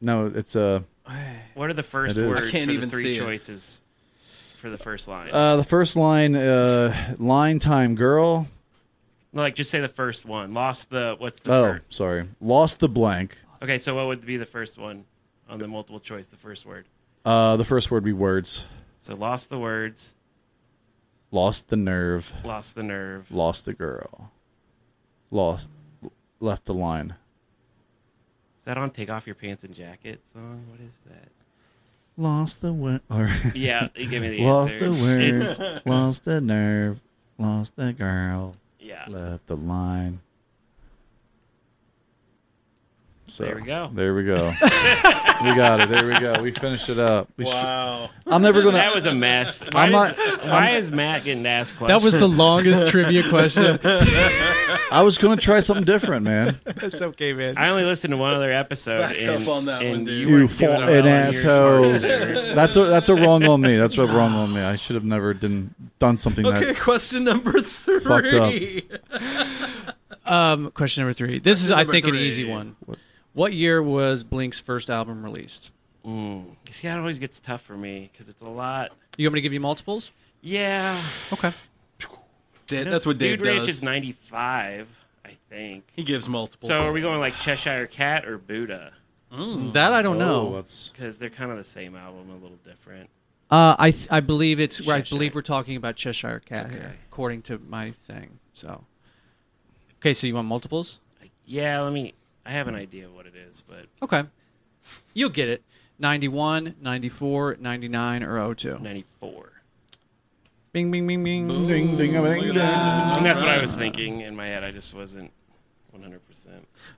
Speaker 3: no, it's uh,
Speaker 11: What are the first
Speaker 3: It is. I
Speaker 11: words
Speaker 14: can't
Speaker 11: for
Speaker 14: even
Speaker 11: the three
Speaker 14: see it.
Speaker 11: choices for the first line?
Speaker 3: uh the first line, uh, line time girl.
Speaker 11: No, like just say the first one. Lost the what's the
Speaker 3: Oh,
Speaker 11: first?
Speaker 3: sorry, lost the blank.
Speaker 11: Okay, so what would be the first one on the multiple choice? The first word.
Speaker 3: Uh, the first word would be words.
Speaker 11: So lost the words,
Speaker 3: Lost the nerve,
Speaker 11: lost the nerve.
Speaker 3: lost the girl, lost, left the line.
Speaker 11: Is that on "Take Off Your Pants and Jacket" song? What is that?
Speaker 3: Lost the word. [LAUGHS]
Speaker 11: Yeah, you give me the
Speaker 3: lost
Speaker 11: answer.
Speaker 3: the
Speaker 11: It's-
Speaker 3: word. lost the nerve. Lost the girl.
Speaker 11: Yeah.
Speaker 3: Left the line. So
Speaker 11: There we go.
Speaker 3: There we
Speaker 11: [LAUGHS]
Speaker 3: go. we got it. There we go. We finished it up. We sh-
Speaker 14: Wow.
Speaker 3: I'm never gonna.
Speaker 11: That was a mess. Why,
Speaker 3: I'm not-
Speaker 11: is,
Speaker 3: I'm-
Speaker 11: why is Matt getting asked questions?
Speaker 5: That was the longest trivia
Speaker 14: [LAUGHS]
Speaker 5: question.
Speaker 3: I was gonna try something different, man.
Speaker 5: That's okay, man.
Speaker 11: I only listened to one other episode.
Speaker 14: Back
Speaker 11: and,
Speaker 14: up on that
Speaker 11: and
Speaker 14: one, dude.
Speaker 11: You,
Speaker 3: You
Speaker 11: weren't doing well
Speaker 3: fucking
Speaker 11: on your
Speaker 3: assholes.
Speaker 11: part [LAUGHS] there.
Speaker 3: That's a that's a wrong on me. That's a wrong on me. I should have never done done something
Speaker 14: Okay,
Speaker 3: that.
Speaker 14: question number three.
Speaker 3: Fucked up.
Speaker 5: [LAUGHS]
Speaker 4: [LAUGHS]
Speaker 5: Um, question number three. This is, I
Speaker 14: Number
Speaker 5: think, an
Speaker 14: three.
Speaker 5: easy one. What year was Blink's first album released?
Speaker 11: Ooh. Mm. See, that always gets tough for me because it's a lot.
Speaker 5: You want me to give you multiples?
Speaker 11: Yeah.
Speaker 5: Okay.
Speaker 11: No,
Speaker 4: that's what Dave
Speaker 11: Dude Ranch
Speaker 4: does.
Speaker 11: is 95, I think.
Speaker 4: He gives multiples.
Speaker 11: So are we going like Cheshire Cat or Buddha?
Speaker 14: Hmm.
Speaker 5: That I
Speaker 3: Oh,
Speaker 5: don't know.
Speaker 11: Because they're kind of the same album, a little different.
Speaker 5: Uh, I th- I believe it's I believe we're talking about Cheshire Cat here,
Speaker 11: Okay.
Speaker 5: according to my thing. So, okay, so you want multiples?
Speaker 11: Yeah, let me. I have an idea of what it is, but
Speaker 5: Okay, you'll get it. 91, 94, 99, or 02.
Speaker 11: 94.
Speaker 5: Bing, bing, bing, bing.
Speaker 3: Ding, ding, a ding, ding.
Speaker 11: And that's what I was thinking in my head. I just wasn't 100%.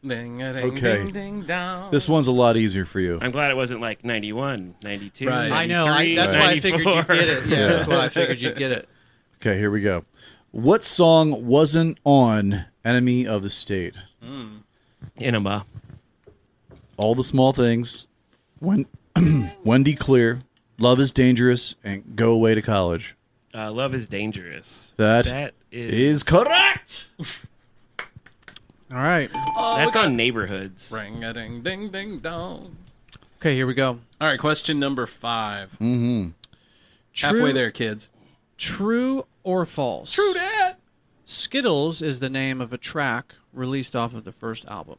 Speaker 4: Ding, a ding,
Speaker 3: Okay.
Speaker 4: ding, ding, dong.
Speaker 3: This one's a lot easier for you.
Speaker 11: I'm glad it wasn't like 91, 92.
Speaker 4: Right.
Speaker 5: I know. I, that's why I figured you'd
Speaker 11: 94.
Speaker 5: get
Speaker 11: [LAUGHS]
Speaker 5: it. Yeah,
Speaker 3: Yeah.
Speaker 5: that's [LAUGHS] why I figured you'd get it.
Speaker 3: Okay, here we go. What song wasn't on Enemy of the State?
Speaker 11: Enema.
Speaker 3: All the small things. When [CLEARS THROAT] Wendy Clear, Love is Dangerous, and Go Away to College.
Speaker 11: Uh, Love is Dangerous.
Speaker 3: that
Speaker 11: That
Speaker 3: is,
Speaker 11: is-
Speaker 3: correct.
Speaker 5: All right.
Speaker 4: Oh,
Speaker 11: That's
Speaker 4: we got-
Speaker 11: on Neighborhoods.
Speaker 4: Ring a ding, ding, ding, dong.
Speaker 5: Okay, here we go.
Speaker 4: All right, question number five.
Speaker 3: Mm-hmm.
Speaker 4: Halfway there, kids.
Speaker 5: True or false? True
Speaker 4: that.
Speaker 5: Skittles is the name of a track released off of the first album.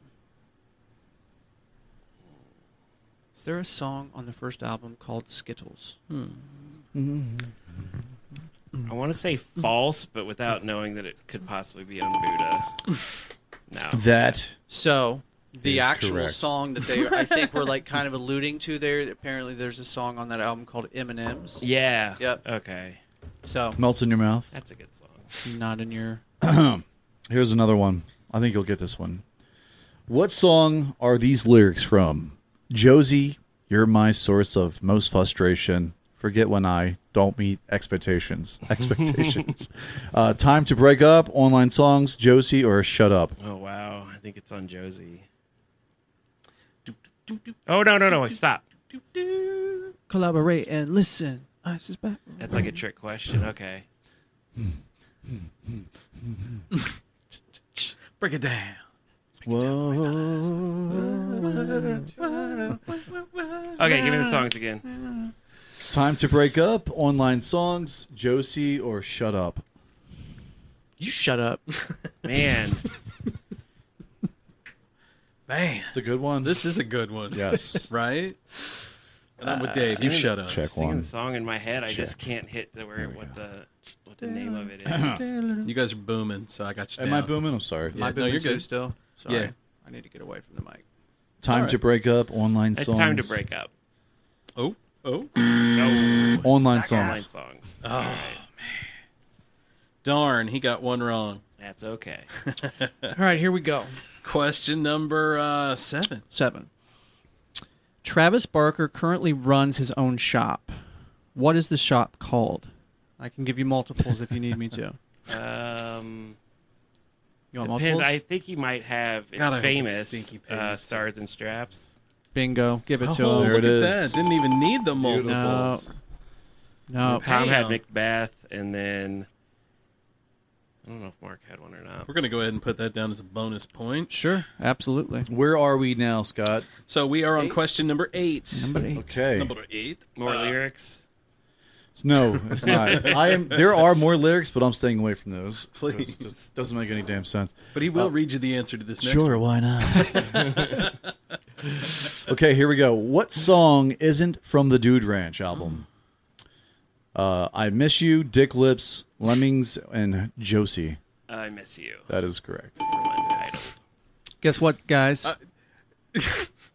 Speaker 5: Is there a song on the first album called Skittles?
Speaker 11: I want to say false, but without knowing that it could possibly be on Buddha. No.
Speaker 3: That
Speaker 5: So the
Speaker 11: Is
Speaker 5: actual
Speaker 11: correct.
Speaker 5: song that they I think were like
Speaker 4: [LAUGHS]
Speaker 5: kind of alluding to there. Apparently, there's a song on that album called M and M's.
Speaker 11: Yeah.
Speaker 5: Yep.
Speaker 11: Okay.
Speaker 5: So
Speaker 3: melts in your mouth.
Speaker 11: That's a good song.
Speaker 5: Not in your.
Speaker 3: Here's another one. I think you'll get this one. What song are these lyrics from? Josie, you're my source of most frustration. Forget when I don't meet
Speaker 4: [LAUGHS]
Speaker 3: expectations. Expectations. uh, time to break up. Online songs. Josie or shut up.
Speaker 11: Oh wow! I think it's on Josie. Oh no no no! Wait, stop.
Speaker 5: Collaborate and listen. I suspect.
Speaker 11: That's like a trick question. Okay.
Speaker 4: Break it down.
Speaker 11: Okay, give me the songs again.
Speaker 3: Time to break up. Online songs. Josie or shut up.
Speaker 5: You
Speaker 4: [LAUGHS]
Speaker 5: shut up.
Speaker 3: [LAUGHS]
Speaker 11: Man,
Speaker 4: Man.
Speaker 3: It's a good one.
Speaker 4: This is a good one.
Speaker 3: Yes.
Speaker 4: [LAUGHS] right? And I'm with Dave. You
Speaker 11: Singing-
Speaker 4: shut up.
Speaker 3: Ah, Check
Speaker 11: Singing
Speaker 3: one.
Speaker 11: the song in my head, I
Speaker 3: Check.
Speaker 11: just can't hit the where what the what the name of it
Speaker 3: [CLEARS THROAT]
Speaker 11: is.
Speaker 4: You guys are booming, so I got you.
Speaker 3: Am I
Speaker 4: down.
Speaker 3: booming? I'm sorry.
Speaker 4: Yeah, no, you're good.
Speaker 5: still. Sorry.
Speaker 4: Yeah.
Speaker 5: I need to get away from the mic.
Speaker 3: Time to break up. Online
Speaker 11: It's
Speaker 3: songs.
Speaker 11: time to break up.
Speaker 4: Oh, oh.
Speaker 11: No.
Speaker 3: Online
Speaker 11: Online
Speaker 3: songs.
Speaker 11: songs.
Speaker 4: Oh,
Speaker 11: All right.
Speaker 4: Darn, he got one wrong.
Speaker 3: [LAUGHS]
Speaker 11: That's okay.
Speaker 5: All right, here we go.
Speaker 4: Question number uh, seven.
Speaker 5: Seven. Travis Barker currently runs his own shop. What is the shop called? I can give you multiples if you need me to.
Speaker 11: Um,
Speaker 5: You want
Speaker 11: depend-
Speaker 5: multiples?
Speaker 11: I think he might have. It's
Speaker 4: God, I hope it's
Speaker 11: famous.
Speaker 4: Stinky
Speaker 11: uh,
Speaker 4: Pants.
Speaker 11: stars and straps.
Speaker 5: Bingo. Give it to
Speaker 4: Oh,
Speaker 5: him.
Speaker 3: There
Speaker 4: look
Speaker 3: it
Speaker 4: at
Speaker 3: is.
Speaker 4: that. Didn't even need the multiples.
Speaker 5: No. No.
Speaker 11: Tom
Speaker 4: Damn.
Speaker 11: had Macbeth, and then I don't know if Mark had one or not.
Speaker 4: We're going to go ahead and put that down as a bonus point.
Speaker 5: Sure. Absolutely.
Speaker 3: Where are we now, Scott?
Speaker 4: So we are on question number eight.
Speaker 5: Number eight.
Speaker 3: Okay.
Speaker 4: Number eight.
Speaker 11: More
Speaker 4: Uh,
Speaker 11: lyrics.
Speaker 3: [LAUGHS] No, it's not. I am. There are more lyrics, but I'm staying away from [LAUGHS] those.
Speaker 4: Please.
Speaker 3: This just doesn't make any damn sense.
Speaker 4: But he will read you the answer to this next
Speaker 3: Oh. Sure,
Speaker 4: one.
Speaker 3: why not? [LAUGHS] okay, here we go. What song isn't from the Dude Ranch album? Mm. Uh, I miss you, Dick Lips, Lemmings, and Josie.
Speaker 11: I miss you.
Speaker 3: That is correct.
Speaker 11: for one title.
Speaker 5: Guess what, guys?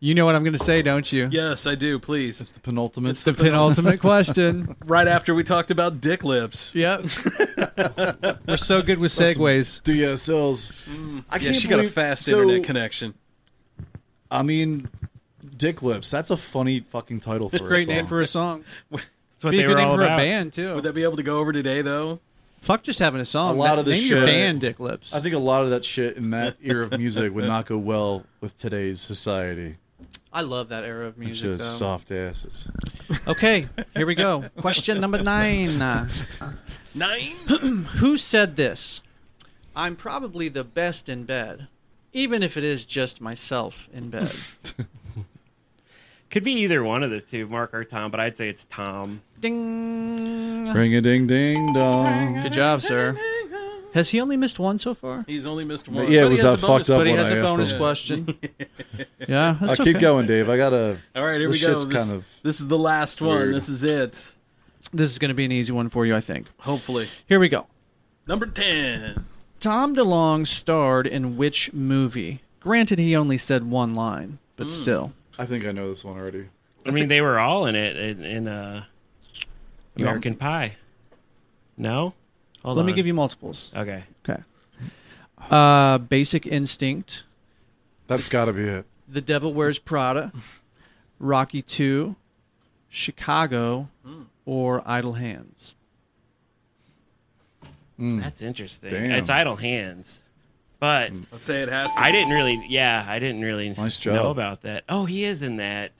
Speaker 5: you know what I'm going to say, don't you?
Speaker 4: Yes, I do. Please.
Speaker 3: It's the penultimate.
Speaker 5: It's the penultimate question.
Speaker 4: Right after we talked about dick lips.
Speaker 5: Yep. [LAUGHS] We're so good with segues.
Speaker 3: DSLs. I
Speaker 4: Yeah,
Speaker 3: can't
Speaker 4: she got a
Speaker 3: believe-
Speaker 4: fast
Speaker 3: so,
Speaker 4: internet connection.
Speaker 3: I mean, Dick Lips. That's a funny fucking title for a
Speaker 5: Great
Speaker 3: song.
Speaker 5: name for a song.
Speaker 11: That's what
Speaker 5: Be a
Speaker 11: they
Speaker 5: good
Speaker 11: were
Speaker 5: name
Speaker 11: all
Speaker 5: for
Speaker 11: about.
Speaker 5: a band too.
Speaker 4: Would that be able to go over today, though?
Speaker 5: Fuck just having a song.
Speaker 3: A lot of this
Speaker 5: name your
Speaker 3: shit-
Speaker 5: band, Dick Lips.
Speaker 3: I think a lot of that shit in that era of music would not go well with today's society.
Speaker 5: I love that era of music.
Speaker 3: Just
Speaker 5: though.
Speaker 3: soft asses.
Speaker 5: Okay, here we go. Question number nine. Uh,
Speaker 4: Nine.
Speaker 3: [LAUGHS]
Speaker 5: Who said this? I'm probably the best in bed. even if it is just myself in bed.
Speaker 11: Could be either one of the two, Mark or Tom, but I'd say it's Tom.
Speaker 5: Ding.
Speaker 3: Ring a ding ding dong.
Speaker 5: Good job, sir. Has he only missed one so far?
Speaker 4: He's only missed
Speaker 3: one. Yeah, it was that fucked up
Speaker 5: But he
Speaker 3: one
Speaker 5: has
Speaker 3: I
Speaker 5: a
Speaker 3: asked
Speaker 5: bonus
Speaker 3: him. [LAUGHS]
Speaker 5: question. yeah,
Speaker 3: Uh,
Speaker 5: that's
Speaker 3: keep
Speaker 5: okay.
Speaker 3: going, Dave. I gotta.
Speaker 4: All right, here
Speaker 3: this
Speaker 4: we go.
Speaker 3: shit's
Speaker 4: This,
Speaker 3: kind of
Speaker 4: this is the last one.
Speaker 3: weird.
Speaker 4: This is it.
Speaker 5: This is going to be an easy one for you, I think.
Speaker 4: Hopefully,
Speaker 5: Here we go.
Speaker 4: number ten.
Speaker 5: Tom DeLonge starred in which movie? Granted, he only said one line, but
Speaker 3: Hmm.
Speaker 5: still.
Speaker 3: I think I know this one already.
Speaker 11: I mean, they were all in it in, in uh,
Speaker 5: You want-
Speaker 11: American Pie. No, Hold
Speaker 5: Let me
Speaker 11: on.
Speaker 5: give you multiples.
Speaker 11: Okay.
Speaker 5: Okay. Uh, Basic Instinct.
Speaker 3: That's got to be it.
Speaker 5: The Devil Wears Prada. Rocky Two. Chicago.
Speaker 11: Hmm.
Speaker 5: Or Idle Hands.
Speaker 4: Hmm.
Speaker 11: That's interesting.
Speaker 5: Damn.
Speaker 11: It's Idle Hands, but
Speaker 4: let's say it has.
Speaker 11: I didn't really. Yeah, I didn't really
Speaker 5: job.
Speaker 11: know about that. Oh, he is in that.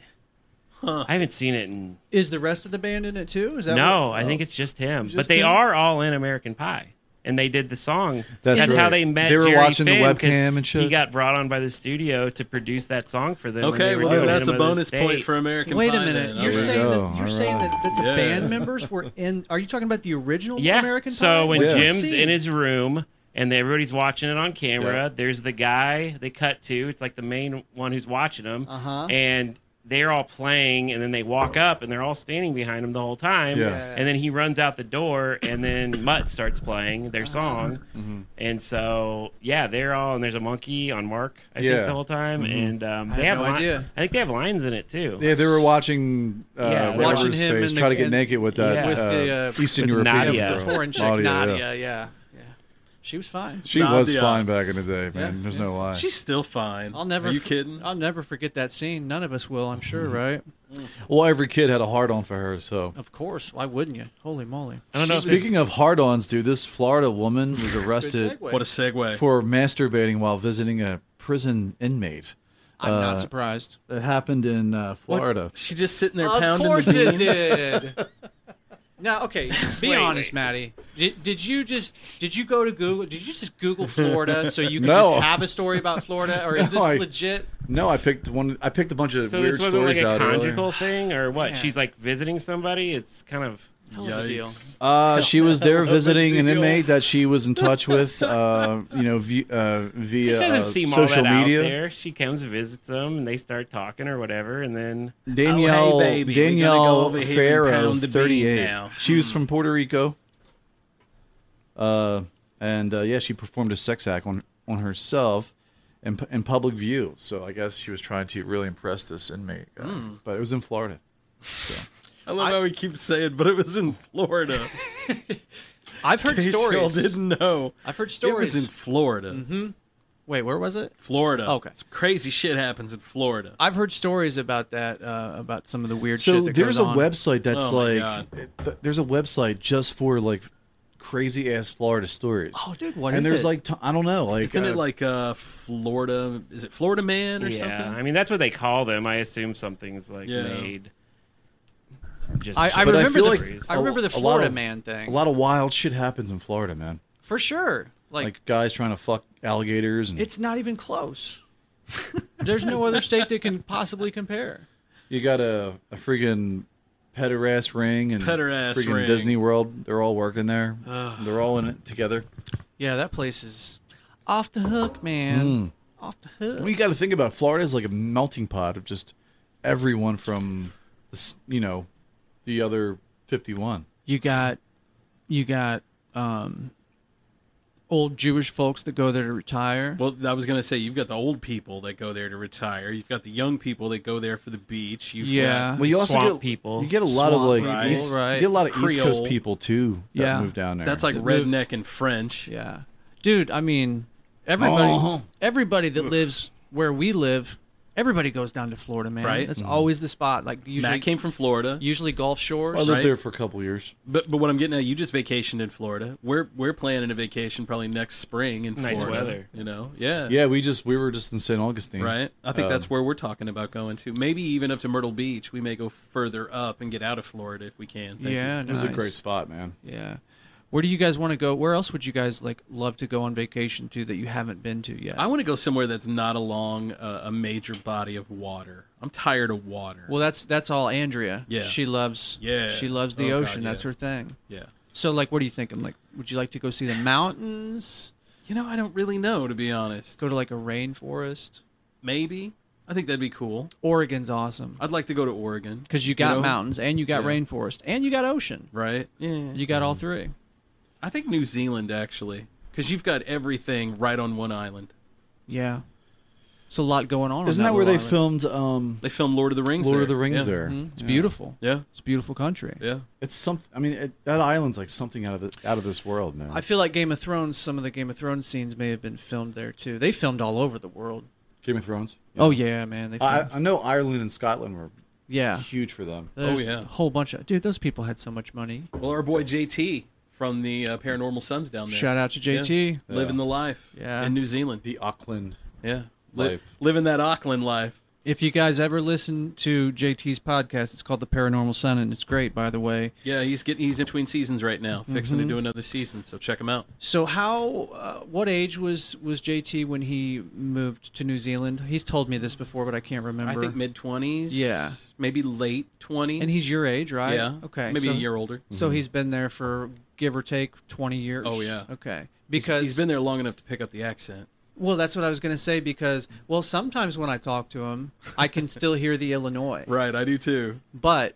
Speaker 11: I haven't seen it in.
Speaker 5: Is the rest of the band in it too? Is that
Speaker 11: no,
Speaker 5: what-
Speaker 11: I
Speaker 5: oh.
Speaker 11: think it's just him.
Speaker 5: Just
Speaker 11: but they
Speaker 5: him?
Speaker 11: are all in American Pie, and they did the song.
Speaker 3: That's
Speaker 11: how
Speaker 3: right.
Speaker 11: they met.
Speaker 3: They were
Speaker 11: Jerry
Speaker 3: watching the
Speaker 11: Finn, 'cause
Speaker 3: webcam and shit.
Speaker 11: He got brought on by the studio to produce that song for them. when
Speaker 4: Okay,
Speaker 11: they were
Speaker 4: well,
Speaker 11: doing
Speaker 4: that's
Speaker 11: Hit 'Em
Speaker 4: a
Speaker 11: Up in the
Speaker 4: bonus point
Speaker 11: State.
Speaker 4: for American
Speaker 5: Wait a
Speaker 4: Pie
Speaker 5: minute.
Speaker 4: then.
Speaker 5: You're
Speaker 4: Okay.
Speaker 5: saying that
Speaker 4: All
Speaker 5: you're saying that, that the
Speaker 4: Yeah.
Speaker 5: band members were in. Are you talking about the original
Speaker 11: yeah.
Speaker 5: American Pie?
Speaker 11: so when
Speaker 5: What you
Speaker 11: Jim's
Speaker 5: see?
Speaker 11: in his room and everybody's watching it on camera,
Speaker 5: Yeah.
Speaker 11: there's the guy they cut to. It's like the main one who's watching him,
Speaker 5: Uh-huh.
Speaker 11: and they're all playing, and then they walk up, and they're all standing behind him the whole time.
Speaker 3: Yeah. Yeah.
Speaker 11: And then he runs out the door,
Speaker 5: [COUGHS]
Speaker 11: and then Mutt starts playing their
Speaker 5: Uh-huh.
Speaker 11: song,
Speaker 3: Mm-hmm.
Speaker 11: and so yeah, they're all and there's a monkey on Mark, I
Speaker 3: Yeah.
Speaker 11: think the whole time,
Speaker 3: Mhm.
Speaker 11: and um,
Speaker 5: I
Speaker 11: they
Speaker 5: had
Speaker 11: have
Speaker 5: no
Speaker 11: li-
Speaker 5: idea.
Speaker 11: I think they have lines in it too.
Speaker 3: Yeah, they were watching uh,
Speaker 11: Yeah,
Speaker 3: whatever
Speaker 11: watching
Speaker 3: his
Speaker 11: him
Speaker 3: face
Speaker 11: in the-
Speaker 3: try to get
Speaker 11: in-
Speaker 3: naked with that
Speaker 11: yeah. With
Speaker 3: uh,
Speaker 11: the, uh,
Speaker 3: Eastern
Speaker 11: with
Speaker 3: European
Speaker 11: Nadia.
Speaker 3: girl.
Speaker 11: The
Speaker 5: foreign chick,
Speaker 3: Nadia, yeah.
Speaker 5: Nadia. Yeah. yeah, She was fine.
Speaker 3: She was fine back in the day, man.
Speaker 5: Yeah.
Speaker 3: There's no lie.
Speaker 4: She's still fine.
Speaker 5: I'll never.
Speaker 4: Are you
Speaker 5: f-
Speaker 4: kidding? Mm-hmm.
Speaker 5: I'll never forget that scene. None of us will, I'm sure, right?
Speaker 3: Well, every kid had a hard on for her,
Speaker 11: Oh,
Speaker 3: so.
Speaker 5: Of course. Why wouldn't you? Holy moly!
Speaker 3: Speaking of hard ons, dude, this Florida
Speaker 11: [LAUGHS]
Speaker 3: woman was arrested.
Speaker 5: segue. What a segue.
Speaker 3: For masturbating while visiting a prison inmate.
Speaker 5: I'm
Speaker 3: Uh,
Speaker 5: not surprised.
Speaker 3: It happened in uh, Florida.
Speaker 4: She just sitting there
Speaker 5: Of
Speaker 4: pounding
Speaker 5: course
Speaker 4: the bean.
Speaker 3: [LAUGHS]
Speaker 5: it did. Now, okay, be
Speaker 4: Wait,
Speaker 5: honest,
Speaker 4: wait.
Speaker 5: Maddie. Did, did you just did you go to Google? Did you
Speaker 3: [LAUGHS]
Speaker 5: just Google Florida so you could
Speaker 3: No.
Speaker 5: just have a story about Florida, or is
Speaker 3: No,
Speaker 5: this
Speaker 3: I-
Speaker 5: legit?
Speaker 3: No, I picked one. I picked a bunch of
Speaker 11: So
Speaker 3: weird
Speaker 11: this wasn't like
Speaker 3: stories
Speaker 11: a
Speaker 3: out. earlier.
Speaker 11: conjugal thing or what?
Speaker 5: Yeah.
Speaker 11: She's like visiting somebody. It's kind of
Speaker 5: a deal.
Speaker 3: Uh, she
Speaker 11: [LAUGHS]
Speaker 3: was there visiting an
Speaker 11: Ezekiel.
Speaker 3: inmate that she was in touch with, uh, you know, v-
Speaker 11: [LAUGHS]
Speaker 3: uh,
Speaker 11: It
Speaker 3: via
Speaker 11: doesn't
Speaker 3: uh,
Speaker 11: seem
Speaker 3: social
Speaker 11: all that
Speaker 3: media.
Speaker 11: out there. She comes, visits them, and they start talking or whatever, and then
Speaker 3: Danielle
Speaker 11: baby, we're gonna go
Speaker 3: Danielle
Speaker 11: over here and
Speaker 3: Farrow,
Speaker 11: pound the bean
Speaker 3: thirty-eight.
Speaker 11: now.
Speaker 3: She was from Puerto Rico. Uh, and uh, yeah, she performed a sex act on on herself in pu- in public view. So I guess she was trying to really impress this inmate, uh,
Speaker 4: Hmm.
Speaker 3: but it was in Florida.
Speaker 4: I love how he keeps saying, but it was in Florida.
Speaker 5: I've heard
Speaker 4: In case y'all
Speaker 5: stories.
Speaker 4: didn't know.
Speaker 5: I've heard
Speaker 4: It
Speaker 5: stories.
Speaker 4: was in Florida.
Speaker 5: Mm-hmm. Wait, where was it?
Speaker 4: Florida.
Speaker 5: Okay.
Speaker 4: Some crazy shit happens in Florida.
Speaker 5: I've heard stories about that, uh, about some of the weird
Speaker 3: so
Speaker 5: shit that
Speaker 3: there's
Speaker 5: goes
Speaker 3: a
Speaker 5: on.
Speaker 3: website that's
Speaker 5: Oh my God.
Speaker 3: like it- th- there's a website just for like crazy ass Florida stories.
Speaker 4: Oh, dude, what
Speaker 3: and
Speaker 4: is
Speaker 3: there's
Speaker 4: it?
Speaker 3: like t- I don't know, like
Speaker 4: Isn't
Speaker 3: uh,
Speaker 4: it like uh, Florida? Is it Florida Man or
Speaker 11: yeah,
Speaker 4: something?
Speaker 11: I mean that's what they call them. I assume something's like
Speaker 4: Yeah.
Speaker 11: made. Just
Speaker 5: I- I
Speaker 3: but
Speaker 5: remember
Speaker 3: feel
Speaker 5: the-
Speaker 3: like
Speaker 5: I remember the
Speaker 3: a lot
Speaker 5: Florida
Speaker 3: of-
Speaker 5: man thing.
Speaker 3: A lot of wild shit happens in Florida, man.
Speaker 5: for sure. Like,
Speaker 3: Like, guys trying to fuck alligators and
Speaker 5: it's not even close. there's no other state that can possibly compare.
Speaker 3: you got a a friggin' pederast ring and
Speaker 5: Pederast
Speaker 3: friggin'
Speaker 5: ring.
Speaker 3: Disney World. They're all working there.
Speaker 5: Ugh.
Speaker 3: They're all in it together.
Speaker 5: Yeah, that place is off the hook, man.
Speaker 3: Mm.
Speaker 5: Off the hook.
Speaker 3: Well, you got to think about it. Florida is like a melting pot of just everyone from, the s- you know, the other fifty-one.
Speaker 5: You got you got um old Jewish folks that go there to retire.
Speaker 4: Well, I was gonna say you've got the old people that go there to retire. You've got the young people that go there for the beach. You've
Speaker 5: Yeah.
Speaker 4: got
Speaker 3: Well, you also
Speaker 4: swamp
Speaker 3: get You get a lot
Speaker 4: Swamp
Speaker 3: of like
Speaker 4: people,
Speaker 3: East,
Speaker 4: right.
Speaker 3: you get a lot of East Coast
Speaker 4: Creole.
Speaker 3: people too that
Speaker 5: Yeah.
Speaker 3: move down there.
Speaker 4: That's like
Speaker 5: That
Speaker 4: redneck
Speaker 5: move-
Speaker 4: and French.
Speaker 5: Yeah, Dude, I mean everybody
Speaker 4: Oh.
Speaker 5: everybody that lives where we live, everybody goes down to Florida, man.
Speaker 4: Right.
Speaker 5: That's
Speaker 4: Mhm.
Speaker 5: always the spot. Like usually
Speaker 4: Matt came from Florida.
Speaker 5: Usually Gulf Shores.
Speaker 3: I lived there for a couple years.
Speaker 4: But but what I'm getting at, you just vacationed in Florida. We're we're planning a vacation probably next spring in
Speaker 11: Nice
Speaker 4: Florida.
Speaker 11: weather.
Speaker 4: You know, yeah,
Speaker 3: Yeah, we just we were just in St. Augustine,
Speaker 4: right. I think
Speaker 3: Um,
Speaker 4: that's where we're talking about going to. Maybe even up to Myrtle Beach. We may go further up and get out of Florida if we can. Thank
Speaker 5: Yeah,
Speaker 4: you.
Speaker 3: it was a
Speaker 5: nice.
Speaker 3: great spot, man.
Speaker 5: Yeah. Where do you guys want to go? Where else would you guys like love to go on vacation to that you haven't been to yet?
Speaker 4: I want to go somewhere that's not along a, a major body of water. I'm tired of water.
Speaker 5: Well, that's that's all Andrea.
Speaker 4: Yeah.
Speaker 5: she loves.
Speaker 4: Yeah.
Speaker 5: she loves the
Speaker 4: Oh, God,
Speaker 5: ocean. That's
Speaker 4: yeah.
Speaker 5: her thing.
Speaker 4: Yeah.
Speaker 5: So, like, what are you thinking? Like, would you like to go see the mountains?
Speaker 4: You know, I don't really know to be honest.
Speaker 5: Go to like a rainforest.
Speaker 4: Maybe. I think that'd be cool.
Speaker 5: Oregon's awesome
Speaker 4: I'd like to go to Oregon
Speaker 5: because you got
Speaker 4: know?
Speaker 5: mountains and you got
Speaker 4: Yeah.
Speaker 5: rainforest and you got ocean.
Speaker 4: right? Yeah.
Speaker 5: You got all three.
Speaker 4: I think New Zealand actually, because you've got everything right on one island.
Speaker 5: Yeah, it's a lot going on. on
Speaker 3: Isn't that where
Speaker 5: little
Speaker 3: they
Speaker 5: island. Hmm?
Speaker 3: filmed? Um,
Speaker 4: they filmed Lord of the Rings.
Speaker 3: Lord of
Speaker 4: there.
Speaker 3: the Rings
Speaker 4: Yeah.
Speaker 3: there.
Speaker 4: Mhm.
Speaker 5: It's beautiful.
Speaker 4: Yeah,
Speaker 5: it's a beautiful country.
Speaker 4: Yeah,
Speaker 3: it's something. I mean, it, that island's like something out of the out of this world, man.
Speaker 5: I feel like Game of Thrones. Some of the Game of Thrones scenes may have been filmed there too. They filmed all over the world.
Speaker 3: Game of Thrones.
Speaker 5: Oh yeah, man. They
Speaker 3: I,
Speaker 5: filmed,
Speaker 3: I know Ireland and Scotland were
Speaker 5: yeah,
Speaker 3: huge for them.
Speaker 4: Oh,
Speaker 3: Oh,
Speaker 5: There's a whole bunch of dude. Those people had so much money.
Speaker 4: Well, our boy JT from the uh, Paranormal Suns down there.
Speaker 5: Shout out to JT.
Speaker 4: Yeah. Living the life.
Speaker 5: Yeah.
Speaker 4: In New Zealand.
Speaker 3: The Auckland.
Speaker 4: Yeah. Li-
Speaker 5: life.
Speaker 4: Living that Auckland life.
Speaker 5: If you guys ever listen to JT's podcast, it's called The Paranormal Sun, and it's great, by the way.
Speaker 4: Yeah, he's getting he's in between seasons right now, fixing
Speaker 5: Mhm.
Speaker 4: to do another season. So check him out.
Speaker 5: So, how, uh, what age was was JT when he moved to New Zealand? He's told me this before, but I can't remember.
Speaker 4: I think mid twenties.
Speaker 5: Yeah.
Speaker 4: Maybe late twenties.
Speaker 5: and he's your age, right?
Speaker 4: Yeah.
Speaker 5: Okay.
Speaker 4: Maybe
Speaker 5: so-
Speaker 4: a year older.
Speaker 5: So he's been there for give or take twenty years.
Speaker 4: Oh yeah.
Speaker 5: Okay.
Speaker 4: He's-
Speaker 5: Because
Speaker 4: he's been there long enough to pick up the accent.
Speaker 5: Well, that's what I was going to say because, well, sometimes when I talk to him,
Speaker 3: [LAUGHS]
Speaker 5: I can still hear the Illinois,
Speaker 4: Right, I do too.
Speaker 5: but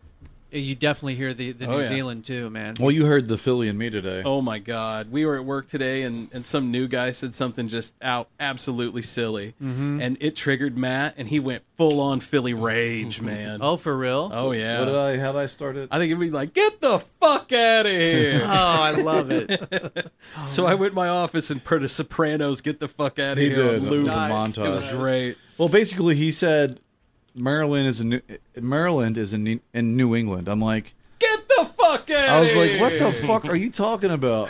Speaker 5: you definitely hear the, the
Speaker 4: Oh,
Speaker 5: New
Speaker 4: yeah.
Speaker 5: Zealand too, man.
Speaker 3: Well, you heard the Philly and me today.
Speaker 4: Oh my God! We were at work today, and, and some new guy said something just out absolutely silly,
Speaker 3: Mm-hmm.
Speaker 5: Mhm.
Speaker 4: and it triggered Matt, and he went full on
Speaker 3: [LAUGHS]
Speaker 4: Philly rage, man.
Speaker 5: Oh, for real?
Speaker 4: Oh yeah.
Speaker 3: What did I? How did I start it?
Speaker 4: I think it'd be like, get the
Speaker 3: [LAUGHS]
Speaker 4: fuck out of here.
Speaker 5: Oh, I love it.
Speaker 3: Oh.
Speaker 4: so I went in my office and put a Sopranos, get the fuck out of
Speaker 3: He
Speaker 4: here.
Speaker 3: did.
Speaker 4: on
Speaker 3: It
Speaker 4: loop.
Speaker 3: was a Nice. montage.
Speaker 4: It was great.
Speaker 3: Well, basically, he said Maryland is in New, Maryland is in New, in New England. I'm like,
Speaker 4: Get the fuck out.
Speaker 3: I was like, what the fuck are you talking about?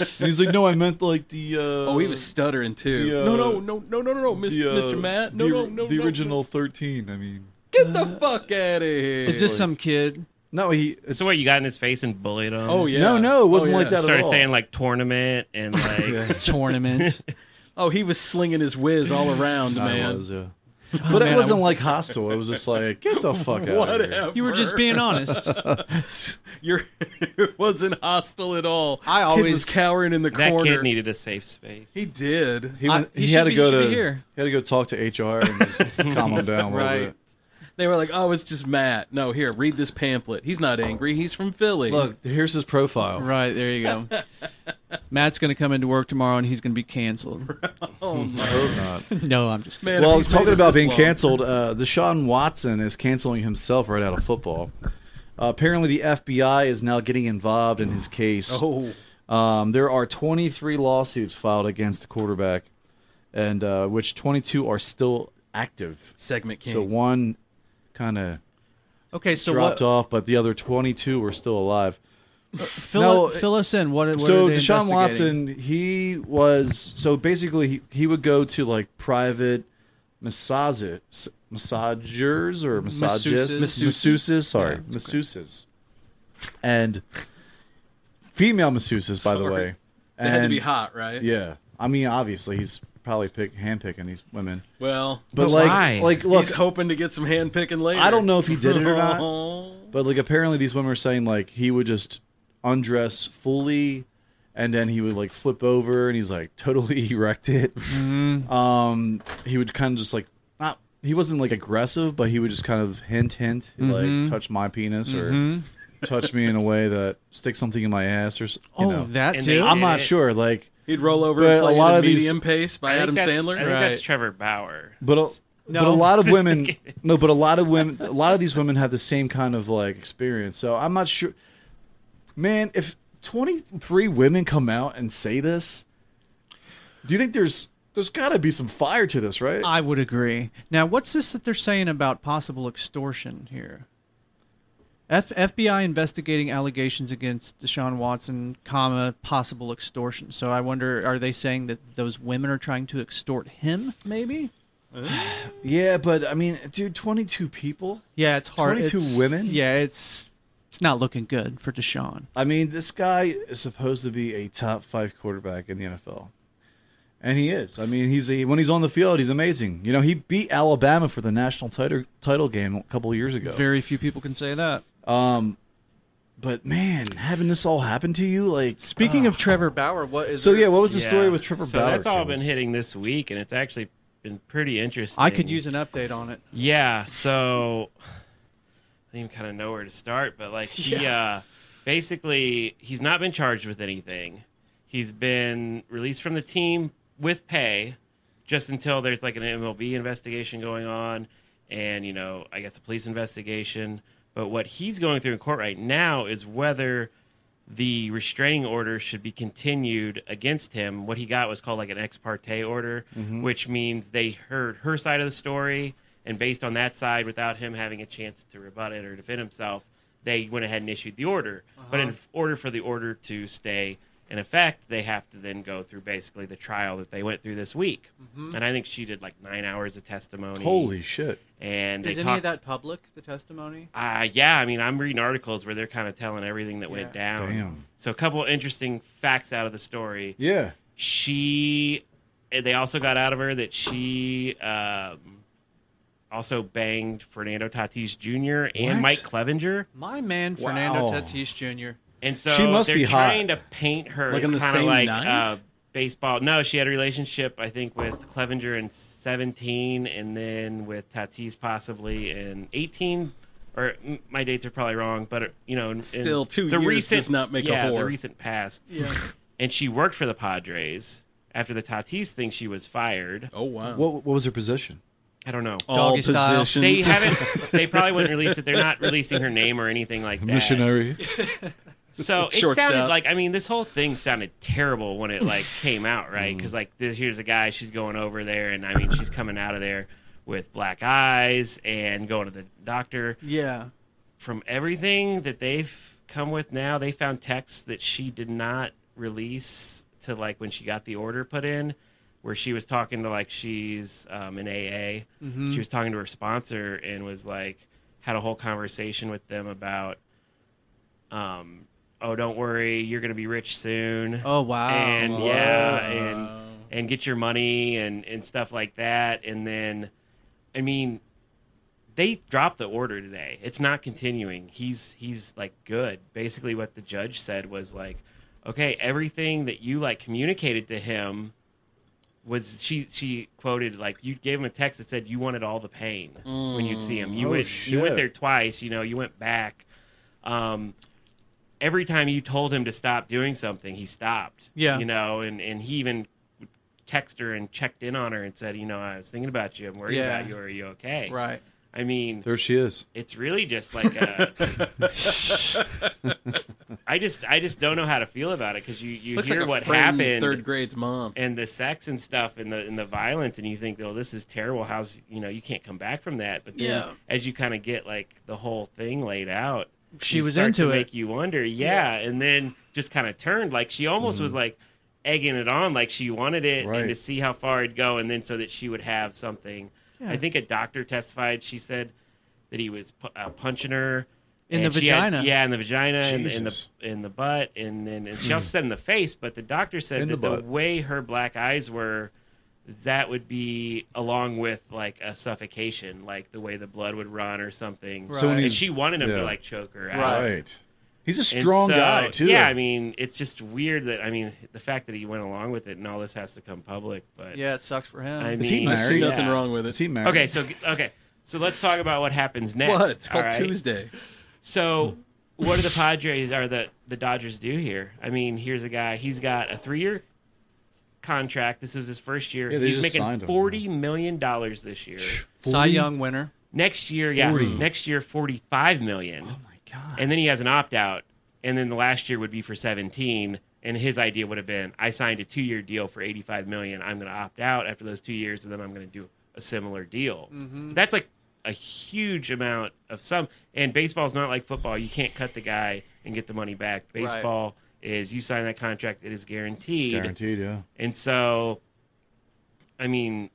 Speaker 3: and he's like, no, I meant like the. Uh, oh,
Speaker 4: he was stuttering too.
Speaker 3: The, uh,
Speaker 4: no, no, no, no, no, no, no, Mr.
Speaker 3: the, uh,
Speaker 4: Mr. Matt. No,
Speaker 3: the,
Speaker 4: no, no,
Speaker 3: The
Speaker 4: no,
Speaker 3: original 13. I mean,
Speaker 4: Get the fuck out of here.
Speaker 5: Is this some kid?
Speaker 3: No, he.
Speaker 11: So what? You got in his face and bullied him?
Speaker 4: Oh, yeah. No, no, it wasn't Oh, like yeah. that at
Speaker 11: Started
Speaker 4: all.
Speaker 11: saying like tournament and
Speaker 3: [LAUGHS]
Speaker 11: like
Speaker 5: tournament.
Speaker 4: Oh, he was slinging his whiz all around,
Speaker 3: I
Speaker 4: man. Oh,
Speaker 3: was, yeah. but it wasn't like hostile. It was just like, get the fuck out. Of here.
Speaker 4: Whatever.
Speaker 5: You were just being honest.
Speaker 4: [LAUGHS] You're, it wasn't hostile at all.
Speaker 5: I
Speaker 4: Kid was
Speaker 5: always-
Speaker 4: cowering in the
Speaker 11: that
Speaker 4: corner.
Speaker 11: kid needed a safe space.
Speaker 4: he did.
Speaker 3: He, went, he, had to go to. He had to go talk to HR and just calm him down a little bit.
Speaker 4: They were like, "Oh, it's just Matt." No, here, read this pamphlet. He's not angry. He's from Philly. [LAUGHS]
Speaker 3: Look, here's his profile.
Speaker 5: Right, there you go. Matt's going to come into work tomorrow and he's going to
Speaker 3: [LAUGHS]
Speaker 5: be canceled. [LAUGHS]
Speaker 4: Oh, my.
Speaker 5: no, I'm just kidding.
Speaker 4: Man,
Speaker 3: well, I
Speaker 4: if he's
Speaker 3: was
Speaker 4: made
Speaker 3: talking
Speaker 4: it
Speaker 3: about
Speaker 4: this
Speaker 3: being
Speaker 4: long.
Speaker 3: canceled. Uh, Deshaun Watson is canceling himself right out of football. Uh, apparently, the FBI is now getting involved in his case.
Speaker 4: Oh.
Speaker 3: Um, there are 23 lawsuits filed against the quarterback, and uh, which 22 are still active.
Speaker 4: Segment king.
Speaker 3: So one kind of
Speaker 5: Okay, so
Speaker 3: dropped
Speaker 5: what?
Speaker 3: off, but the other 22 were still alive.
Speaker 5: Fill,
Speaker 3: No,
Speaker 5: fill us in. What? what
Speaker 3: so
Speaker 5: are they
Speaker 3: Deshaun
Speaker 5: investigating?
Speaker 3: Watson, he was so basically he, he would go to like private massage massagers or massagists,
Speaker 5: Masseuses.
Speaker 3: masseuses, sorry, masseuses, and female masseuses, by the
Speaker 4: Sorry.
Speaker 3: way.
Speaker 4: They had to
Speaker 3: And-
Speaker 4: be hot, right?
Speaker 3: Yeah, I mean, obviously he's probably pick handpicking these women.
Speaker 4: Well,
Speaker 3: But, like, like look,
Speaker 4: he's hoping to get some hand picking later.
Speaker 3: I don't know if he did it or
Speaker 4: Oh.
Speaker 3: not, but like apparently these women were saying like he would just undress fully, and then he would like flip over and he's like totally [LAUGHS] erected.
Speaker 5: Mm-hmm.
Speaker 3: Um, he would kind of just like not he wasn't like aggressive, but he would just kind of hint, hint,
Speaker 5: Mhm.
Speaker 3: like touch my penis or
Speaker 5: Mhm.
Speaker 3: touch me in a way that stick something in my ass or s- you
Speaker 5: Oh,
Speaker 3: know.
Speaker 5: that And they too?
Speaker 3: I'm
Speaker 5: did
Speaker 3: not
Speaker 5: it.
Speaker 3: sure. Like
Speaker 4: [LAUGHS] He'd roll over
Speaker 3: but
Speaker 4: and play
Speaker 3: a lot
Speaker 4: at a
Speaker 3: of these-
Speaker 4: medium pace by
Speaker 11: I think
Speaker 4: Adam
Speaker 11: that's-
Speaker 4: Sandler.
Speaker 11: I think that's Trevor Bauer.
Speaker 3: But a, but a lot of
Speaker 5: [LAUGHS]
Speaker 3: women no, but a lot of women a lot of these women have the same kind of like experience. So I'm not sure man, if 23 women come out and say this, do you think there's there's got to be some fire to this, right?
Speaker 5: I would agree. Now, what's this that they're saying about possible extortion here? F- FBI investigating allegations against Deshaun Watson, comma possible extortion. So I wonder, are they saying that those women are trying to extort him? Maybe.
Speaker 3: yeah, but I mean, dude, 22 people?
Speaker 5: Yeah, it's hard.
Speaker 3: 22
Speaker 5: It's-
Speaker 3: women?
Speaker 5: Yeah, it's It's not looking good for Deshaun.
Speaker 3: I mean, this guy is supposed to be a top five quarterback in the NFL, and he is. I mean, he's a, when he's on the field, he's amazing. You know, he beat Alabama for the national title title game a couple years ago.
Speaker 5: Very few people can say that.
Speaker 3: Um, but man, having this all happen to you, like
Speaker 5: speaking of Trevor Bauer, what is
Speaker 3: Oh. so? Yeah, what was the story with Trevor
Speaker 11: so
Speaker 3: Bauer?
Speaker 11: That's all
Speaker 3: Caleb?
Speaker 11: been hitting this week, and it's actually been pretty interesting.
Speaker 5: I could use an update on it.
Speaker 11: Yeah, so I don't even kind of know where to start, but like he
Speaker 5: Yeah.
Speaker 11: uh, basically he's not been charged with anything. He's been released from the team with pay, just until there's like an MLB investigation going on, and you know I guess a police investigation. But what he's going through in court right now is whether the restraining order should be continued against him. What he got was called like an ex parte order,
Speaker 15: Mhm.
Speaker 11: which means they heard her side of the story, and based on that side, without him having a chance to rebut it or defend himself, they went ahead and issued the order. But in
Speaker 15: Uh-huh.
Speaker 11: order for the order to stay in effect, they have to then go through basically the trial that they went through this week.
Speaker 5: Mhm.
Speaker 11: And I think she did like nine hours of testimony.
Speaker 3: Holy shit.
Speaker 11: And they
Speaker 5: Is any
Speaker 11: talked
Speaker 5: of that public? The testimony.
Speaker 11: uh, yeah, I mean, I'm reading articles where they're kind of telling everything that went
Speaker 5: Yeah.
Speaker 11: down.
Speaker 3: Damn.
Speaker 11: So a couple interesting facts out of the story.
Speaker 3: Yeah.
Speaker 11: She, and they also got out of her that she um, also banged Fernando Tatis Jr. and
Speaker 5: What?
Speaker 11: Mike Clevenger.
Speaker 5: My man, Fernando
Speaker 11: Wow.
Speaker 5: Tatis Jr.
Speaker 11: And so
Speaker 5: She must
Speaker 11: they're
Speaker 5: be hot.
Speaker 11: trying to paint her
Speaker 5: Like
Speaker 11: like
Speaker 5: on
Speaker 11: kind
Speaker 5: the
Speaker 11: of
Speaker 5: same
Speaker 11: like
Speaker 5: night?
Speaker 11: uh, baseball. No, she had a relationship I think with Clevenger in 17 and then with Tatis possibly in 18 or mm, my dates are probably wrong, but uh, you know, in- in
Speaker 4: Still, two
Speaker 11: the
Speaker 4: years
Speaker 11: recent,
Speaker 4: does not make a
Speaker 11: yeah, the
Speaker 4: whore.
Speaker 11: recent past.
Speaker 4: Yeah.
Speaker 11: [LAUGHS] and she worked for the Padres. After the Tatis thing, she was fired.
Speaker 4: Oh wow!
Speaker 3: What what was her position?
Speaker 11: I don't know.
Speaker 4: All Doggy style. positions.
Speaker 3: [LAUGHS]
Speaker 4: [LAUGHS]
Speaker 11: They haven't. They probably wouldn't release it. They're not releasing her name or anything like that.
Speaker 3: Missionary.
Speaker 11: So it
Speaker 3: Short
Speaker 11: sounded
Speaker 3: stout.
Speaker 11: like I mean this whole thing sounded terrible when it like came out, right? Because like this, here's a guy she's going over there, and I mean she's coming out of there with black eyes and going to the doctor.
Speaker 5: Yeah.
Speaker 11: From everything that they've come with now, they found texts that she did not release to like when she got the order put in, where she was talking to like she's um, an AA.
Speaker 5: Mm-hmm.
Speaker 15: Mhm.
Speaker 11: She was talking to her sponsor and was like had a whole conversation with them about um, oh, don't worry, you're gonna be rich soon.
Speaker 5: Oh, wow.
Speaker 11: And
Speaker 5: Wow.
Speaker 11: yeah, and Mm-hmm. and get your money and and stuff like that. And then, I mean, they dropped the order today. It's not continuing. He's he's like good. Basically, what the judge said was like, okay, everything that you like communicated to him was she she quoted like you gave him a text that said you wanted all the pain when you'd see him. You
Speaker 15: Oh,
Speaker 11: went you
Speaker 15: shit.
Speaker 11: went there twice. You know you went back. Um, every time you told him to stop doing something, he stopped.
Speaker 5: Yeah.
Speaker 11: you know, and and he even texted her and checked in on her and said, you know, I was thinking about you. I'm worried
Speaker 5: Yeah.
Speaker 11: about you. Are you okay?
Speaker 5: Right.
Speaker 11: I mean,
Speaker 3: There she
Speaker 11: [LAUGHS]
Speaker 3: is.
Speaker 11: it's really just
Speaker 4: [LAUGHS]
Speaker 11: like a. I just I just don't know how to feel about it because you you
Speaker 4: Looks
Speaker 11: hear
Speaker 4: like a
Speaker 11: what
Speaker 4: friend
Speaker 11: happened
Speaker 4: Third grade's mom.
Speaker 11: and the sex and stuff and the and the violence and you think oh this is terrible how's you know you can't come back from that but then
Speaker 5: Yeah.
Speaker 11: as you kind of get like the whole thing laid out
Speaker 5: She
Speaker 11: you
Speaker 5: was
Speaker 11: start to
Speaker 5: into it.
Speaker 11: make you wonder yeah, and then just kind of turned like she almost was like egging it on like she wanted it
Speaker 15: Right.
Speaker 11: and to see how far it'd go and then so that she would have something
Speaker 15: Yeah.
Speaker 11: I think a doctor testified she said that he was pu- uh, punching her
Speaker 5: In the
Speaker 11: and she had-
Speaker 5: vagina.
Speaker 11: yeah in the vagina and, and the
Speaker 5: Jesus.
Speaker 11: in the butt and then and she also said in the face but the doctor said
Speaker 15: In the
Speaker 11: that the,
Speaker 15: butt.
Speaker 11: way her black eyes were that would be along with like a suffocation like the way the blood would run or something
Speaker 3: So when
Speaker 11: and
Speaker 3: he's-
Speaker 11: she wanted him
Speaker 3: yeah.
Speaker 11: to like choke her out
Speaker 3: Right. He's a
Speaker 11: And
Speaker 3: strong
Speaker 11: so,
Speaker 3: guy too.
Speaker 11: yeah i mean it's just weird that i mean the fact that he went along with it and all this has to come public but
Speaker 5: Yeah, it sucks for him.
Speaker 11: I
Speaker 5: Is
Speaker 11: mean,
Speaker 5: he I see married? nothing wrong
Speaker 4: with it.
Speaker 3: Is he married?
Speaker 11: Okay, so okay, so let's talk about what happens next.
Speaker 4: What? It's called
Speaker 11: all right?
Speaker 4: Tuesday.
Speaker 11: So, what do the Padres or the the Dodgers do here? I mean, here's a guy. He's got a three year contract. This is his first year.
Speaker 5: Yeah, they
Speaker 11: He's
Speaker 5: just
Speaker 11: making
Speaker 5: signed him.
Speaker 11: forty million dollars this year.
Speaker 5: Cy Young winner.
Speaker 11: Next year,
Speaker 5: 40.
Speaker 11: yeah. Next year, forty-five million. Oh my
Speaker 5: god!
Speaker 11: And then he has an opt-out, and then the last year would be for seventeen. And his idea would have been, I signed a two-year deal for eighty-five million. I'm going to opt out after those two years, and then I'm going to do a similar deal.
Speaker 15: Mhm.
Speaker 11: That's like a huge amount of some. And baseball's not like football; you can't cut the guy and get the money back.
Speaker 3: Right.
Speaker 11: Baseball is you sign that contract; it is guaranteed.
Speaker 3: It's guaranteed, yeah.
Speaker 11: And so, I mean,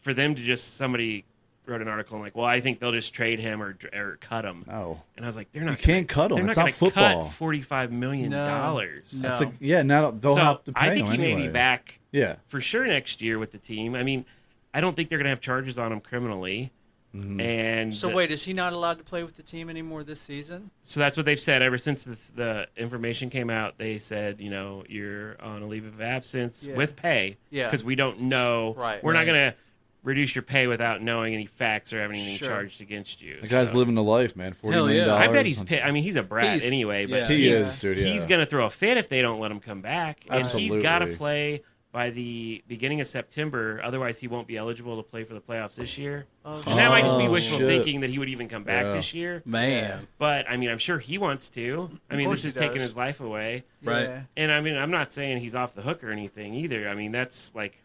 Speaker 11: for them to just somebody wrote an article and like, well, I think they'll just trade him or or cut him.
Speaker 3: Oh,
Speaker 11: and I was like, they're
Speaker 3: You
Speaker 11: not.
Speaker 3: can't
Speaker 11: gonna,
Speaker 3: cut him.
Speaker 11: they're
Speaker 3: It's
Speaker 11: not
Speaker 3: not
Speaker 11: gonna cut
Speaker 3: football.
Speaker 11: Forty-five million dollars.
Speaker 3: That's a, yeah. Now they'll
Speaker 11: So,
Speaker 3: have to pay
Speaker 11: I think
Speaker 3: him
Speaker 11: he
Speaker 3: anyway.
Speaker 11: may be back.
Speaker 3: Yeah.
Speaker 11: for sure next year with the team. I mean, I don't think they're gonna have charges on him criminally.
Speaker 3: Mm-hmm.
Speaker 11: And
Speaker 13: so wait, is he not allowed to play with the team anymore this season?
Speaker 11: so that's what they've said ever since the, the information came out. They said, you know, you're on a leave of absence
Speaker 13: Yeah.
Speaker 11: with pay.
Speaker 13: Yeah.
Speaker 11: Because we don't know.
Speaker 13: Right,
Speaker 11: We're
Speaker 13: right.
Speaker 11: not going to reduce your pay without knowing any facts or having anything
Speaker 13: Sure.
Speaker 11: charged against you.
Speaker 3: The guy's
Speaker 11: So-
Speaker 3: living the life, man. Forty
Speaker 11: Hell
Speaker 3: million
Speaker 11: yeah.
Speaker 3: dollars.
Speaker 11: I bet he's pissed. I mean, he's a brat
Speaker 3: He's-
Speaker 11: anyway, but
Speaker 3: yeah. He
Speaker 11: he's-
Speaker 3: is, dude, yeah.
Speaker 11: He's going to throw a fit if they don't let him come back. And
Speaker 3: Absolutely.
Speaker 11: he's got to play by the beginning of September. Otherwise, he won't be eligible to play for the playoffs this year.
Speaker 5: Oh,
Speaker 11: and that might just be
Speaker 3: Oh,
Speaker 4: shit.
Speaker 11: wishful
Speaker 4: shit.
Speaker 11: thinking that he would even come back
Speaker 4: Yeah.
Speaker 11: this year.
Speaker 4: Man. Yeah.
Speaker 11: But, I mean, I'm sure he wants to. I
Speaker 4: Of
Speaker 11: mean,
Speaker 4: course
Speaker 11: this
Speaker 4: he
Speaker 11: is taking
Speaker 4: does.
Speaker 11: his life away.
Speaker 4: Right. Yeah.
Speaker 11: And, I mean, I'm not saying he's off the hook or anything either. I mean, that's like.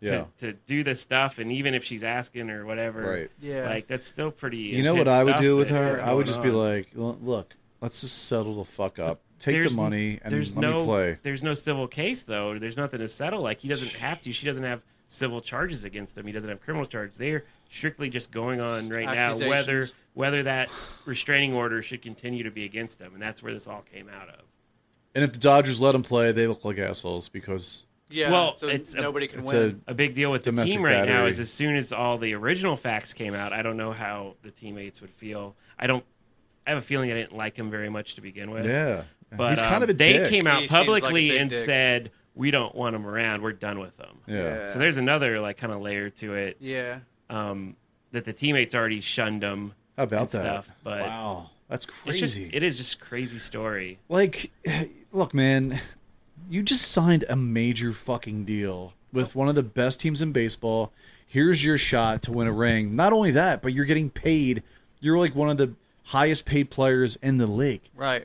Speaker 3: Yeah.
Speaker 11: To, to do this stuff, and even if she's asking or whatever,
Speaker 3: Right.
Speaker 13: Yeah.
Speaker 11: like that's still pretty.
Speaker 3: You know what
Speaker 11: intense
Speaker 3: I would
Speaker 11: stuff
Speaker 3: do with
Speaker 11: that is
Speaker 3: her? I would
Speaker 11: going
Speaker 3: just be
Speaker 11: on.
Speaker 3: like, "L- look, let's just settle the fuck up. Take
Speaker 11: There's-
Speaker 3: the money and
Speaker 11: there's
Speaker 3: let
Speaker 11: no,
Speaker 3: me play.
Speaker 11: There's no civil case though. There's nothing to settle. Like he doesn't have to. She doesn't have civil charges against him. He doesn't have criminal charges. They're strictly just going on right now whether
Speaker 13: Accusations.
Speaker 11: whether that restraining order should continue to be against him, and that's where this all came out of.
Speaker 3: And if the Dodgers let him play, they look like assholes because
Speaker 11: well, it's a,
Speaker 3: it's a-
Speaker 11: A, big deal with the
Speaker 3: domestic
Speaker 11: team right now
Speaker 3: battery.
Speaker 11: is as soon as all the original facts came out, I don't know how the teammates would feel. I don't. I have a feeling I didn't like him very much to begin with.
Speaker 3: Yeah.
Speaker 11: but
Speaker 3: He's kind
Speaker 11: um,
Speaker 3: of a
Speaker 11: they
Speaker 3: dick.
Speaker 11: came
Speaker 3: He
Speaker 11: out
Speaker 3: seems like a
Speaker 11: publicly
Speaker 3: big
Speaker 11: and
Speaker 3: dick.
Speaker 11: said we don't want him around. We're done with him.
Speaker 3: Yeah. Yeah.
Speaker 11: So there's another like kind of layer to it.
Speaker 13: Yeah.
Speaker 11: Um, that the teammates already shunned him.
Speaker 3: How about
Speaker 11: and
Speaker 3: that?
Speaker 11: Stuff, but
Speaker 3: Wow. That's
Speaker 11: It's just,
Speaker 3: crazy.
Speaker 11: it is just a crazy story.
Speaker 3: like, look, man, you just signed a major fucking deal with one of the best teams in baseball. Here's your shot to win a ring. Not only that, but you're getting paid. You're like one of the highest paid players in the league.
Speaker 13: Right.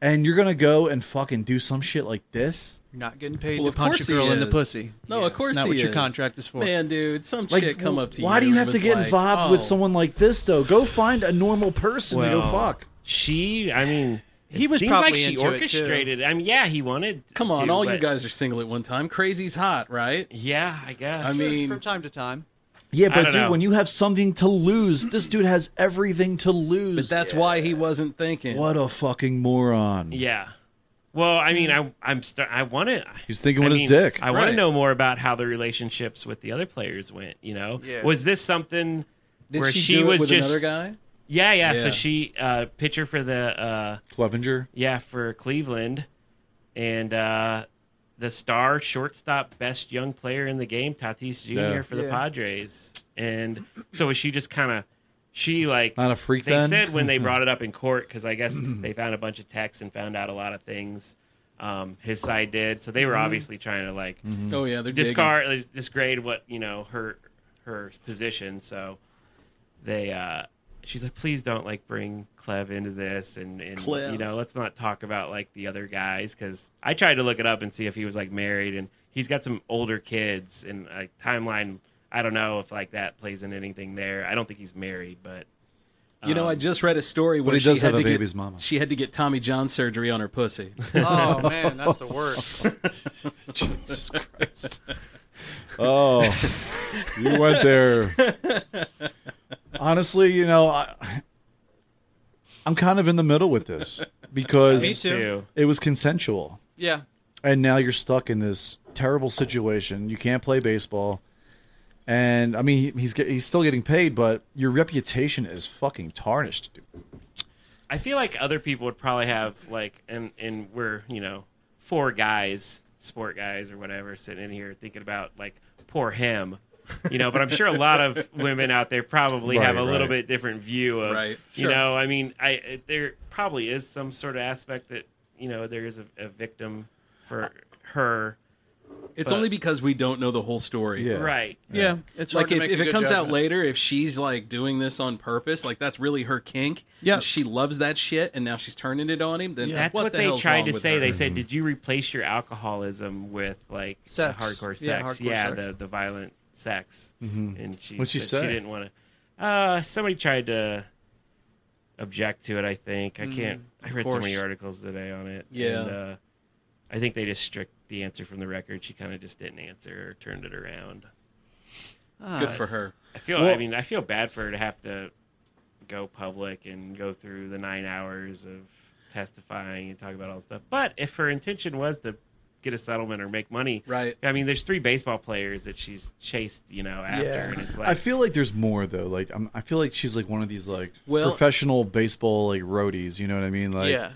Speaker 3: And you're gonna go and fucking do some shit like this?
Speaker 13: You're not getting paid
Speaker 5: Well,
Speaker 13: to
Speaker 5: of
Speaker 13: punch a
Speaker 5: course he
Speaker 13: girl in the
Speaker 5: is.
Speaker 13: pussy.
Speaker 5: No, of
Speaker 13: it's
Speaker 5: course
Speaker 13: not
Speaker 5: he
Speaker 13: what your
Speaker 5: is.
Speaker 13: contract is for.
Speaker 4: Man, dude, some shit come up to you.
Speaker 3: why do you
Speaker 4: and
Speaker 3: have to
Speaker 4: was
Speaker 3: get
Speaker 4: like,
Speaker 3: involved with
Speaker 4: oh,
Speaker 3: someone like this though? Go find a normal person to go
Speaker 11: Well,
Speaker 3: fuck.
Speaker 11: She, I mean,
Speaker 4: He
Speaker 11: it
Speaker 4: was
Speaker 11: seems
Speaker 4: probably
Speaker 11: like she
Speaker 4: into it, too.
Speaker 11: orchestrated. I mean, yeah, he wanted.
Speaker 4: Come on,
Speaker 11: to,
Speaker 4: all you
Speaker 11: but-
Speaker 4: guys are single at one time. Crazy's hot, right?
Speaker 11: Yeah, I guess.
Speaker 4: I mean,
Speaker 13: from time to time.
Speaker 3: Yeah,
Speaker 4: I
Speaker 3: but
Speaker 4: don't
Speaker 3: dude,
Speaker 4: know.
Speaker 3: when you have something to lose, this dude has everything to lose.
Speaker 4: But that's why he wasn't thinking.
Speaker 3: What a fucking moron.
Speaker 11: Yeah. Well, I mean, I, I'm. St- I want to.
Speaker 3: He's thinking
Speaker 11: I
Speaker 3: with
Speaker 11: mean,
Speaker 3: his dick.
Speaker 11: I want
Speaker 3: Right.
Speaker 11: to know more about how the relationships with the other players went. You know,
Speaker 4: Yeah.
Speaker 11: was this something
Speaker 4: Did
Speaker 11: where
Speaker 4: she
Speaker 11: she,
Speaker 4: do it
Speaker 11: was
Speaker 4: with
Speaker 11: just
Speaker 4: another guy?
Speaker 11: Yeah, yeah.
Speaker 4: Yeah.
Speaker 11: So she uh, pitcher for the uh,
Speaker 3: Clevenger.
Speaker 11: Yeah, for Cleveland, and uh, the star shortstop, best young player in the game, Tatis Jr.
Speaker 3: Yeah.
Speaker 11: for the
Speaker 3: Yeah.
Speaker 11: Padres, and so was she just kind of. She like
Speaker 3: Not a freak
Speaker 11: They
Speaker 3: then? [LAUGHS]
Speaker 11: said when they brought it up in court because
Speaker 3: [CLEARS THROAT]
Speaker 11: I guess they found a bunch of texts and found out a lot of things. Um, his side did, so they were
Speaker 3: Mm-hmm.
Speaker 4: Mhm.
Speaker 11: obviously trying to like,
Speaker 4: Mhm. Oh, yeah, they're digging.
Speaker 11: discard, like, disgrade what you know her her position. So they, uh, she's like, please don't like bring Clev into this, and, and
Speaker 4: Clev.
Speaker 11: you know, let's not talk about like the other guys because I tried to look it up and see if he was like married, and he's got some older kids, and like timeline. I don't know if like that plays in anything there. I don't think he's married, but
Speaker 4: You know, I just read a story
Speaker 11: But
Speaker 4: where
Speaker 11: he
Speaker 4: she
Speaker 11: does
Speaker 4: had
Speaker 11: have a
Speaker 4: to
Speaker 11: baby's
Speaker 4: get,
Speaker 11: mama.
Speaker 4: She had to get Tommy John surgery on her
Speaker 11: [LAUGHS]
Speaker 4: pussy.
Speaker 13: Oh, man, that's the worst.
Speaker 4: [LAUGHS] Jesus
Speaker 3: Christ. Oh, you went there. Honestly, you know, I, I'm kind of in the middle with this because
Speaker 13: Me too.
Speaker 3: it was consensual.
Speaker 13: Yeah.
Speaker 3: And now you're stuck in this terrible situation. You can't play baseball. And I mean, he- he's get- he's still getting paid, but your reputation is fucking tarnished. dude.
Speaker 11: I feel like other people would probably have like, and and we're you know four guys, sport guys or whatever, sitting in here thinking about like poor him, you know. But I'm sure a
Speaker 4: [LAUGHS]
Speaker 11: lot of women out there probably have a
Speaker 4: Right,
Speaker 11: little
Speaker 4: right.
Speaker 11: bit different view of,
Speaker 4: Right,
Speaker 11: you
Speaker 4: sure.
Speaker 11: know. I mean, I it- there probably is some sort of aspect that you know there is a, a victim for her.
Speaker 4: It's
Speaker 11: but-
Speaker 4: only because we don't know the whole story.
Speaker 11: Yeah. Right.
Speaker 13: Yeah, it's
Speaker 4: like
Speaker 13: hard to
Speaker 4: if,
Speaker 13: make a
Speaker 4: if it
Speaker 13: good
Speaker 4: comes out
Speaker 13: judgment.
Speaker 4: later, if she's like doing this on purpose, like that's really her kink.
Speaker 13: Yeah.
Speaker 4: and she loves that shit, and now she's turning it on him. Then
Speaker 11: That's
Speaker 4: what,
Speaker 11: what,
Speaker 4: the
Speaker 11: they
Speaker 4: hell's
Speaker 11: tried
Speaker 4: wrong
Speaker 11: to
Speaker 4: with Mm-hmm.
Speaker 11: say.
Speaker 4: her?
Speaker 11: They said, "Did you replace your alcoholism with like the
Speaker 4: Sex.
Speaker 11: hardcore
Speaker 4: Yeah,
Speaker 11: sex?
Speaker 4: hardcore
Speaker 11: Yeah,
Speaker 4: sex.
Speaker 11: the the violent sex."
Speaker 3: Mhm.
Speaker 4: Mm-hmm.
Speaker 11: And she
Speaker 3: What'd she
Speaker 11: said
Speaker 3: say?
Speaker 11: she didn't want to. Uh, somebody tried to object to it. I think I
Speaker 4: Mm,
Speaker 11: can't. I
Speaker 4: of
Speaker 11: read so many
Speaker 4: course.
Speaker 11: articles today on it.
Speaker 4: Yeah.
Speaker 11: and, uh, I think they just stripped the answer from the record. She kind of just didn't answer or turned it around.
Speaker 13: Ah,
Speaker 11: Good for her. I feel- feel. I I mean, I feel bad for her to have to go public and go through the nine hours of testifying and talk about all this stuff. But if her intention was to get a settlement or make money, right? I mean, there's three baseball players that she's chased, you know, after, and it's like
Speaker 3: I feel like there's more though. Like I'm, I feel like she's like one of these like
Speaker 11: Well-
Speaker 3: professional baseball like roadies. You know what I mean? Like
Speaker 11: Yeah.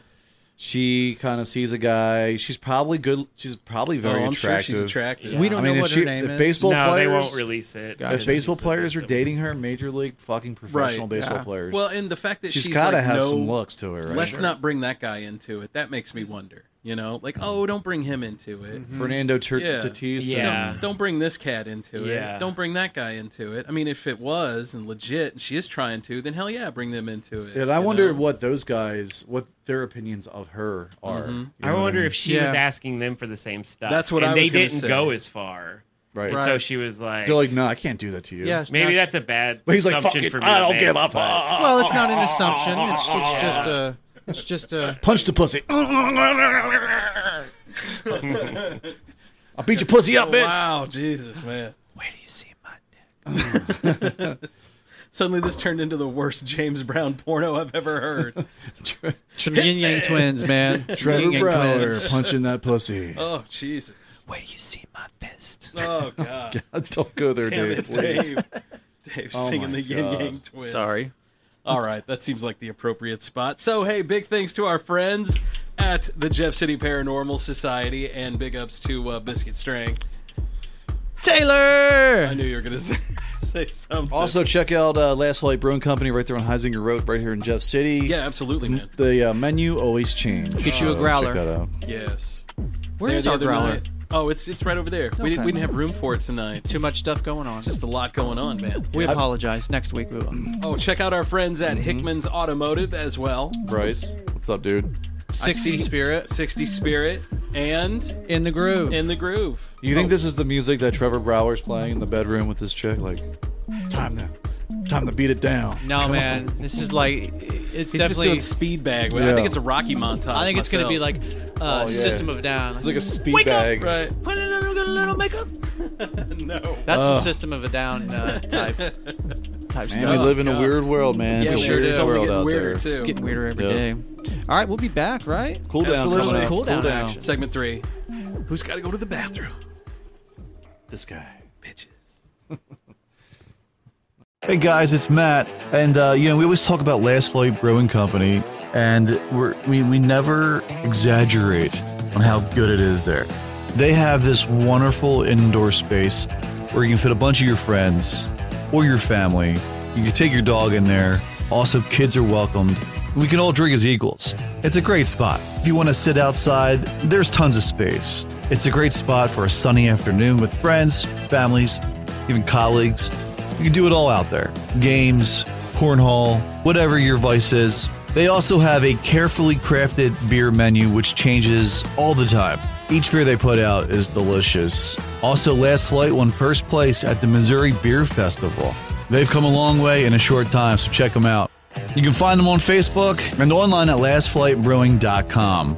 Speaker 3: She kind of sees a guy. She's probably good. She's probably very
Speaker 4: Oh, I'm sure
Speaker 3: attractive.
Speaker 4: she's attractive. We don't know
Speaker 3: if
Speaker 4: what her name
Speaker 3: if
Speaker 4: is.
Speaker 3: Baseball
Speaker 4: No,
Speaker 3: players,
Speaker 4: they won't release it. Gotcha.
Speaker 3: If baseball players are dating her, major league fucking professional
Speaker 4: Right.
Speaker 3: baseball
Speaker 4: Yeah.
Speaker 3: players.
Speaker 4: Well, and the fact that she's,
Speaker 3: gotta
Speaker 4: like,
Speaker 3: have
Speaker 4: no,
Speaker 3: some looks to her. Right?
Speaker 4: Let's not bring that guy into it. That makes me wonder. You know,
Speaker 3: Mm-hmm.
Speaker 4: like oh, don't bring him into it.
Speaker 3: Mhm. Fernando
Speaker 4: Mm-hmm.
Speaker 3: Tur- Tatis and- Yeah.
Speaker 4: Don't, don't bring this cat into
Speaker 3: Yeah.
Speaker 4: it. Don't bring that guy into it. I mean, if it was and legit, and she is trying to, then hell yeah, bring them into it.
Speaker 3: And I
Speaker 4: you
Speaker 3: wonder
Speaker 4: know?
Speaker 3: what those guys, what their opinions of her are.
Speaker 4: Mhm.
Speaker 3: You know
Speaker 11: I
Speaker 3: what
Speaker 11: wonder
Speaker 3: mean?
Speaker 11: if she was asking them for the same stuff.
Speaker 3: That's what
Speaker 11: and
Speaker 3: I
Speaker 11: they
Speaker 3: was gonna
Speaker 11: didn't
Speaker 3: say.
Speaker 11: go as far,
Speaker 3: Right.
Speaker 11: And so she was like,
Speaker 3: They're like, no, I can't do that to you.
Speaker 11: maybe that's a bad.
Speaker 3: But he's like,
Speaker 11: assumption
Speaker 3: fuck it,
Speaker 11: for me
Speaker 3: I
Speaker 11: to
Speaker 3: don't
Speaker 11: make,
Speaker 3: give a
Speaker 11: but-
Speaker 3: fuck.
Speaker 5: Well, it's not an assumption. It's, it's just a. It's just a.
Speaker 3: Punch the
Speaker 4: [LAUGHS]
Speaker 3: pussy. [LAUGHS] I'll beat your pussy up,
Speaker 4: Oh,
Speaker 3: bitch.
Speaker 5: [LAUGHS]
Speaker 4: Wow, Jesus, man. Where do you see [LAUGHS] my dick? Suddenly, this turned into the worst James Brown porno I've ever
Speaker 5: [LAUGHS]
Speaker 4: heard.
Speaker 5: Some yin yang twins, man. Some
Speaker 3: Trevor
Speaker 5: yin yang
Speaker 3: Brower
Speaker 5: twins.
Speaker 3: punching that pussy.
Speaker 4: [LAUGHS] Oh, Jesus.
Speaker 5: Where do you see my fist?
Speaker 4: Oh,
Speaker 5: [LAUGHS]
Speaker 4: God.
Speaker 3: God, [LAUGHS] don't go there,
Speaker 4: Damn
Speaker 3: Dave.
Speaker 4: it,
Speaker 3: please.
Speaker 4: Dave. [LAUGHS] Dave
Speaker 3: Oh
Speaker 4: singing
Speaker 3: my
Speaker 4: the Yin
Speaker 3: God.
Speaker 4: Yang Twins.
Speaker 3: Sorry.
Speaker 4: All right, that seems like the appropriate spot. So, hey, big thanks to our friends at the Jeff City Paranormal Society, and big ups to uh, Biscuit String.
Speaker 5: Taylor.
Speaker 4: I knew you were gonna [LAUGHS] say, say something.
Speaker 3: Also, check out uh, Last Light Brewing Company right there on Heisinger Road, right here in Jeff City.
Speaker 4: Yeah, absolutely, man.
Speaker 3: The uh, menu always change.
Speaker 4: Get you a
Speaker 3: So
Speaker 4: growler.
Speaker 3: Check that out.
Speaker 4: Yes.
Speaker 5: Where
Speaker 4: There
Speaker 5: is
Speaker 4: the
Speaker 5: our
Speaker 4: other
Speaker 5: growler?
Speaker 4: night- Oh, it's it's right over there. We didn't we
Speaker 5: Okay.
Speaker 4: didn't have room for it tonight.
Speaker 5: Too much stuff going on.
Speaker 4: Just a lot going on, man.
Speaker 5: We
Speaker 4: Yeah.
Speaker 5: apologize. Next week we will.
Speaker 4: Oh, check out our friends at Hickman's Automotive as well.
Speaker 3: Bryce, what's up, dude?
Speaker 4: 60 Spirit. 60 Spirit. And.
Speaker 5: In the Groove.
Speaker 4: In the Groove.
Speaker 3: You think this is the music that Trevor Brower's playing in the bedroom with this chick? Like, time to, time to beat it down.
Speaker 5: No, man. This is like it's
Speaker 4: He's just
Speaker 5: definitely
Speaker 4: doing speed bag. I
Speaker 3: Yeah.
Speaker 4: think it's a Rocky montage.
Speaker 5: I think it's gonna
Speaker 4: myself.
Speaker 5: be like
Speaker 4: Oh,
Speaker 5: uh,
Speaker 4: yeah.
Speaker 5: System of a Down.
Speaker 3: It's like a speed
Speaker 5: Wake
Speaker 3: bag.
Speaker 5: Up!
Speaker 4: Right.
Speaker 5: Put a little, a little makeup.
Speaker 4: no.
Speaker 3: Ugh.
Speaker 5: That's some System of a Down uh, type
Speaker 3: Man,
Speaker 5: type stuff.
Speaker 3: we live in a weird world, man.
Speaker 5: Yeah,
Speaker 3: it's a
Speaker 5: we sure
Speaker 3: weird
Speaker 5: do. It's only
Speaker 3: world
Speaker 5: getting
Speaker 3: out
Speaker 5: weirder,
Speaker 3: there.
Speaker 5: too. It's getting weirder every
Speaker 3: every day.
Speaker 5: day. All right, we'll be back, right?
Speaker 3: Cool down
Speaker 4: Absolutely.
Speaker 3: coming up.
Speaker 5: Cool down action.
Speaker 4: Segment three. Who's got to go to the bathroom?
Speaker 3: This guy.
Speaker 4: Bitches.
Speaker 15: Hey guys, it's Matt, and uh, you know we always talk about Last Flight Brewing Company, and we're, we we never exaggerate on how good it is there. They have this wonderful indoor space where you can fit a bunch of your friends or your family. You can take your dog in there. Also, kids are welcomed. We can all drink as equals. It's a great spot. If you want to sit outside, there's tons of space. It's a great spot for a sunny afternoon with friends, families, even colleagues. You can do it all out there games, cornhole, whatever your vice is. They also have a carefully crafted beer menu which changes all the time. Each beer they put out is delicious. Also, Last Flight won first place at the Missouri Beer Festival. They've come a long way in a short time, so check them out. You can find them on Facebook and online at lastflightbrewing.com.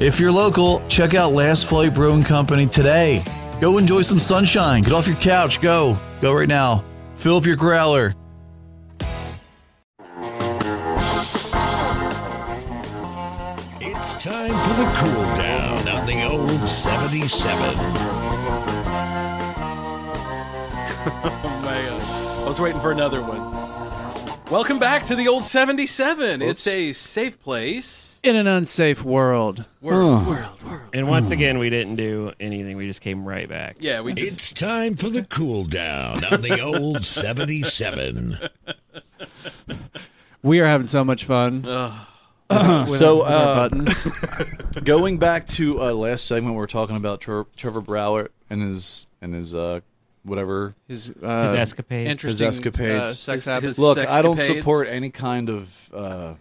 Speaker 15: If you're local, check out Last Flight Brewing Company today. Go enjoy some sunshine. Get off your couch. Go. Go right now. Fill up your growler.
Speaker 7: It's time for the cool down on the old 77.
Speaker 4: Oh my God. I was waiting for another one. Welcome back to the old 77. It's a safe place.
Speaker 5: In an unsafe world.
Speaker 4: World, world,
Speaker 11: And once again, we didn't do anything. We just came right back.
Speaker 4: Yeah, we just.
Speaker 7: It's time for the cool down on the old 77.
Speaker 5: We are having so much
Speaker 4: [CLEARS THROAT]
Speaker 5: fun. With- with
Speaker 3: so
Speaker 5: our- with our
Speaker 3: uh,
Speaker 5: buttons.
Speaker 3: going back to uh, last segment, we were talking about Tre- Trevor Brower and his and his uh, whatever
Speaker 5: His, uh, His escapades. interesting,
Speaker 3: his escapades,
Speaker 5: uh, sex His- habits. his
Speaker 3: Look,
Speaker 5: sex
Speaker 3: I don't
Speaker 5: escapades.
Speaker 3: support any kind of uh,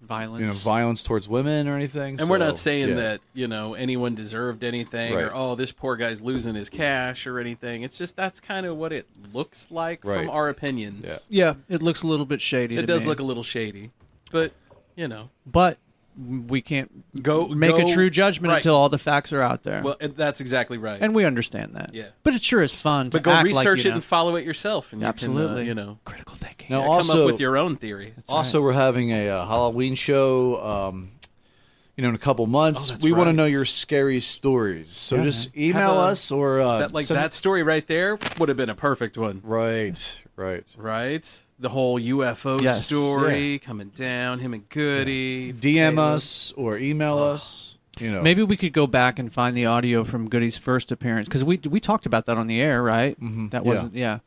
Speaker 5: violence,
Speaker 3: you know, violence towards women or anything.
Speaker 4: And we're
Speaker 3: so,
Speaker 4: not saying
Speaker 3: yeah.
Speaker 4: that, you know, anyone deserved anything
Speaker 3: Right.
Speaker 4: or, oh, this poor guy's losing his cash or anything. It's just that's kind of what it looks like
Speaker 5: Right.
Speaker 4: from our opinions.
Speaker 5: yeah, it looks a little bit shady.
Speaker 4: It
Speaker 5: to
Speaker 4: does
Speaker 5: me.
Speaker 4: look a little shady. But, you know.
Speaker 5: But we can't
Speaker 4: Go-
Speaker 5: make
Speaker 4: go-
Speaker 5: a true judgment
Speaker 4: right.
Speaker 5: until all the facts are out there.
Speaker 4: Well, and that's exactly right.
Speaker 5: and we understand that.
Speaker 4: Yeah.
Speaker 5: But it sure is fun
Speaker 4: but
Speaker 5: to
Speaker 4: go
Speaker 5: act
Speaker 4: research
Speaker 5: like, you
Speaker 4: it
Speaker 5: know-
Speaker 4: and follow it yourself. And you can, uh,
Speaker 5: Absolutely.
Speaker 4: you know,
Speaker 5: critical thinking.
Speaker 3: Now,
Speaker 4: yeah, come
Speaker 3: also-
Speaker 4: up with your own theory.
Speaker 3: also, we're having a uh, Halloween show. Um, you know, in a couple months, we want to know your scary stories. So
Speaker 4: Oh, Yeah,
Speaker 3: just
Speaker 4: man.
Speaker 3: email
Speaker 4: Have a-
Speaker 3: us or uh,
Speaker 4: that, like
Speaker 3: send-
Speaker 4: that story right there would have been a perfect one.
Speaker 3: Right, right,
Speaker 4: right. The whole UFO
Speaker 3: Yes.
Speaker 4: story coming down, him and Goody.
Speaker 3: DM us or email
Speaker 4: oh.
Speaker 3: us. You know,
Speaker 5: Maybe we could go back and find the audio from Goody's first appearance because we we talked about that on the air, right? Mm-hmm. That
Speaker 4: Yeah.
Speaker 5: wasn't yeah.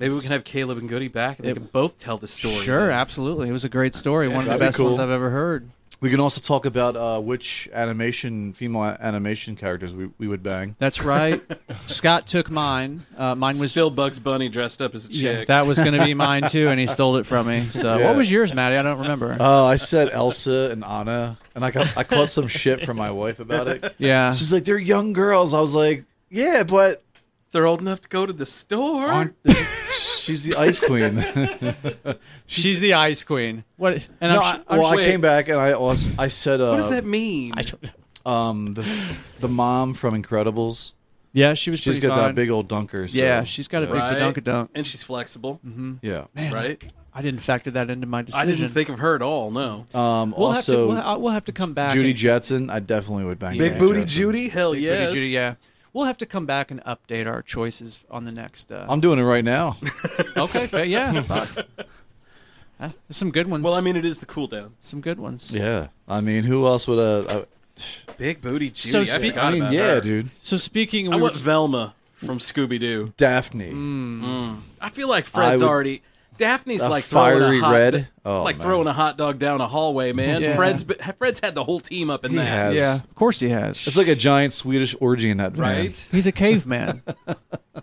Speaker 4: Maybe we can have Caleb and Goody back, and
Speaker 5: It-
Speaker 4: they can both tell the story.
Speaker 5: Sure, absolutely. It was a great story. One of the
Speaker 3: That'd be
Speaker 5: best
Speaker 3: cool.
Speaker 5: ones I've ever heard.
Speaker 3: We can also talk about uh, which animation, female a- animation characters we, we would
Speaker 4: [LAUGHS]
Speaker 3: bang.
Speaker 5: That's right. Scott took mine. Uh, mine was
Speaker 4: still Bugs Bunny dressed up as a chick.
Speaker 5: yeah, that was going to be mine
Speaker 4: [LAUGHS]
Speaker 5: too, and he stole it from me. So
Speaker 3: Yeah.
Speaker 5: what was yours, Maddie? I don't remember.
Speaker 3: Oh, I said Elsa and Anna, and I got I caught some shit from my wife about
Speaker 4: [LAUGHS]
Speaker 3: it.
Speaker 5: Yeah.
Speaker 3: she's like they're young girls. I was like, yeah, but
Speaker 4: They're old enough to go to the store. [LAUGHS]
Speaker 3: she's the ice queen. [LAUGHS]
Speaker 5: she's, the ice queen. What? And
Speaker 3: no,
Speaker 5: I'm, sh-
Speaker 3: I,
Speaker 5: I'm
Speaker 3: well,
Speaker 5: sh-
Speaker 3: I came back and I also, I said, uh,
Speaker 4: What does that mean? I don't know.
Speaker 3: Um, the the mom from Incredibles.
Speaker 5: Yeah, she was
Speaker 3: She's
Speaker 5: pretty
Speaker 3: got
Speaker 5: fine.
Speaker 3: that big old dunker. So.
Speaker 5: Yeah, she's got a big
Speaker 4: Right?
Speaker 5: badunkadunk.
Speaker 4: And she's flexible. Mm-hmm.
Speaker 3: Yeah.
Speaker 5: Man,
Speaker 4: Right?
Speaker 5: I didn't factor that into my
Speaker 4: I
Speaker 5: decision.
Speaker 4: didn't think of her at all, no.
Speaker 3: Um,
Speaker 5: We'll have to-
Speaker 3: also,
Speaker 5: we'll ha- we'll have to come back
Speaker 3: Judy
Speaker 5: and-
Speaker 3: Jetson, I definitely would bang.
Speaker 4: Big
Speaker 3: Judy
Speaker 4: Booty
Speaker 3: Jetson.
Speaker 4: Judy? Hell
Speaker 5: Big
Speaker 4: yes.
Speaker 5: Booty Judy, yeah. We'll have to come back and update our choices on the next. Uh,
Speaker 3: I'm doing it right now.
Speaker 5: [LAUGHS] okay,
Speaker 3: [LAUGHS]
Speaker 5: fa- yeah. Fuck. Huh? Some good ones. Well, I
Speaker 4: mean, it is the cool down.
Speaker 5: Some good ones.
Speaker 3: yeah, I mean, who else would uh? I,
Speaker 4: Big Booty Judy.
Speaker 5: So
Speaker 4: I
Speaker 5: spe-
Speaker 4: forgot
Speaker 5: I mean,
Speaker 4: about
Speaker 3: yeah,
Speaker 4: her.
Speaker 3: dude.
Speaker 5: So speaking,
Speaker 4: I
Speaker 5: we were
Speaker 4: want Velma from Scooby Doo.
Speaker 3: Daphne.
Speaker 4: Mm. I feel like Fred's
Speaker 3: would-
Speaker 4: already. Daphne's
Speaker 3: A
Speaker 4: like throwing
Speaker 3: fiery
Speaker 4: a hot,
Speaker 3: red? Oh,
Speaker 4: like
Speaker 3: man.
Speaker 4: throwing a hot dog down a
Speaker 5: [LAUGHS]
Speaker 4: hallway, man.
Speaker 5: Yeah.
Speaker 4: Fred's be- Fred's had the whole team up in
Speaker 3: He
Speaker 4: that.
Speaker 3: has.
Speaker 5: of course he has.
Speaker 3: It's like a giant Swedish orgy in that van.
Speaker 5: [LAUGHS]
Speaker 4: Right?
Speaker 5: He's a caveman.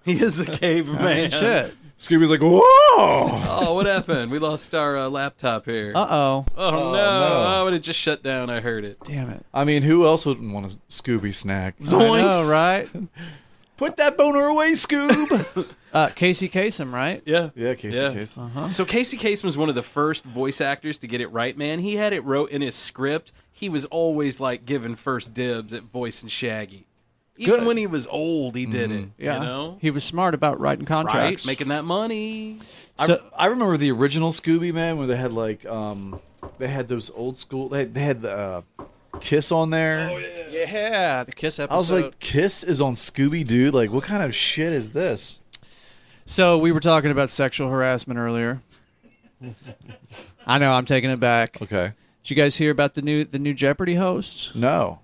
Speaker 4: He is a [LAUGHS] caveman.
Speaker 5: Oh, shit.
Speaker 3: Scooby's like, whoa!
Speaker 4: Oh, what happened? We lost our uh, laptop here.
Speaker 5: Uh-oh.
Speaker 4: Oh, no.
Speaker 3: no.
Speaker 4: Oh, it just shut down. I heard it.
Speaker 5: Damn it.
Speaker 3: I mean, who else wouldn't want a Scooby snack?
Speaker 4: Zoinks.
Speaker 5: I know, right?
Speaker 3: Put that boner away, Scoob.
Speaker 5: Uh, Casey Kasem, right?
Speaker 4: Yeah.
Speaker 3: Yeah, Casey
Speaker 4: Yeah.
Speaker 3: Kasem.
Speaker 4: So Casey Kasem was one of the first voice actors to get it right, man. He had it wrote in his script. He was always like given first dibs at voice and Shaggy. Even
Speaker 5: Good.
Speaker 4: when he was old, he
Speaker 3: Mm-hmm.
Speaker 4: did it. You
Speaker 5: Yeah.
Speaker 4: know?
Speaker 5: He was smart about writing contracts.
Speaker 4: Right? Making that money.
Speaker 5: So-
Speaker 3: I, I remember the original Scooby Man where they had like um they had those old school they had, they had the uh, Kiss on there.
Speaker 5: yeah, the Kiss episode.
Speaker 3: I was like, Kiss is on Scooby Doo. Like, what kind of shit is this?
Speaker 5: so we were talking about sexual harassment earlier. I know, I'm taking it back.
Speaker 3: Okay,
Speaker 5: Did you guys hear about the new the new Jeopardy host?
Speaker 3: no.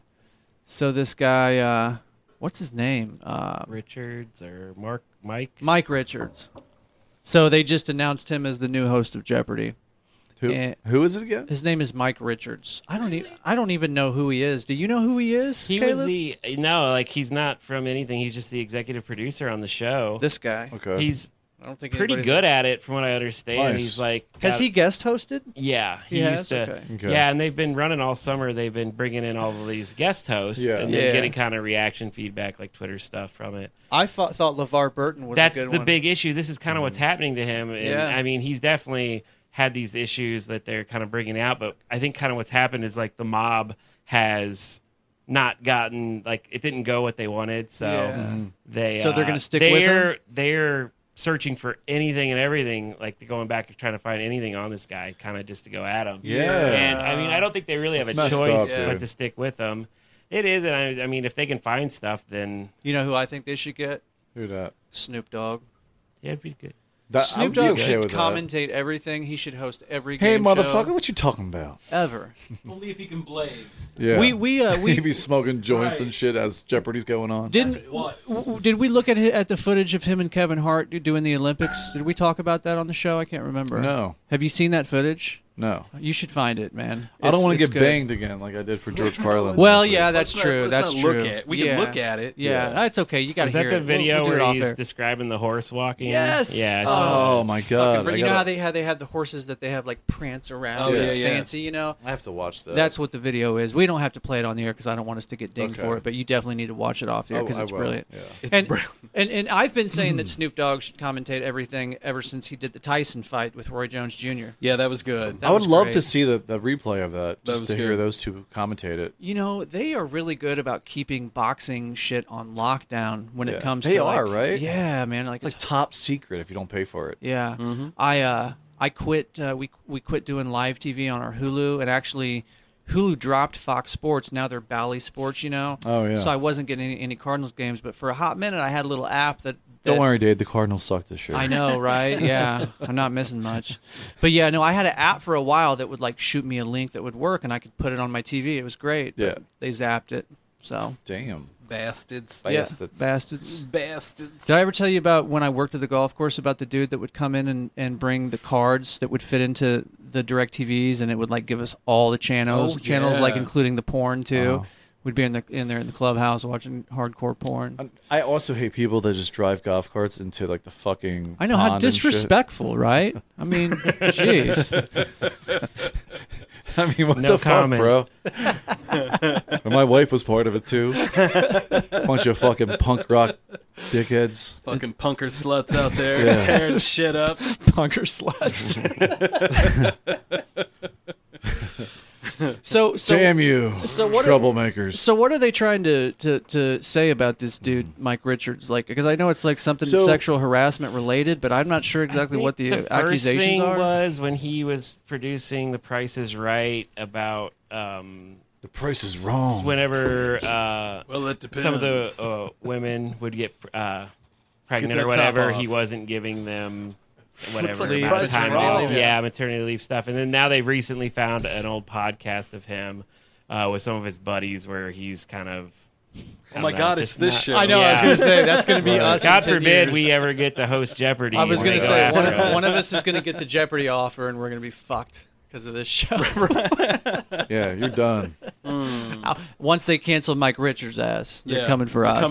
Speaker 5: So this guy, uh, what's his name? Uh,
Speaker 11: Richards or Mark Mike.
Speaker 5: Mike Richards. So they just announced him as the new host of Jeopardy.
Speaker 3: Who
Speaker 5: Eh.
Speaker 3: who is it again?
Speaker 5: His name is Mike Richards. I don't even I don't even know who he is. Do you know who he is?
Speaker 11: He was
Speaker 5: Caleb?
Speaker 11: the no, like he's not from anything. He's just the executive producer on the show.
Speaker 5: this guy.
Speaker 3: Okay,
Speaker 11: He's
Speaker 5: I don't think
Speaker 11: pretty
Speaker 5: anybody's-
Speaker 11: good at it, from what I understand.
Speaker 3: Nice.
Speaker 11: He's like
Speaker 5: Has
Speaker 11: got-
Speaker 5: he guest hosted?
Speaker 11: Yeah,
Speaker 5: He
Speaker 11: he
Speaker 5: has?
Speaker 11: used to.
Speaker 5: Okay.
Speaker 3: Okay.
Speaker 11: Yeah, and they've been running all summer. They've been bringing in all of these guest hosts,
Speaker 3: Yeah.
Speaker 11: and they're
Speaker 5: Yeah.
Speaker 11: getting kind of reaction feedback, like Twitter stuff from it.
Speaker 5: I thought thought LeVar Burton was
Speaker 11: That's
Speaker 5: a good
Speaker 11: the
Speaker 5: one. Mm-hmm.
Speaker 11: big issue. This is kind of what's happening to him. And,
Speaker 5: Yeah.
Speaker 11: I mean, he's definitely had these issues that they're kind of bringing out, but I think kind of what's happened is like the mob has not gotten like it didn't go what they wanted, so
Speaker 5: Yeah. Mhm.
Speaker 11: they
Speaker 5: So they're
Speaker 11: uh,
Speaker 5: gonna stick with
Speaker 11: they're, They're searching for anything and everything, like they're going back and trying to find anything on this guy, kind of just to go at him.
Speaker 3: Yeah.
Speaker 11: and I mean, I don't think they really have
Speaker 3: That's
Speaker 11: a
Speaker 3: messed
Speaker 11: choice
Speaker 3: up, dude.
Speaker 11: but to stick with him. It is, and I, I mean, if they can find stuff, then
Speaker 5: You know who I think they should get?
Speaker 3: Who that?
Speaker 5: Snoop Dogg.
Speaker 11: yeah, it'd be good.
Speaker 3: that Uh, I
Speaker 5: Snoop
Speaker 3: would be
Speaker 5: Dogg
Speaker 3: okay
Speaker 5: should
Speaker 3: with that.
Speaker 5: commentate everything. He should host every
Speaker 3: Hey,
Speaker 5: game
Speaker 3: motherfucker,
Speaker 5: show
Speaker 3: what you talking about?
Speaker 5: ever.
Speaker 4: Only if he can blaze.
Speaker 3: Yeah, [LAUGHS]
Speaker 5: We we uh, we
Speaker 3: he be smoking joints and
Speaker 4: Right.
Speaker 3: shit as Jeopardy's going on.
Speaker 5: Didn't w- w- did we look at hi- at the footage of him and Kevin Hart do- doing the Olympics? Did we talk about that on the show? I can't remember.
Speaker 3: No.
Speaker 5: Have you seen that footage?
Speaker 3: no,
Speaker 5: You should find it, man.
Speaker 3: I don't
Speaker 5: It's-
Speaker 3: want to
Speaker 5: it's
Speaker 3: get
Speaker 5: good.
Speaker 3: banged again like I did for [LAUGHS] George Carlin.
Speaker 5: Well,
Speaker 3: last week.
Speaker 5: yeah,
Speaker 4: Let's
Speaker 5: that's
Speaker 4: not-
Speaker 5: true.
Speaker 4: let's
Speaker 5: that's
Speaker 4: not
Speaker 5: true.
Speaker 4: look at it. We can
Speaker 5: Yeah.
Speaker 4: look at it.
Speaker 5: Yeah,
Speaker 3: Yeah.
Speaker 5: that's okay. You got to
Speaker 11: Is that
Speaker 5: hear
Speaker 11: the
Speaker 5: it. We'll-
Speaker 11: video
Speaker 5: we'll do it
Speaker 11: where
Speaker 5: off
Speaker 11: he's
Speaker 5: there.
Speaker 11: describing the horse walking?
Speaker 5: Yes.
Speaker 11: Yeah. it's-
Speaker 3: Oh my god!
Speaker 5: But
Speaker 3: I
Speaker 5: you know
Speaker 3: gotta-
Speaker 5: how they how they have the horses that they have like prance around,
Speaker 4: Oh,
Speaker 5: and
Speaker 4: yeah, yeah.
Speaker 5: fancy, you know.
Speaker 3: I have to watch that.
Speaker 5: That's what the video is. We don't have to play it on the air because I don't want us to get dinged
Speaker 3: Okay.
Speaker 5: for it. But you definitely need to watch it off the air
Speaker 3: Oh,
Speaker 5: because
Speaker 3: I
Speaker 5: it's
Speaker 3: will.
Speaker 5: brilliant.
Speaker 3: Yeah.
Speaker 5: and, [LAUGHS] and and I've been
Speaker 4: [CLEARS THROAT]
Speaker 5: saying that Snoop Dogg should commentate everything ever since he did the Tyson fight with Roy Jones Jr.
Speaker 4: Yeah, that was good.
Speaker 3: I would
Speaker 5: was
Speaker 3: love
Speaker 5: great.
Speaker 3: to see the, the replay of that,
Speaker 5: That
Speaker 3: just
Speaker 5: was
Speaker 3: to hear
Speaker 5: good.
Speaker 3: those two commentate it.
Speaker 5: You know, they are really good about keeping boxing shit on lockdown when
Speaker 3: Yeah.
Speaker 5: it comes
Speaker 3: they
Speaker 5: to
Speaker 3: are
Speaker 5: like-
Speaker 3: right.
Speaker 5: Yeah, man. Like
Speaker 3: it's like Mm-hmm. top secret if you don't pay for it.
Speaker 5: Yeah. I uh I quit uh, we we quit doing live TV on our Hulu and actually Hulu dropped Fox Sports. Now they're Bally Sports, you know.
Speaker 3: Oh, yeah.
Speaker 5: So I wasn't getting any, any Cardinals games, but for a hot minute I had a little app that, that
Speaker 3: Don't worry, Dave. The Cardinals suck this year.
Speaker 5: I know, right? Yeah, I'm not missing much. But yeah, no, I had an app for a while that would like shoot me a link that would work, and I could put it on my TV. It was great. but
Speaker 3: Yeah.
Speaker 5: they zapped it. So
Speaker 3: damn
Speaker 4: bastards.
Speaker 5: Yeah, bastards.
Speaker 4: Bastards.
Speaker 5: Did I ever tell you about when I worked at the golf course about the dude that would come in and, and bring the cards that would fit into the direct TVs and it would like give us all the channels
Speaker 3: Oh,
Speaker 5: channels like
Speaker 3: yeah.
Speaker 5: including the porn too.
Speaker 3: Oh.
Speaker 5: We'd be in the in there in the clubhouse watching hardcore porn.
Speaker 3: I also hate people that just drive golf carts into like the fucking.
Speaker 5: I know how
Speaker 3: pond and shit.
Speaker 5: disrespectful, right? I mean, jeez.
Speaker 3: [LAUGHS] I mean, what
Speaker 5: No
Speaker 3: the
Speaker 5: comment.
Speaker 3: [LAUGHS] fuck, bro? And my wife was part of it too. Bunch of fucking punk rock dickheads.
Speaker 4: Fucking punker sluts out there
Speaker 3: Yeah.
Speaker 4: tearing shit up.
Speaker 5: Punker sluts. [LAUGHS] so, so
Speaker 3: Damn you,
Speaker 5: Are,
Speaker 3: troublemakers.
Speaker 5: so what are they trying to, to, to say about this
Speaker 11: Mm-hmm.
Speaker 5: dude, Mike Richards? Like, because I know it's like something
Speaker 11: So-
Speaker 5: sexual harassment related, but I'm not sure exactly
Speaker 11: think
Speaker 5: what the,
Speaker 11: first
Speaker 5: accusations
Speaker 11: thing
Speaker 5: are.
Speaker 11: was when he was producing The Price is Right about um,
Speaker 3: The Price is Wrong.
Speaker 11: Whenever uh,
Speaker 4: Well, it
Speaker 11: some of the
Speaker 4: depends. Oh
Speaker 11: uh, women would get uh, pregnant
Speaker 4: that
Speaker 11: or
Speaker 4: top
Speaker 11: whatever,
Speaker 4: off.
Speaker 11: he wasn't giving them
Speaker 4: Looks
Speaker 11: whatever
Speaker 4: like The
Speaker 11: amount
Speaker 4: Price
Speaker 11: of
Speaker 4: is
Speaker 11: time
Speaker 4: Wrong.
Speaker 11: off. Yeah, maternity leave stuff. And then now they recently found an old podcast of him uh, with some of his buddies where he's kind of.
Speaker 4: Oh
Speaker 11: I
Speaker 4: my
Speaker 11: don't
Speaker 4: God,
Speaker 11: know,
Speaker 4: it's
Speaker 11: just
Speaker 4: this
Speaker 11: not-
Speaker 4: show. I know, I was gonna say, that's gonna
Speaker 11: [LAUGHS]
Speaker 4: be us in
Speaker 11: God
Speaker 4: 10
Speaker 11: forbid
Speaker 4: years.
Speaker 11: we ever get to host Jeopardy.
Speaker 5: I was
Speaker 11: when
Speaker 5: going
Speaker 11: they
Speaker 5: to
Speaker 11: go
Speaker 5: say one
Speaker 11: after
Speaker 5: of,
Speaker 11: us.
Speaker 5: one of us is going to
Speaker 11: [LAUGHS]
Speaker 5: get the Jeopardy offer, and we're going to be fucked because of this show. [LAUGHS]
Speaker 3: Yeah, you're done.
Speaker 5: Ow. Once they cancel Mike Richards' ass, they're coming for us.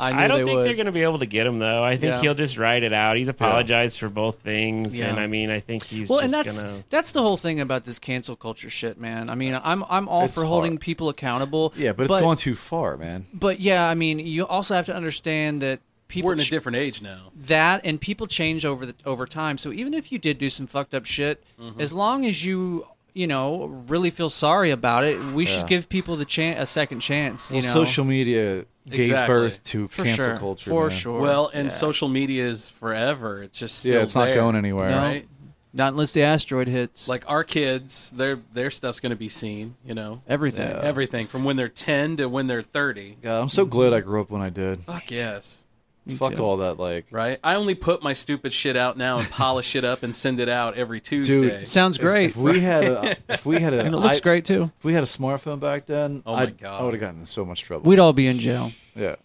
Speaker 5: I, knew
Speaker 11: don't
Speaker 5: they
Speaker 11: think
Speaker 5: would.
Speaker 11: they're going to be able to get him though. I think
Speaker 5: Yeah.
Speaker 11: he'll just ride it out. He's apologized for both things,
Speaker 5: Yeah.
Speaker 11: and I mean, I think he's
Speaker 5: well,
Speaker 11: just
Speaker 5: and that's
Speaker 11: gonna.
Speaker 5: that's the whole thing about this cancel culture shit, man. I mean, I'm I'm all
Speaker 3: it's
Speaker 5: for holding
Speaker 3: hard.
Speaker 5: people accountable.
Speaker 3: Yeah, but it's
Speaker 5: but,
Speaker 3: gone too far, man.
Speaker 5: But yeah, I mean, you also have to understand that people
Speaker 4: We're in a
Speaker 5: ch-
Speaker 4: different age now.
Speaker 5: that and people change over the over time. So even if you did do some fucked up shit,
Speaker 4: Mhm.
Speaker 5: as long as you you know really feel sorry about it, we
Speaker 3: Yeah.
Speaker 5: should give people the chan a second chance. You
Speaker 3: Well,
Speaker 5: know,
Speaker 3: social media gave
Speaker 4: Exactly.
Speaker 3: birth to
Speaker 5: For
Speaker 3: cancel
Speaker 5: sure.
Speaker 3: culture.
Speaker 5: For
Speaker 3: man.
Speaker 5: sure.
Speaker 4: Well, and
Speaker 5: Yeah.
Speaker 4: social media is forever. It's just
Speaker 3: Yeah,
Speaker 4: still
Speaker 3: it's not
Speaker 4: there,
Speaker 3: going anywhere.
Speaker 5: No.
Speaker 4: right?
Speaker 5: not unless the asteroid hits.
Speaker 4: Like our kids, their their stuff's going to be seen. You know
Speaker 5: Everything. Yeah.
Speaker 4: everything from when they're ten to when they're thirty.
Speaker 3: God, I'm so glad I grew up when I did.
Speaker 4: Fuck yes. Me
Speaker 3: Fuck
Speaker 4: too.
Speaker 3: all that, like.
Speaker 4: Right, I only put my stupid shit out now and polish it up and send it out every Tuesday.
Speaker 3: Dude, if- If, we had a, if we had a,
Speaker 5: And it looks
Speaker 3: I-
Speaker 5: great, too.
Speaker 3: If we had a smartphone back then,
Speaker 4: Oh my
Speaker 3: I'd-
Speaker 4: God.
Speaker 3: I would have gotten in so much trouble.
Speaker 5: We'd all be in jail.
Speaker 3: Yeah.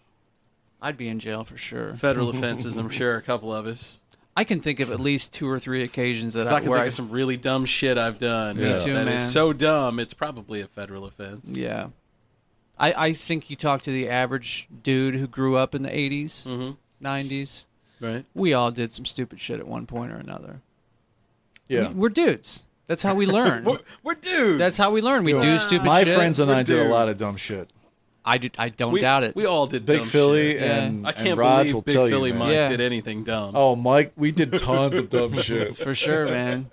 Speaker 5: I'd be in jail for sure.
Speaker 4: federal offenses, I'm sure a couple of
Speaker 5: [LAUGHS]
Speaker 4: us.
Speaker 5: I can think of at least two or three occasions that
Speaker 4: 'Cause
Speaker 5: I,
Speaker 4: I can
Speaker 5: where
Speaker 4: think
Speaker 5: I
Speaker 4: of some really dumb shit I've done.
Speaker 5: Me
Speaker 4: that-
Speaker 5: too,
Speaker 4: that is
Speaker 5: man.
Speaker 4: so dumb, it's probably a federal offense.
Speaker 5: Yeah. I, I think you talk to the average dude who grew up in the 80s,
Speaker 4: Mm-hmm.
Speaker 5: 90s.
Speaker 4: Right.
Speaker 5: We all did some stupid shit at one point or another.
Speaker 3: Yeah.
Speaker 5: We, are dudes. That's
Speaker 4: [LAUGHS]
Speaker 5: how we learn.
Speaker 4: we're, we're dudes.
Speaker 5: That's how we learn. We do stupid
Speaker 3: My
Speaker 5: shit.
Speaker 3: friends and I did a lot of dumb shit.
Speaker 5: I, do, I don't
Speaker 4: We-
Speaker 5: doubt it.
Speaker 4: We all did
Speaker 3: Big
Speaker 4: dumb
Speaker 3: Philly
Speaker 4: shit.
Speaker 3: and-
Speaker 4: I
Speaker 3: and
Speaker 4: can't
Speaker 3: Raj
Speaker 4: believe
Speaker 3: will
Speaker 4: Big
Speaker 3: tell you,
Speaker 4: Philly
Speaker 3: man.
Speaker 4: Mike
Speaker 5: Yeah.
Speaker 4: did anything dumb.
Speaker 3: Oh, Mike, we did tons of dumb shit.
Speaker 5: For sure,
Speaker 4: [LAUGHS]
Speaker 5: man.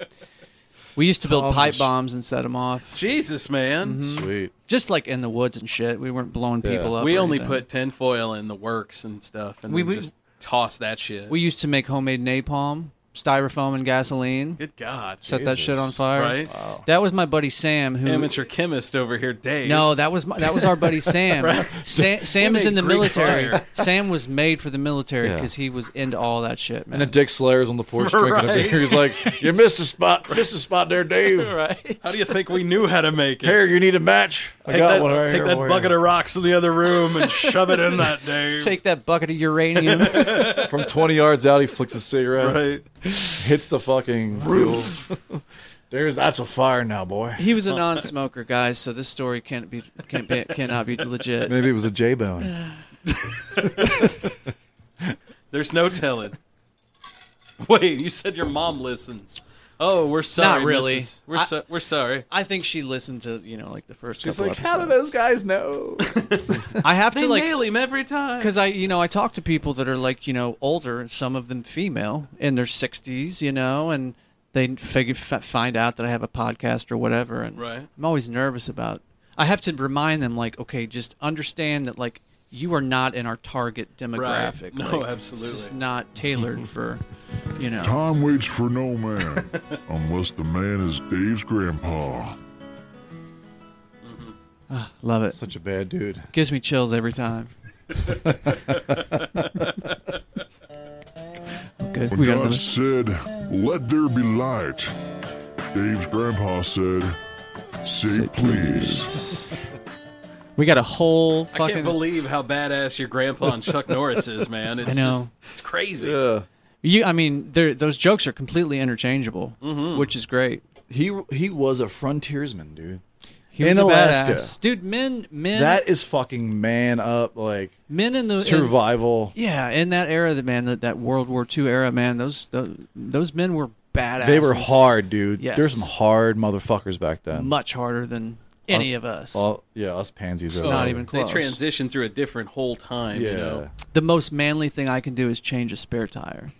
Speaker 5: We used to build
Speaker 4: Tons of
Speaker 5: pipe
Speaker 4: sh-
Speaker 5: bombs and set them off.
Speaker 4: Jesus,
Speaker 5: Mm-hmm.
Speaker 4: man.
Speaker 3: Sweet.
Speaker 5: Just like in the woods and shit. We weren't blowing people up.
Speaker 4: we
Speaker 5: or
Speaker 4: only
Speaker 5: anything.
Speaker 4: put tinfoil in the works and stuff, and
Speaker 5: We-
Speaker 4: we,
Speaker 5: we-
Speaker 4: just toss that shit.
Speaker 5: We used to make homemade napalm, styrofoam, and gasoline.
Speaker 4: Good God,
Speaker 5: Set that shit on
Speaker 4: Jesus.
Speaker 5: fire.
Speaker 4: Right?
Speaker 5: That was my buddy Sam who.
Speaker 4: Amateur chemist over here, Dave.
Speaker 5: No, that was my, that was our buddy Sam.
Speaker 4: Right?
Speaker 5: Sam, Sam
Speaker 4: We
Speaker 5: is in
Speaker 4: made
Speaker 5: the
Speaker 4: Greek
Speaker 5: military.
Speaker 4: fire.
Speaker 5: Sam was made for the military
Speaker 3: Yeah.
Speaker 5: because he was into all that shit, man.
Speaker 3: And then Dick Slayer's on the [LAUGHS] porch drinking a
Speaker 5: Right.
Speaker 3: beer. He's like, "You missed a spot. Missed a spot there, Dave.
Speaker 5: right?
Speaker 4: How do you think we knew how to make it?
Speaker 3: Here, you need a match. I
Speaker 4: Take
Speaker 3: got
Speaker 4: that,
Speaker 3: one right
Speaker 4: take
Speaker 3: here
Speaker 4: that
Speaker 3: for
Speaker 4: bucket of rocks in the other room and shove it
Speaker 5: [LAUGHS]
Speaker 4: in that, Dave.
Speaker 5: Take that bucket of uranium.
Speaker 3: you." From 20 yards out, he flicks a cigarette. Hits the fucking
Speaker 5: Roof.
Speaker 3: roof. [LAUGHS] There's that's a fire now, boy.
Speaker 5: [LAUGHS] he was a non-smoker, guys, so this story can't be can't be, cannot be legit.
Speaker 3: Maybe it was a J bone.
Speaker 4: There's no telling. [LAUGHS] Wait, you said your mom listens. Oh, we're sorry.
Speaker 5: Not really.
Speaker 4: Mrs. We're
Speaker 5: I-
Speaker 4: so, we're sorry.
Speaker 5: I think she listened to you know like the first.
Speaker 3: She's
Speaker 5: couple
Speaker 3: like, "How do
Speaker 5: episodes.
Speaker 3: those guys know?"
Speaker 5: I have
Speaker 4: They
Speaker 5: to like
Speaker 4: nail him every time.
Speaker 5: Because I, you know, I talk to people that are like, you know, older, and some of them female in their sixties, you know, and they figure f- find out that I have a podcast or whatever, and
Speaker 4: Right.
Speaker 5: I'm always nervous about. I have to remind them, like, okay, just understand that, like, you are not in our target demographic.
Speaker 4: No,
Speaker 5: Like,
Speaker 4: absolutely.
Speaker 5: This is not tailored for, you know.
Speaker 16: Time waits for no man, unless the man is Dave's grandpa.
Speaker 5: Love
Speaker 3: [LAUGHS]
Speaker 5: it.
Speaker 3: Such a bad dude.
Speaker 5: Gives me chills
Speaker 4: [LAUGHS]
Speaker 5: every time. okay,
Speaker 16: When
Speaker 5: we got
Speaker 16: God
Speaker 5: another.
Speaker 16: said, "Let there be light," Dave's grandpa said, "Say, please."
Speaker 5: We got a whole
Speaker 4: I can't
Speaker 5: fucking.
Speaker 4: believe how badass your grandpa and Chuck Norris is, man. It's
Speaker 5: [LAUGHS] I know.
Speaker 4: Just, it's crazy.
Speaker 5: You, I mean, they're- those jokes are completely interchangeable,
Speaker 4: Mhm.
Speaker 5: which is great.
Speaker 3: He he was a frontiersman, dude.
Speaker 5: He was
Speaker 3: in
Speaker 5: a
Speaker 3: Alaska,
Speaker 5: badass. dude. Men, men,
Speaker 3: That is fucking man up, like
Speaker 5: men in the
Speaker 3: survival.
Speaker 5: yeah, in that era, the man, that, that World War II era, man, those those, those men were badass.
Speaker 3: they were hard, dude.
Speaker 5: Yes.
Speaker 3: There's some hard motherfuckers back then.
Speaker 5: much harder than
Speaker 3: Uh,
Speaker 5: any of us.
Speaker 3: Well, yeah, us pansies.
Speaker 5: It's
Speaker 3: are
Speaker 5: not even close.
Speaker 4: Oh, They transitioned through a different whole time. You know?
Speaker 5: The most manly thing I can do is change a spare tire.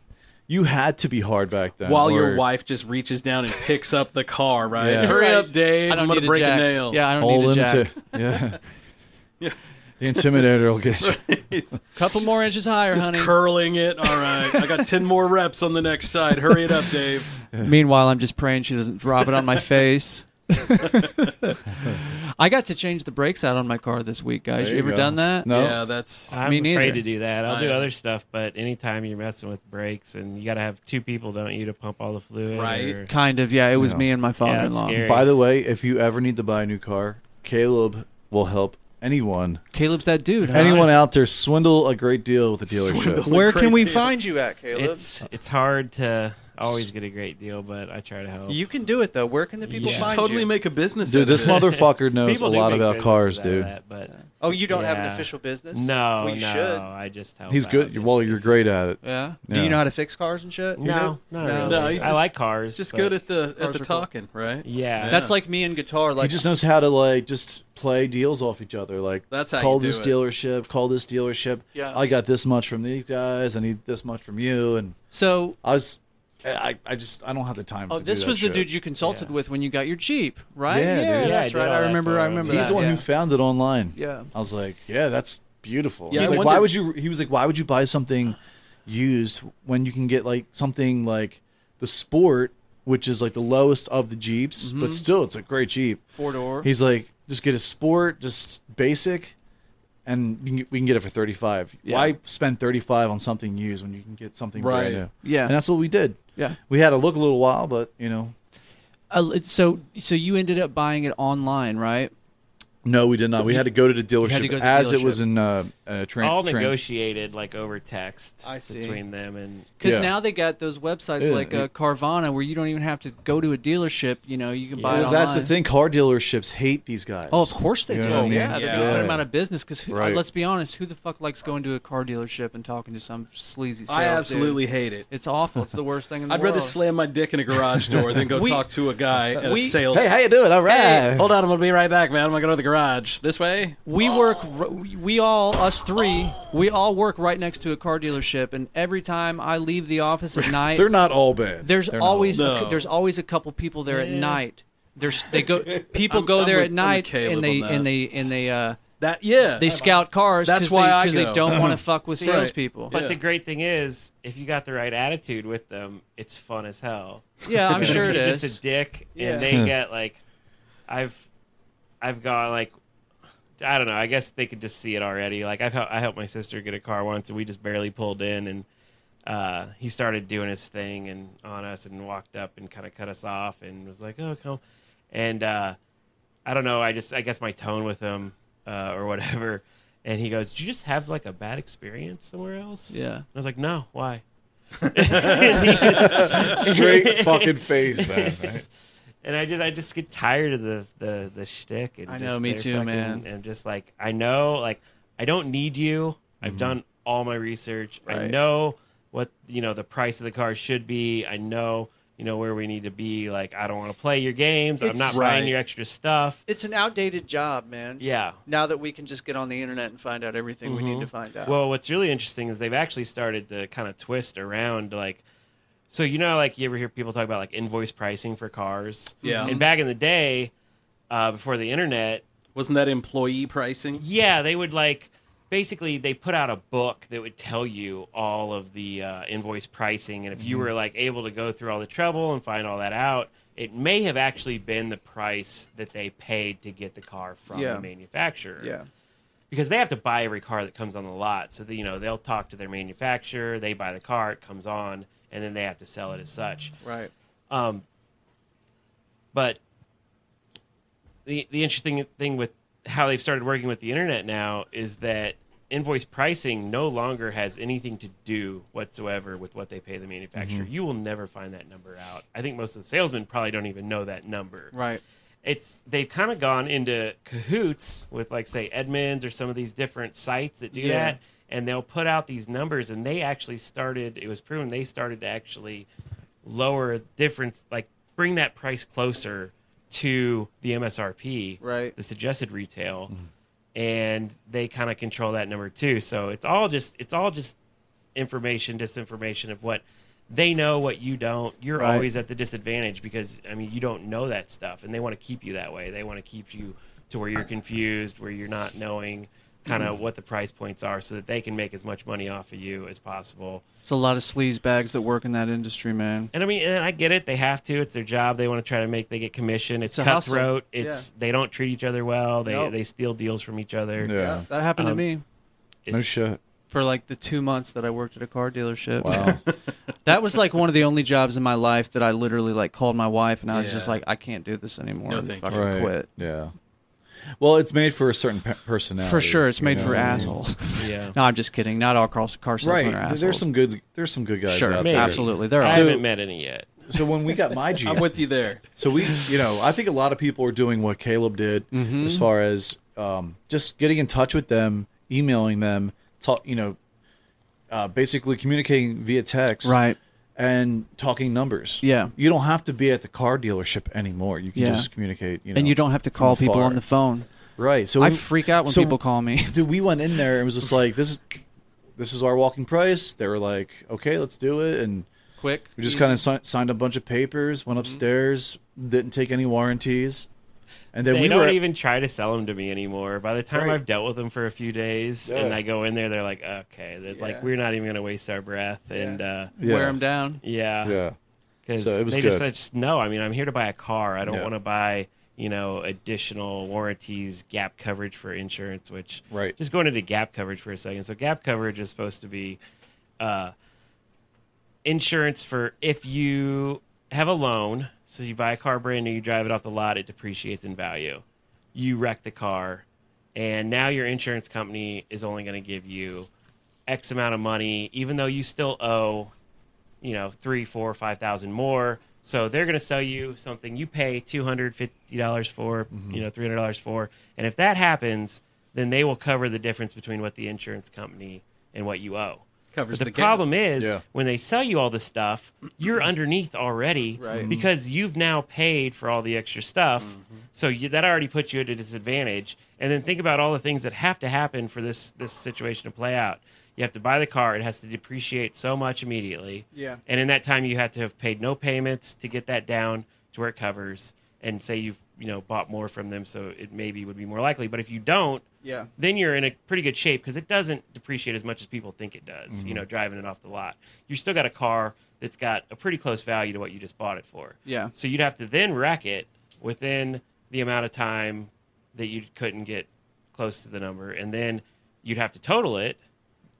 Speaker 3: You had to be hard back then.
Speaker 4: While
Speaker 3: or-
Speaker 4: your wife just reaches down and picks up the car, right?
Speaker 3: Yeah.
Speaker 4: Hurry
Speaker 3: Right.
Speaker 4: up, Dave.
Speaker 3: I don't
Speaker 4: I'm gonna
Speaker 3: need a
Speaker 4: break
Speaker 3: jack.
Speaker 4: a nail. [LAUGHS]
Speaker 5: Yeah, [LAUGHS] I don't
Speaker 3: Hold
Speaker 5: need a
Speaker 3: him
Speaker 5: jack.
Speaker 3: to- [LAUGHS] yeah. The intimidator will get
Speaker 4: [LAUGHS]
Speaker 3: you.
Speaker 5: Couple more inches higher,
Speaker 4: Just
Speaker 5: honey.
Speaker 4: curling it. All right. I got 10 more reps on the next side. Hurry it up, Dave.
Speaker 5: Meanwhile, I'm just praying she doesn't drop it on
Speaker 3: [LAUGHS]
Speaker 5: my face. I got to change the brakes out on my car this week, guys.
Speaker 11: There
Speaker 5: You,
Speaker 11: you
Speaker 5: ever
Speaker 11: go.
Speaker 5: done that?
Speaker 4: Yeah, that's
Speaker 11: I'm
Speaker 5: me neither.
Speaker 11: afraid to do that. I'll
Speaker 4: I
Speaker 11: do
Speaker 4: am.
Speaker 11: other stuff, but anytime you're messing with brakes and you got to have two people, don't you, to pump all the fluid?
Speaker 4: Right.
Speaker 11: or-
Speaker 5: Kind of, yeah. It was
Speaker 11: Yeah.
Speaker 5: me and my father-in-law.
Speaker 11: scary.
Speaker 3: By the way, if you ever need to buy a new car, Caleb will help anyone.
Speaker 5: Caleb's that dude. Huh?
Speaker 3: Anyone out there swindle a great deal with the dealership.
Speaker 5: Where can we find you at, Caleb?
Speaker 11: It's it's hard to always get a great deal, but I try to help.
Speaker 5: You can do it though. Where can the people
Speaker 11: Yeah.
Speaker 5: find you?
Speaker 4: Totally make a business. out
Speaker 3: Dude,
Speaker 4: of
Speaker 3: this
Speaker 4: [LAUGHS] it.
Speaker 3: motherfucker knows a
Speaker 11: People do
Speaker 3: lot
Speaker 11: make
Speaker 3: about
Speaker 11: business
Speaker 3: cars,
Speaker 11: out of
Speaker 3: dude.
Speaker 11: that, but
Speaker 5: Oh, you don't have an
Speaker 11: yeah.
Speaker 5: official business?
Speaker 11: No,
Speaker 5: Well, you
Speaker 11: no.
Speaker 5: should.
Speaker 11: I just help.
Speaker 3: He's
Speaker 11: out.
Speaker 3: good. Well, you're great at it.
Speaker 5: Yeah? Do you know how to fix cars and shit?
Speaker 11: No, not really.
Speaker 4: No, he's
Speaker 11: I
Speaker 4: just-
Speaker 11: like cars.
Speaker 4: Just
Speaker 11: but-
Speaker 4: good at the at
Speaker 11: Cars
Speaker 4: the
Speaker 11: are cool.
Speaker 4: talking, right?
Speaker 11: Yeah.
Speaker 5: That's like me and guitar. Like
Speaker 3: he just knows how to like just play deals off each other. Like
Speaker 4: That's how
Speaker 3: call
Speaker 4: you do
Speaker 3: this
Speaker 4: it.
Speaker 3: dealership, call this dealership.
Speaker 4: Yeah.
Speaker 3: I got this much from these guys. I need this much from you. And
Speaker 5: so
Speaker 3: I was, I, I just I don't have the time.
Speaker 5: Oh,
Speaker 3: to do
Speaker 5: this
Speaker 3: that
Speaker 5: was
Speaker 3: shit.
Speaker 5: the dude you consulted with when you got your Jeep, right?
Speaker 3: Yeah, dude. Yeah,
Speaker 5: that's
Speaker 3: I did
Speaker 5: right.
Speaker 3: all
Speaker 5: I
Speaker 3: that
Speaker 5: remember.
Speaker 3: for
Speaker 5: I
Speaker 3: him.
Speaker 5: remember.
Speaker 3: He's
Speaker 5: that,
Speaker 3: the one
Speaker 5: yeah.
Speaker 3: who found it online.
Speaker 5: Yeah.
Speaker 3: I was like, yeah, that's beautiful.
Speaker 4: Yeah,
Speaker 3: he's
Speaker 4: I
Speaker 3: like,
Speaker 4: wonder-
Speaker 3: why would you? He was like, why would you buy something used when you can get like something like the Sport, which is like the lowest of the Jeeps,
Speaker 5: Mhm.
Speaker 3: but still it's a great Jeep.
Speaker 5: Four door.
Speaker 3: He's like, just get a Sport, just basic, and you can get- we can get it for thirty five.
Speaker 5: Yeah.
Speaker 3: Why spend thirty five on something used when you can get something brand
Speaker 5: Right.
Speaker 3: new?
Speaker 5: Yeah.
Speaker 3: and that's what we did.
Speaker 5: Yeah.
Speaker 3: we had to look a little while, but you know,
Speaker 5: Uh, it's- so so you ended up buying it online, right?
Speaker 3: No, we did not. We had to go to the
Speaker 5: You
Speaker 3: dealership
Speaker 5: had to go to the
Speaker 3: as
Speaker 5: dealership.
Speaker 3: it was in uh, uh, tra-
Speaker 11: all
Speaker 3: trans-
Speaker 11: negotiated like over text
Speaker 5: I see.
Speaker 11: between them and
Speaker 5: Because
Speaker 3: Yeah.
Speaker 5: now they got those websites
Speaker 3: Yeah,
Speaker 5: like uh,
Speaker 3: it-
Speaker 5: Carvana where you don't even have to go to a dealership. You know, you can buy it
Speaker 3: Well, that's the
Speaker 5: online.
Speaker 3: thing. Car dealerships hate these guys.
Speaker 5: Oh, of course they
Speaker 3: You
Speaker 5: do.
Speaker 3: know what I mean?
Speaker 5: yeah, they're going to put them out of business because
Speaker 3: Right.
Speaker 5: let's be honest, who the fuck likes going to a car dealership and talking to some sleazy? Sales
Speaker 4: I absolutely
Speaker 5: dude?
Speaker 4: hate it.
Speaker 5: It's awful. It's the worst thing in the
Speaker 4: I'd
Speaker 5: world.
Speaker 4: rather slam my dick in a garage door [LAUGHS] than go
Speaker 5: We-
Speaker 4: talk to a guy at a
Speaker 5: we-
Speaker 4: sales.
Speaker 5: Hey, how you
Speaker 3: doing? All right.
Speaker 4: Hey, hold on, I'm gonna be right back, man. I'm gonna go to the garage. This way.
Speaker 5: We work. r- We all, us three, we all work right next to a car dealership, and every time I leave the office
Speaker 3: [LAUGHS]
Speaker 5: at night,
Speaker 3: They're not all
Speaker 5: [LAUGHS]
Speaker 3: bad.
Speaker 5: There's
Speaker 3: They're not
Speaker 5: always
Speaker 3: all
Speaker 5: a,
Speaker 3: bad.
Speaker 5: cou- there's always a couple people there
Speaker 4: Yeah.
Speaker 5: at night. There's
Speaker 4: [LAUGHS]
Speaker 5: they go people
Speaker 4: I'm-
Speaker 5: go
Speaker 4: I'm
Speaker 5: there
Speaker 4: with- I'm
Speaker 5: at
Speaker 4: with
Speaker 5: night
Speaker 4: Caleb
Speaker 5: and they
Speaker 4: on that.
Speaker 5: and they and they uh
Speaker 4: that yeah
Speaker 5: they scout cars.
Speaker 4: That's
Speaker 5: 'cause
Speaker 4: why
Speaker 5: they,
Speaker 4: I
Speaker 5: 'cause
Speaker 4: go.
Speaker 5: they don't
Speaker 4: [LAUGHS]
Speaker 5: want to fuck with
Speaker 11: See,
Speaker 5: salespeople.
Speaker 11: But the great thing is, if you got the right attitude with them, it's fun as hell.
Speaker 5: [LAUGHS] Yeah, I'm
Speaker 11: Because
Speaker 5: sure it
Speaker 11: if you're
Speaker 5: is. Hmm.
Speaker 11: Just a dick,
Speaker 5: Yeah.
Speaker 11: and they get like, I've, I've got like, I don't know. I guess they could just see it already. Like I've hel- I helped my sister get a car once, and we just barely pulled in, and uh, he started doing his thing and on us, and walked up and kind of cut us off, and was like, "Oh, come," and uh, I don't know. I just I guess my tone with him uh, or whatever. And he goes, "Did you just have like a bad experience somewhere else?"
Speaker 5: Yeah.
Speaker 11: And I was like, "No, why?"
Speaker 5: [LAUGHS]
Speaker 11: [LAUGHS]
Speaker 3: Straight fucking face, man, right?
Speaker 11: And I just I just get tired of the the the shtick. And
Speaker 5: I
Speaker 11: just
Speaker 5: know, me
Speaker 11: their
Speaker 5: too,
Speaker 11: fucking-
Speaker 5: man.
Speaker 11: And just like I know, like I don't need you. I've done all my research. I
Speaker 5: Mm-hmm. Right.
Speaker 11: know what you know the price of the car should be. I know you know where we need to be. Like I don't want to play your games. I'm
Speaker 5: It's-
Speaker 11: not
Speaker 5: Right.
Speaker 11: buying your extra stuff.
Speaker 5: It's an outdated job, man.
Speaker 11: Yeah.
Speaker 5: Now that we can just get on the internet and find out everything we need
Speaker 11: Mhm.
Speaker 5: to find out.
Speaker 11: Well, what's really interesting is they've actually started to kind of twist around like So you know, like you ever hear people talk about like invoice pricing for cars?
Speaker 14: Yeah.
Speaker 11: And back in the day, uh, before the internet,
Speaker 14: wasn't that employee pricing?
Speaker 11: Yeah, they would like basically they put out a book that would tell you all of the uh, invoice pricing, and if you
Speaker 14: Mhm.
Speaker 11: were like able to go through all the trouble and find all that out, it may have actually been the price that they paid to get the car from
Speaker 14: Yeah.
Speaker 11: the manufacturer.
Speaker 14: Yeah.
Speaker 11: Because they have to buy every car that comes on the lot, so that, you know they'll talk to their manufacturer, they buy the car, it comes on, and then they have to sell it as such.
Speaker 14: Right.
Speaker 11: Um, but the the interesting thing with how they've started working with the internet now is that invoice pricing no longer has anything to do whatsoever with what they pay the manufacturer.
Speaker 14: Mhm.
Speaker 11: You will never find that number out. I think most of the salesmen probably don't even know that number.
Speaker 14: Right.
Speaker 11: It's they've kind of gone into cahoots with like say Edmunds or some of these different sites that do
Speaker 14: Yeah.
Speaker 11: that and they'll put out these numbers and they actually started it was proven they started to actually lower difference like bring that price closer to the MSRP right the suggested retail
Speaker 5: Mm-hmm.
Speaker 11: and they kind of control that number too so it's all just it's all just information disinformation of what they know what you don't you're
Speaker 14: Right.
Speaker 11: always at the disadvantage because i mean you don't know that stuff and they want to keep you that way they want to keep you to where you're confused where you're not knowing kind
Speaker 5: Mm-hmm.
Speaker 11: of what the price points are so that they can make as much money off of you as possible
Speaker 5: It's a lot of sleaze bags that work in that industry, man.
Speaker 11: and I mean, and I get it. They have to. It's their job. They want to try to make. They get commission. It's,
Speaker 5: It's a hustle.
Speaker 11: cutthroat. It's they don't treat each other well. They
Speaker 5: Nope.
Speaker 11: they steal deals from each other.
Speaker 5: Yeah. That happened to
Speaker 11: Um,
Speaker 5: me.
Speaker 11: No it's- shit.
Speaker 5: For like the two months that I worked at a car dealership. Wow. [LAUGHS] that was like one of the only jobs in my life that I literally like called my wife and I was just
Speaker 3: Yeah.
Speaker 5: like, I can't do this anymore. and fucking
Speaker 3: Right.
Speaker 5: quit.
Speaker 3: Yeah. Well, it's made for a certain pe- personality.
Speaker 5: For sure, it's
Speaker 3: you
Speaker 5: made
Speaker 3: know
Speaker 5: for
Speaker 3: what I mean?
Speaker 5: assholes. [LAUGHS] no, I'm just kidding. Not all car, car salesmen
Speaker 3: Right.
Speaker 5: are
Speaker 3: There's
Speaker 5: assholes.
Speaker 3: some good. There's some good guys.
Speaker 5: Sure,
Speaker 3: out
Speaker 5: maybe.
Speaker 3: there.
Speaker 5: absolutely. There are.
Speaker 11: I haven't met any yet.
Speaker 3: So when we
Speaker 5: [LAUGHS]
Speaker 3: got my GM,
Speaker 14: I'm with you there.
Speaker 3: So we, you know, I think a lot of people are doing what Caleb did
Speaker 5: Mm-hmm.
Speaker 14: Mhm.
Speaker 3: as far as um, just getting in touch with them, emailing them, talk, you know, uh, basically communicating via text,
Speaker 5: Right.
Speaker 3: And talking numbers.
Speaker 5: Yeah.
Speaker 3: you don't have to be at the car dealership anymore. You can
Speaker 5: Yeah.
Speaker 3: just communicate. You know,
Speaker 5: and you don't have to
Speaker 3: from
Speaker 5: call people
Speaker 3: afar.
Speaker 5: on the phone.
Speaker 3: Right. So
Speaker 5: I
Speaker 3: we-
Speaker 5: freak out when
Speaker 3: so-
Speaker 5: people
Speaker 3: [LAUGHS]
Speaker 5: call me. [LAUGHS]
Speaker 3: Dude, we went in there and was just like, this is this is our walking price. They were like, okay, let's do it, and
Speaker 5: Quick,
Speaker 3: We just
Speaker 5: easy.
Speaker 3: kind of si- signed a bunch of papers, went upstairs, didn't take any warranties, and then
Speaker 11: they
Speaker 3: we
Speaker 11: don't
Speaker 3: were
Speaker 11: even try to sell them to me anymore. By the time
Speaker 3: Right.
Speaker 11: I've dealt with them for a few days
Speaker 3: Yeah.
Speaker 11: and I go in there, they're like, okay, they're like
Speaker 5: Yeah.
Speaker 11: we're not even going to waste our breath and uh,
Speaker 5: Yeah. Wear 'em down.
Speaker 11: Yeah,
Speaker 5: Yeah.
Speaker 11: Because
Speaker 5: So it was
Speaker 11: they just,
Speaker 5: good.
Speaker 11: they just no. I mean, I'm here to buy a car. I don't
Speaker 5: Yeah.
Speaker 11: want to buy you know additional warranties, gap coverage for insurance. Which right. Just going into gap coverage for a second. So gap coverage is supposed to be. Uh, insurance for if you have a loan. So you buy a car brand new, you drive it off the lot, it depreciates in value. You wreck the car, and now your insurance company is only going to give you X amount of money, even though you still owe, you know, three, four, five thousand more. So they're going to sell you something you pay two hundred fifty dollars for, you know, three hundred dollars for, and if that happens, then they will cover the difference between what the insurance company and what you owe.
Speaker 14: Covers
Speaker 11: but
Speaker 14: the
Speaker 11: the,
Speaker 14: gap.
Speaker 11: problem is
Speaker 14: Yeah.
Speaker 11: when they sell you all the stuff, you're underneath already
Speaker 14: Right. Mm-hmm.
Speaker 11: because you've now paid for all the extra stuff. So you, that already puts you at a disadvantage. And then think about all the things that have to happen for this this situation to play out. You have to buy the car; it has to depreciate so much immediately.
Speaker 14: Yeah.
Speaker 11: And in that time, you have to have paid no payments to get that down to where it covers. And say you've you know bought more from them, so it maybe would be more likely. But if you don't,
Speaker 14: Yeah.
Speaker 11: then you're in a pretty good shape because it doesn't depreciate as much as people think it does. You
Speaker 14: Mhm.
Speaker 11: know, driving it off the lot, you still got a car that's got a pretty close value to what you just bought it for.
Speaker 14: Yeah.
Speaker 11: So you'd have to then wreck it within the amount of time that you couldn't get close to the number, and then you'd have to total it.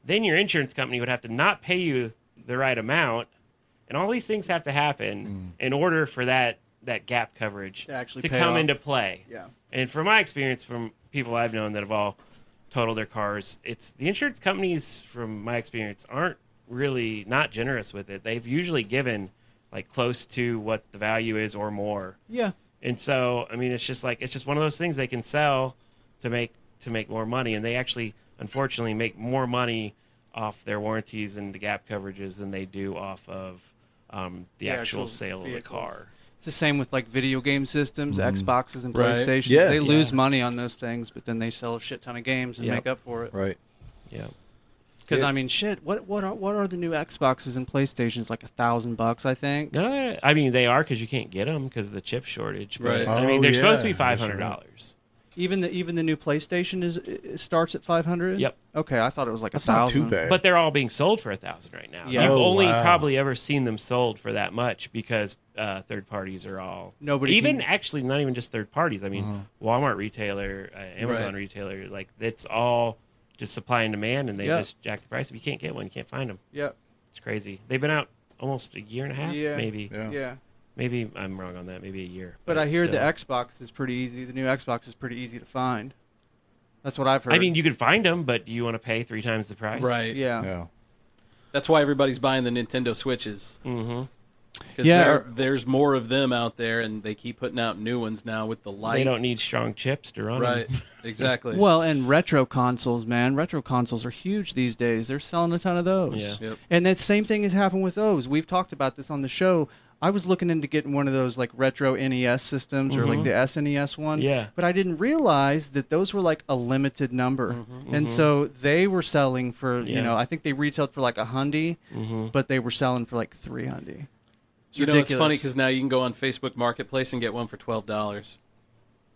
Speaker 11: Then your insurance company would have to not pay you the right amount, and all these things have to happen in order for that that gap coverage
Speaker 14: Mm. To actually pay
Speaker 11: come
Speaker 14: off.
Speaker 11: into play.
Speaker 14: Yeah.
Speaker 11: And from my experience, from people I've known that have all totaled their cars, it's the insurance companies, from my experience, aren't really not generous with it. They've usually given like close to what the value is or more.
Speaker 5: Yeah.
Speaker 11: And so, I mean, it's just like it's just one of those things they can sell to make to make more money, and they actually, unfortunately, make more money off their warranties and the gap coverages than they do off of um, the,
Speaker 5: The
Speaker 11: actual,
Speaker 5: actual
Speaker 11: sale of the
Speaker 5: vehicles.
Speaker 11: car.
Speaker 5: It's the same with like video game systems,
Speaker 3: Mm-hmm.
Speaker 11: Mhm.
Speaker 5: Xboxes and
Speaker 11: Right.
Speaker 5: PlayStation.
Speaker 11: Yeah.
Speaker 5: They
Speaker 11: Yeah.
Speaker 5: lose money on those things, but then they sell a shit ton of games and
Speaker 11: Yep.
Speaker 5: make up for it.
Speaker 3: Right.
Speaker 11: Yeah.
Speaker 5: Because
Speaker 11: Yeah.
Speaker 5: I mean, shit. What what are what are the new Xboxes and PlayStations like a thousand bucks? I think.
Speaker 11: No, I mean they are because you can't get them because of the chip shortage. But,
Speaker 5: Right.
Speaker 11: I mean
Speaker 5: Oh,
Speaker 11: they're supposed to
Speaker 5: yeah.
Speaker 11: be five
Speaker 5: That's right.
Speaker 11: hundred dollars.
Speaker 5: Even the even the new PlayStation is it starts at five hundred.
Speaker 11: Yep.
Speaker 5: Okay, I thought it was like a thousand.
Speaker 11: But they're all being sold for a thousand right now.
Speaker 5: Yeah.
Speaker 11: You've
Speaker 5: Oh,
Speaker 11: only
Speaker 5: wow.
Speaker 11: probably ever seen them sold for that much because uh, third parties are all
Speaker 5: Nobody
Speaker 11: Even
Speaker 5: can-
Speaker 11: actually, not even just third parties. I mean,
Speaker 5: Mhm.
Speaker 11: Walmart retailer, uh, Amazon
Speaker 5: Right.
Speaker 11: retailer, like it's all just supply and demand, and they
Speaker 5: Yeah.
Speaker 11: just jack the price. If you can't get one, you can't find them.
Speaker 5: Yeah.
Speaker 11: it's crazy. They've been out almost a year and a half,
Speaker 5: Yeah.
Speaker 11: maybe.
Speaker 5: Yeah. Yeah.
Speaker 11: Maybe I'm wrong on that. Maybe a year.
Speaker 5: But I hear the
Speaker 11: still.
Speaker 5: Xbox is pretty easy. The new Xbox is pretty easy to find. That's what I've heard.
Speaker 11: I mean, you could find them, but do you want to pay three times the price?
Speaker 4: Right.
Speaker 5: Yeah.
Speaker 4: That's why everybody's buying the Nintendo Switches.
Speaker 11: Mm-hmm.
Speaker 5: Yeah, or-
Speaker 4: there's more of them out there, and they keep putting out new ones now with the light.
Speaker 11: They don't need strong chips to run. 'em.
Speaker 4: Right. [LAUGHS] Exactly.
Speaker 5: Well, and retro consoles, man. Retro consoles are huge these days. They're selling a ton of those.
Speaker 11: Yeah. Yep.
Speaker 5: And that same thing has happened with those. We've talked about this on the show. I was looking into getting one of those like retro NES systems or
Speaker 4: Mm-hmm.
Speaker 5: like
Speaker 11: Mhm.
Speaker 5: the SNES one.
Speaker 11: Yeah.
Speaker 5: But I didn't realize that those were like a limited number. And
Speaker 4: Mm-hmm.
Speaker 11: Mhm.
Speaker 5: so they were selling for, you
Speaker 11: Yeah.
Speaker 5: know, I think they retailed for like a hundy,
Speaker 4: Mm-hmm.
Speaker 11: Mhm.
Speaker 5: but they were selling for like 300. It's
Speaker 4: you know,
Speaker 5: ridiculous.
Speaker 4: it's funny because now you can go on Facebook Marketplace and get one for twelve dollars.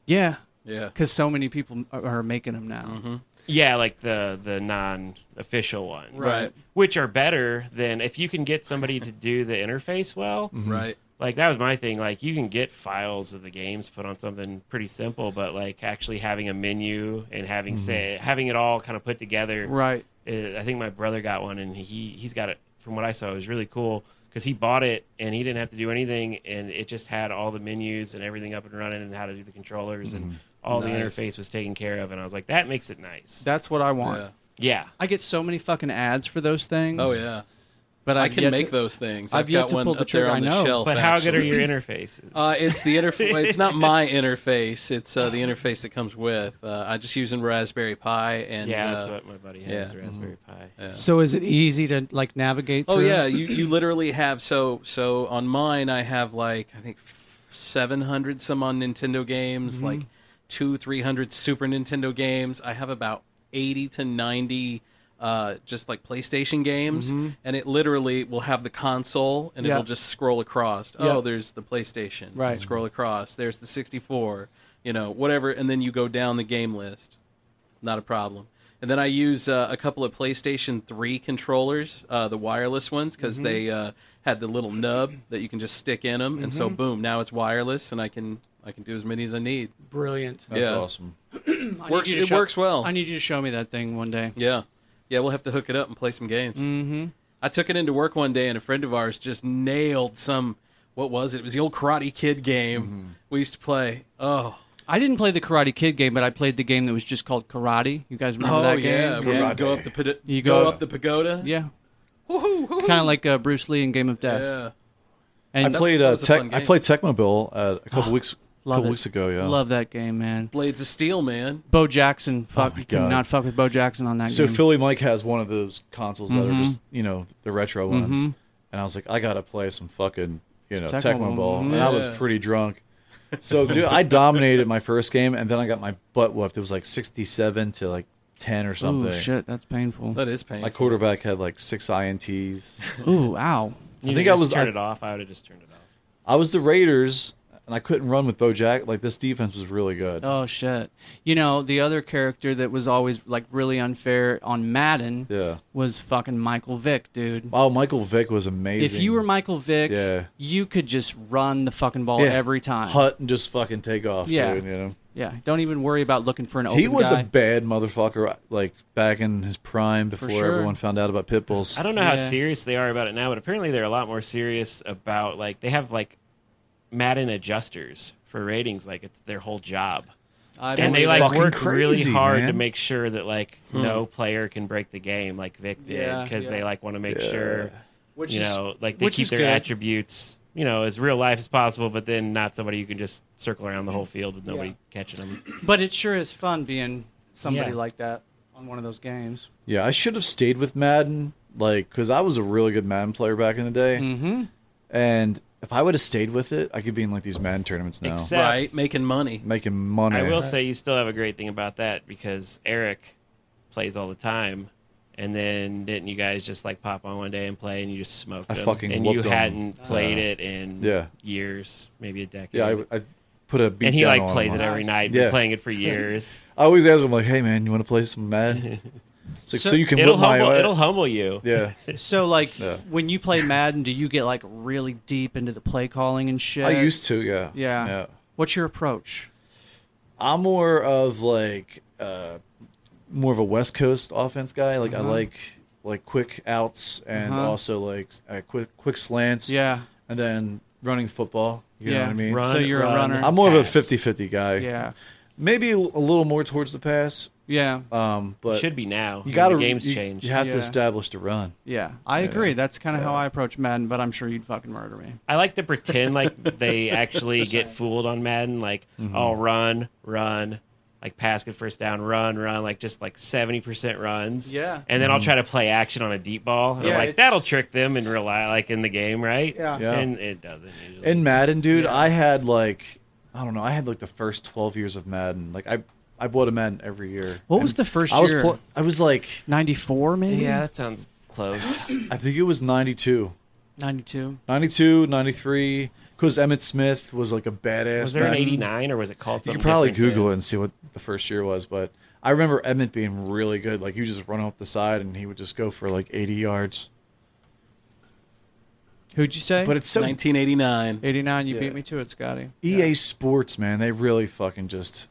Speaker 5: Yeah.
Speaker 4: Yeah.
Speaker 5: Because so many people are, are making them now.
Speaker 4: Mm-hmm.
Speaker 11: Yeah, like the the non official ones,
Speaker 5: Right.
Speaker 11: Which are better than if you can get somebody to do the interface well,
Speaker 5: Mm-hmm.
Speaker 4: Mhm. Right.
Speaker 11: Like that was my thing. Like you can get files of the games put on something pretty simple, but like actually having a menu and having
Speaker 4: Mm-hmm.
Speaker 11: say having it all kind of put together,
Speaker 5: Right.
Speaker 11: uh, I think my brother got one, and he he's got it from what I saw. It was really cool because he bought it and he didn't have to do anything, and it just had all the menus and everything up and running, and how to do the controllers
Speaker 3: Mm-hmm.
Speaker 11: and all the
Speaker 5: Nice.
Speaker 11: interface was taken care of. And I was like, that makes it nice.
Speaker 5: That's what I want.
Speaker 11: Yeah. Yeah.
Speaker 5: I get so many fucking ads for those things.
Speaker 4: Oh, yeah.
Speaker 5: But
Speaker 4: I
Speaker 5: I've
Speaker 4: can
Speaker 5: yet
Speaker 4: make
Speaker 5: to-
Speaker 4: those things.
Speaker 5: I've,
Speaker 4: I've
Speaker 5: yet
Speaker 4: got
Speaker 5: to
Speaker 4: one
Speaker 5: pull the
Speaker 4: up
Speaker 5: trigger.
Speaker 4: there
Speaker 5: I
Speaker 4: on the
Speaker 5: know.
Speaker 4: shelf.
Speaker 11: But how good
Speaker 3: [LAUGHS]
Speaker 11: are
Speaker 4: actually.
Speaker 11: your interfaces?
Speaker 4: Uh, it's the
Speaker 5: [LAUGHS]
Speaker 4: interface. it's not my interface. It's uh, the interface that comes with. Uh, I just using Raspberry Pi and
Speaker 11: Yeah,
Speaker 4: uh,
Speaker 11: that's what my buddy has, Raspberry
Speaker 3: Mm-hmm.
Speaker 11: Pi.
Speaker 4: Yeah.
Speaker 5: So is it easy to like navigate?
Speaker 4: Oh
Speaker 5: through?
Speaker 4: yeah, you, you literally have so so on mine I have like I think seven hundred some on Nintendo games,
Speaker 5: Mhm.
Speaker 4: like two three hundred Super Nintendo games. I have about eighty to ninety uh, just like PlayStation games,
Speaker 5: Mhm.
Speaker 4: and it literally will have the console and
Speaker 5: Yeah.
Speaker 4: it'll just scroll across.
Speaker 5: Yeah.
Speaker 4: Oh, there's the PlayStation.
Speaker 5: Right.
Speaker 4: Scroll across. There's the sixty four. You know whatever, and then you go down the game list not a problem. And then I use uh, a couple of PlayStation 3 controllers, uh, the wireless ones, because
Speaker 5: Mhm.
Speaker 4: they uh, had the little nub that you can just stick in them, and so
Speaker 5: Mhm.
Speaker 4: boom, now it's wireless, and I can I can do as many as I need.
Speaker 5: Brilliant.
Speaker 4: That's Yeah. awesome. Works- it works
Speaker 5: well. I need you to show me that thing one day.
Speaker 4: Yeah, yeah, we'll have to hook it up and play some games.
Speaker 5: Mm-hmm.
Speaker 4: I took it into work one day, and a friend of ours just nailed some. What was it? It was the old Karate Kid game we used to play. Oh,
Speaker 5: I didn't play the Karate Kid game, but I played the game that was just called Karate. You guys remember
Speaker 4: oh
Speaker 5: that
Speaker 4: yeah,
Speaker 5: game?
Speaker 4: where you go up the pad-
Speaker 5: You
Speaker 4: go,
Speaker 5: go-
Speaker 4: up the pagoda.
Speaker 5: Yeah, kind of like uh, Bruce Lee in Game of Death.
Speaker 4: Yeah.
Speaker 5: And
Speaker 3: I played uh,
Speaker 5: fun
Speaker 3: Tec- I
Speaker 5: game. Ah,
Speaker 3: played Tecmo Bowl uh, a couple weeks
Speaker 5: Love
Speaker 3: couple
Speaker 5: it.
Speaker 3: weeks ago. Yeah,
Speaker 5: Love that game, man.
Speaker 4: Blades of Steel, man.
Speaker 5: Bo Jackson, fuck,
Speaker 3: Oh my
Speaker 5: you
Speaker 3: God.
Speaker 5: cannot fuck with Bo Jackson on that
Speaker 3: So
Speaker 5: game.
Speaker 3: Philly Mike has one of those consoles that
Speaker 5: Mhm.
Speaker 3: are just you know the retro ones,
Speaker 5: Mhm.
Speaker 3: and I was like, I gotta play some fucking you know
Speaker 5: Tecmo
Speaker 3: Tecmo
Speaker 5: Bowl.
Speaker 3: Bowl, and I was
Speaker 5: Yeah.
Speaker 3: pretty drunk. So dude, I dominated my first game, and then I got my butt whooped. It was like sixty-seven to like ten or something.
Speaker 5: Ooh, shit, that's painful.
Speaker 4: That is painful.
Speaker 3: My quarterback had like six ints.
Speaker 5: Ooh, ow!
Speaker 11: You
Speaker 3: I
Speaker 11: think
Speaker 3: think I was
Speaker 11: turn
Speaker 3: I,
Speaker 11: it off. I would have just turned it off.
Speaker 3: I was the Raiders, and I couldn't run with Bo Jack. Like this defense was really good.
Speaker 5: Oh shit! You know the other character that was always like really unfair on Madden.
Speaker 3: Yeah.
Speaker 5: Was fucking Michael Vick, dude.
Speaker 3: Oh, Michael Vick was amazing.
Speaker 5: If you were Michael Vick,
Speaker 3: Yeah.
Speaker 5: you could just run the fucking ball
Speaker 3: Yeah.
Speaker 5: every time.
Speaker 3: Hut and just fucking take off,
Speaker 5: Yeah.
Speaker 3: dude. You know.
Speaker 5: Yeah, don't even worry about looking for an open
Speaker 3: He was
Speaker 5: guy.
Speaker 3: a bad motherfucker, like back in his prime before
Speaker 5: sure.
Speaker 3: everyone found out about pit bulls.
Speaker 11: I don't know how serious they are about it now, but apparently they're a lot more serious about like they have like Madden adjusters for ratings, like it's their whole job.
Speaker 5: I believe
Speaker 11: and they like
Speaker 5: fucking
Speaker 11: work
Speaker 5: crazy,
Speaker 11: really hard to
Speaker 5: man.
Speaker 11: make sure that like
Speaker 5: Hmm.
Speaker 11: no player can break the game like Vic did
Speaker 5: Yeah,
Speaker 11: because
Speaker 5: yeah.
Speaker 11: they like want to make
Speaker 5: Yeah.
Speaker 11: sure
Speaker 5: Which
Speaker 11: you
Speaker 5: is-
Speaker 11: know like they
Speaker 5: which
Speaker 11: keep
Speaker 5: is
Speaker 11: their
Speaker 5: good.
Speaker 11: attributes you know as real life as possible, but then not somebody who can just circle around the whole field with nobody
Speaker 5: Hmm. Yeah.
Speaker 11: catching them.
Speaker 5: But it sure is fun being somebody
Speaker 11: Yeah.
Speaker 5: like that on one of those games.
Speaker 3: Yeah, I should have stayed with Madden, like, because I was a really good Madden player back in the day.
Speaker 5: Mm-hmm.
Speaker 3: And if I would have stayed with it, I could be in like these Madden tournaments now,
Speaker 11: Except- Right,
Speaker 4: making money,
Speaker 3: making money.
Speaker 11: I will say you still have a great thing about that because Eric plays all the time, And then didn't you guys just like pop on one day and play, and you just smoked
Speaker 3: I
Speaker 11: them?
Speaker 3: fucking
Speaker 11: and you
Speaker 3: whooped 'em.
Speaker 11: hadn't played
Speaker 3: Uh,
Speaker 11: it in
Speaker 3: yeah.
Speaker 11: years, maybe a decade.
Speaker 3: Yeah, I, I put a beat
Speaker 11: and he
Speaker 3: down
Speaker 11: like
Speaker 3: on
Speaker 11: plays
Speaker 3: him.
Speaker 11: it every night. Been playing
Speaker 5: [LAUGHS]
Speaker 11: it for years.
Speaker 3: I always ask him like, "Hey man, you want to play some
Speaker 11: [LAUGHS]
Speaker 3: Mad?" It's like, so, you can
Speaker 11: it'll
Speaker 3: whip my
Speaker 11: humble,
Speaker 3: ass."
Speaker 11: it'll humble you. [LAUGHS]
Speaker 3: Yeah.
Speaker 5: So like when you play Madden, do you get like really deep into the play calling and shit?
Speaker 3: I used to, yeah.
Speaker 5: Yeah. What's your approach?
Speaker 3: I'm more of like uh, more of a West Coast offense guy. Like
Speaker 5: Uh-huh.
Speaker 3: I like like quick outs and
Speaker 5: Uh-huh.
Speaker 3: also like uh, quick quick slants.
Speaker 5: Yeah.
Speaker 3: And then running football. You know
Speaker 5: Yeah.
Speaker 3: what I mean?
Speaker 5: Run, So you're a run, runner.
Speaker 3: I'm more
Speaker 5: pass.
Speaker 3: of a 50-50 guy.
Speaker 5: Yeah.
Speaker 3: Maybe a little more towards the pass.
Speaker 5: Yeah.
Speaker 3: Um, but
Speaker 11: Should be now.
Speaker 3: You got to
Speaker 11: The game's
Speaker 3: you,
Speaker 11: changed.
Speaker 3: You have
Speaker 5: Yeah.
Speaker 3: to establish the run.
Speaker 5: Yeah, I agree. That's kind of how I approach Madden, but I'm sure you'd fucking murder me.
Speaker 11: I like to pretend like
Speaker 3: [LAUGHS]
Speaker 11: they actually get fooled on Madden, like
Speaker 5: Mhm.
Speaker 3: Mm-hmm.
Speaker 11: oh run, run, like pass good first down, run, run, like just like seventy percent runs.
Speaker 5: Yeah.
Speaker 11: And then I'll
Speaker 3: Mm-hmm.
Speaker 5: Mhm.
Speaker 11: try to play action on a deep ball. And I'm
Speaker 5: Yeah,
Speaker 11: like
Speaker 5: it's-
Speaker 11: that'll trick them in real life, like in the game, right?
Speaker 5: Yeah.
Speaker 3: Yeah.
Speaker 11: And it doesn't.
Speaker 3: In Madden, dude, I had like I don't know, I had like the first twelve years of Madden. Like I I bought a Madden every year.
Speaker 5: What
Speaker 3: And
Speaker 5: was the first
Speaker 3: I was
Speaker 5: year?
Speaker 3: pl- I was like
Speaker 5: ninety four, maybe.
Speaker 11: Yeah, that sounds
Speaker 3: [GASPS]
Speaker 11: close.
Speaker 3: I think it was 92.
Speaker 5: ninety two.
Speaker 3: 92, 93, because Emmett Smith was like a badass.
Speaker 11: Was there an
Speaker 3: back-
Speaker 11: 89 or was it called
Speaker 3: You
Speaker 11: something
Speaker 3: could probably
Speaker 11: different
Speaker 3: Google it and see what the first year was, but I remember Emmett being really good. Like he would just run up the side and he would just go for like 80 yards.
Speaker 5: Who'd you say?
Speaker 3: But it's so-
Speaker 4: 1989.
Speaker 5: 89. You
Speaker 3: Yeah.
Speaker 5: beat me to it, Scotty.
Speaker 3: EA Sports, man, they really fucking just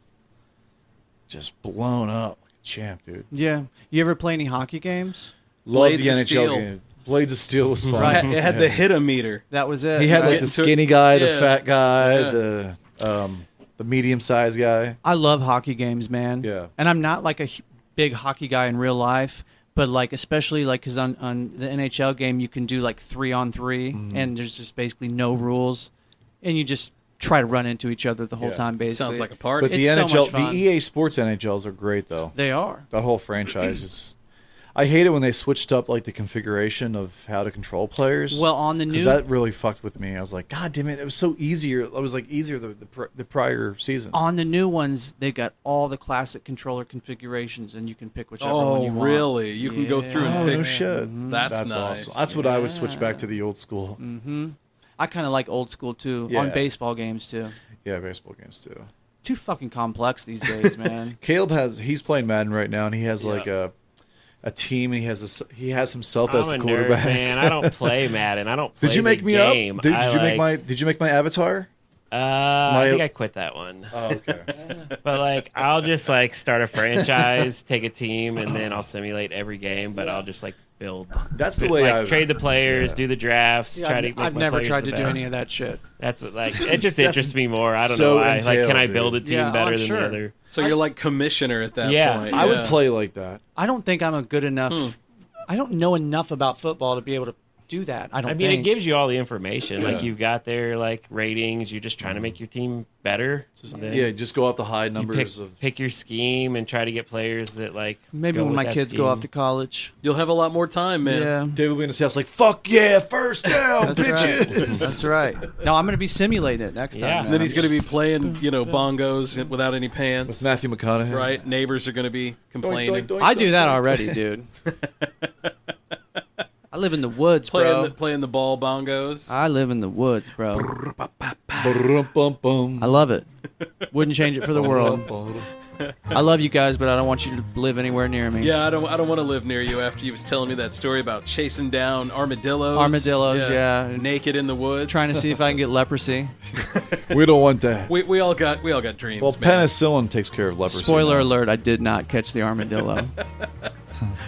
Speaker 3: just blown up like a champ, dude.
Speaker 5: Yeah. You ever play any hockey games?
Speaker 3: Love the NHL game. Blades of Steel was fun.
Speaker 4: Right, it had the hit a meter.
Speaker 5: That was it.
Speaker 3: He had like the skinny guy, the
Speaker 4: Yeah.
Speaker 3: fat guy,
Speaker 4: Yeah.
Speaker 3: the um, the medium sized guy.
Speaker 5: I love hockey games, man. Yeah. And I'm not like a h- big hockey guy in real life, but like especially like because on on the NHL game you can do like three on 3
Speaker 3: Mm-hmm.
Speaker 4: Mhm.
Speaker 5: and there's just basically no rules, and you just try to run into each other the whole
Speaker 3: Yeah.
Speaker 5: time. Basically,
Speaker 3: But the
Speaker 5: It's so
Speaker 3: NHL,
Speaker 5: much fun.
Speaker 3: the EA Sports NHLs are great though.
Speaker 5: They are.
Speaker 3: That whole franchise is. I hate it when they switched up like the configuration of how to control players.
Speaker 5: Well, on the new-
Speaker 3: because that really fucked with me. I was like, God damn it! It was so easier. It was like easier the the, pr- the prior season.
Speaker 4: Oh,
Speaker 5: on the new ones, they've got all the classic controller configurations, and you can pick whichever one
Speaker 4: Oh,
Speaker 5: you want.
Speaker 4: really? You can go through and
Speaker 5: Yeah.
Speaker 4: pick.
Speaker 3: Oh,
Speaker 5: Mhm.
Speaker 4: That's, nice. Mm.
Speaker 3: awesome. That's what I would switch back to the old school.
Speaker 5: Mm-hmm. I kind of like old school too.
Speaker 3: Yeah.
Speaker 5: On baseball games too.
Speaker 3: Yeah, E baseball games too.
Speaker 5: Too fucking complex these [LAUGHS] days, man.
Speaker 3: Caleb has he's playing Madden right now, and he has like a a team, and he has this, he has himself as
Speaker 11: I'm
Speaker 3: the
Speaker 11: a nerd,
Speaker 3: quarterback. [LAUGHS]
Speaker 11: man. I don't play Madden. I don't
Speaker 3: did
Speaker 11: play
Speaker 3: you make
Speaker 11: the
Speaker 3: me
Speaker 11: game.
Speaker 3: up? Did, did
Speaker 11: I
Speaker 3: you make
Speaker 11: like-
Speaker 3: my Did you make my avatar?
Speaker 11: Uh,
Speaker 3: My-
Speaker 11: I think I quit that one.
Speaker 3: Oh, okay.
Speaker 11: but like, I'll just like start a franchise, take a team, and then I'll simulate every game. But I'll just like build.
Speaker 3: [LAUGHS] That's the way I-
Speaker 11: Like, trade the players,
Speaker 3: yeah.
Speaker 11: do the drafts.
Speaker 5: Yeah,
Speaker 11: try
Speaker 5: I've-
Speaker 11: to. Make
Speaker 5: I've
Speaker 11: my
Speaker 5: never
Speaker 11: players
Speaker 5: tried
Speaker 11: the
Speaker 5: to do
Speaker 11: best.
Speaker 5: any of that shit.
Speaker 11: That's like it
Speaker 5: [LAUGHS]
Speaker 11: just
Speaker 5: That's
Speaker 11: interests me more. I don't
Speaker 3: so
Speaker 11: know why. like, can I
Speaker 3: entailed,
Speaker 11: build a
Speaker 3: dude.
Speaker 11: team
Speaker 5: Yeah,
Speaker 11: better
Speaker 5: I'm
Speaker 11: than
Speaker 5: sure.
Speaker 11: the other?
Speaker 4: So you're like commissioner at that
Speaker 11: Yeah.
Speaker 4: point.
Speaker 11: I would
Speaker 3: play like that.
Speaker 5: I don't think I'm a good enough.
Speaker 11: Hmm.
Speaker 5: I don't know enough about football to be able to do that. I don't.
Speaker 11: mean,
Speaker 5: think.
Speaker 11: it gives you all the information. Like
Speaker 5: Yeah.
Speaker 11: you've got their like ratings. You're just trying to make your team better. Then
Speaker 3: yeah, just go off the high
Speaker 11: you
Speaker 3: numbers
Speaker 11: pick,
Speaker 3: of-
Speaker 11: pick your scheme and try to get players that like.
Speaker 5: Maybe
Speaker 11: go
Speaker 5: when
Speaker 11: with
Speaker 5: my
Speaker 11: that
Speaker 5: kids go
Speaker 11: scheme.
Speaker 5: off to college.
Speaker 4: You'll have a lot more time, man.
Speaker 5: Yeah.
Speaker 3: David will be in his house like, "Fuck yeah, first
Speaker 11: [LAUGHS]
Speaker 3: down,
Speaker 5: That's right.
Speaker 3: bitches."
Speaker 5: That's right. No, I'm going to be simulating it next time.
Speaker 4: And then he's going to be playing, you know, bongos without any pants. With
Speaker 3: Matthew McConaughey.
Speaker 4: Right. Neighbors are going to be complaining.
Speaker 5: I do that already, dude. I live in the woods,
Speaker 4: Playing,
Speaker 5: bro.
Speaker 4: the, playing the ball bongos.
Speaker 5: I live in the woods, bro. I love it. Wouldn't change it
Speaker 11: [LAUGHS]
Speaker 5: for the world. I love you guys, but I don't want you to live anywhere near me.
Speaker 4: Yeah, I don't. I don't want to live near you after you was telling me that story about chasing down armadillos.
Speaker 5: Armadillos, yeah.
Speaker 4: Naked in the woods,
Speaker 5: Trying to see if I can get leprosy.
Speaker 3: [LAUGHS] we don't want that.
Speaker 4: We, we all got we all got dreams.
Speaker 3: Well,
Speaker 4: man.
Speaker 3: penicillin takes care of leprosy.
Speaker 5: Spoiler alert, I did not catch
Speaker 4: [LAUGHS]
Speaker 5: the armadillo.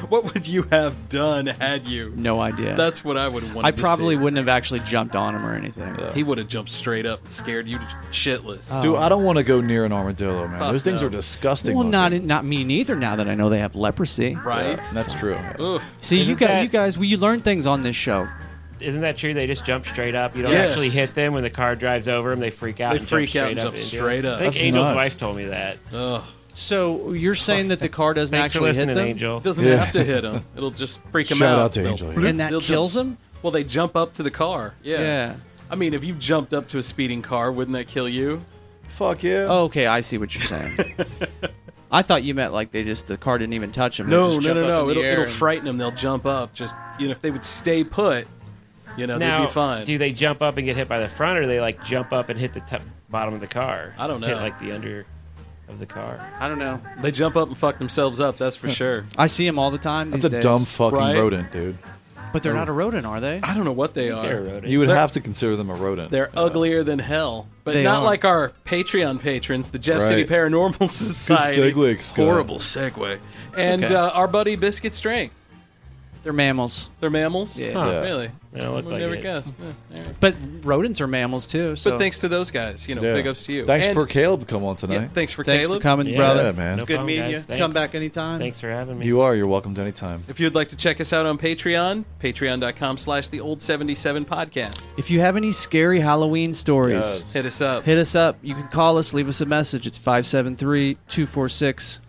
Speaker 4: what would you have done had you?
Speaker 5: No idea.
Speaker 4: That's what I would want.
Speaker 5: I probably wouldn't have actually jumped on him or anything.
Speaker 4: He would have jumped straight up, and scared you to shitless.
Speaker 3: Dude, I don't want to go near an armadillo, man.
Speaker 4: Fuck
Speaker 3: Those things
Speaker 4: no.
Speaker 3: are disgusting.
Speaker 5: Well,
Speaker 3: looking.
Speaker 5: not not me neither. Now that I know they have leprosy,
Speaker 4: Right.
Speaker 3: That's true.
Speaker 4: Oof.
Speaker 5: See, you
Speaker 11: Isn't
Speaker 5: guys,
Speaker 11: that-
Speaker 5: you guys, well, you learn things on this show.
Speaker 11: Isn't that true? They just jump straight up. You don't
Speaker 5: Yes.
Speaker 11: actually hit them when the car drives over them. They freak out.
Speaker 4: They
Speaker 11: and jump
Speaker 4: freak out
Speaker 11: straight
Speaker 4: and
Speaker 11: up
Speaker 4: jump
Speaker 11: do it.
Speaker 4: straight up.
Speaker 11: I think
Speaker 4: That's
Speaker 11: Angel's
Speaker 4: nuts.
Speaker 11: wife told me that.
Speaker 4: Ugh.
Speaker 5: So
Speaker 11: [LAUGHS]
Speaker 5: you're saying that the car doesn't
Speaker 11: Thanks for
Speaker 5: actually hit
Speaker 11: listening,
Speaker 5: them?
Speaker 11: Angel.
Speaker 4: Doesn't
Speaker 11: Yeah.
Speaker 4: have to hit
Speaker 3: [LAUGHS]
Speaker 4: him. It'll just freak him
Speaker 3: Shout
Speaker 4: out.
Speaker 3: out to
Speaker 4: They'll
Speaker 3: Angel,
Speaker 4: bloop.
Speaker 3: yeah.
Speaker 5: And that
Speaker 4: They'll jump-
Speaker 5: kills 'em?
Speaker 4: Well, they jump up to the car. Yeah.
Speaker 5: Yeah.
Speaker 4: I mean, if you jumped up to a speeding car, wouldn't that kill you?
Speaker 3: Fuck yeah.
Speaker 11: [LAUGHS]
Speaker 5: Oh, okay, I see what you're saying. I thought you meant like they just the car didn't even touch them.
Speaker 4: No, no, no, no. It'll, it'll frighten them. They'll jump up. Just you know, if they would stay put, you know,
Speaker 11: now,
Speaker 4: they'd be fine.
Speaker 11: do they jump up and get hit by the front, or they like jump up and hit the top, bottom of the car?
Speaker 4: I don't know.
Speaker 11: Hit like the under of the car.
Speaker 5: I don't know.
Speaker 4: They jump up and fuck themselves up. That's for sure.
Speaker 5: I see them all the time.
Speaker 3: That's
Speaker 5: these
Speaker 3: a
Speaker 5: days.
Speaker 3: dumb fucking
Speaker 4: Right?
Speaker 3: rodent, dude.
Speaker 5: But they're
Speaker 4: Oh.
Speaker 5: not a rodent, are they?
Speaker 4: I don't know what they are.
Speaker 3: You would
Speaker 4: They're-
Speaker 3: have to consider them a rodent.
Speaker 4: They're uglier than hell, but
Speaker 3: They
Speaker 4: not
Speaker 3: are.
Speaker 4: like our Patreon patrons, the Jeff City
Speaker 3: Right.
Speaker 4: Paranormal [LAUGHS] Society.
Speaker 3: segue, Scott.
Speaker 4: Horrible segue. And
Speaker 5: okay.
Speaker 4: uh, our buddy Biscuit Strength.
Speaker 5: They're mammals.
Speaker 4: They're mammals.
Speaker 5: Yeah.
Speaker 4: Huh,
Speaker 5: Yeah.
Speaker 4: oh, really.
Speaker 5: They don't look
Speaker 4: Would
Speaker 5: like
Speaker 4: never
Speaker 5: it.
Speaker 4: guessed. Yeah, all right.
Speaker 5: But rodents are mammals too. So.
Speaker 4: But thanks to those guys, you know,
Speaker 3: Yeah.
Speaker 4: big ups to you.
Speaker 3: Thanks
Speaker 4: And-
Speaker 3: for Caleb to come on tonight.
Speaker 4: Yeah, thanks for
Speaker 5: Thanks for
Speaker 4: Caleb
Speaker 5: coming, brother.
Speaker 3: Yeah, man.
Speaker 5: It's good meeting you. Come back anytime.
Speaker 3: You are. You're welcome to anytime.
Speaker 4: If you'd like to check us out on Patreon, patreon.com/slash the old seventy seven podcast.
Speaker 5: If you have any scary Halloween stories,
Speaker 4: Yes. Hit us up.
Speaker 5: Hit us up. You can call us, leave us a message. It's 573 246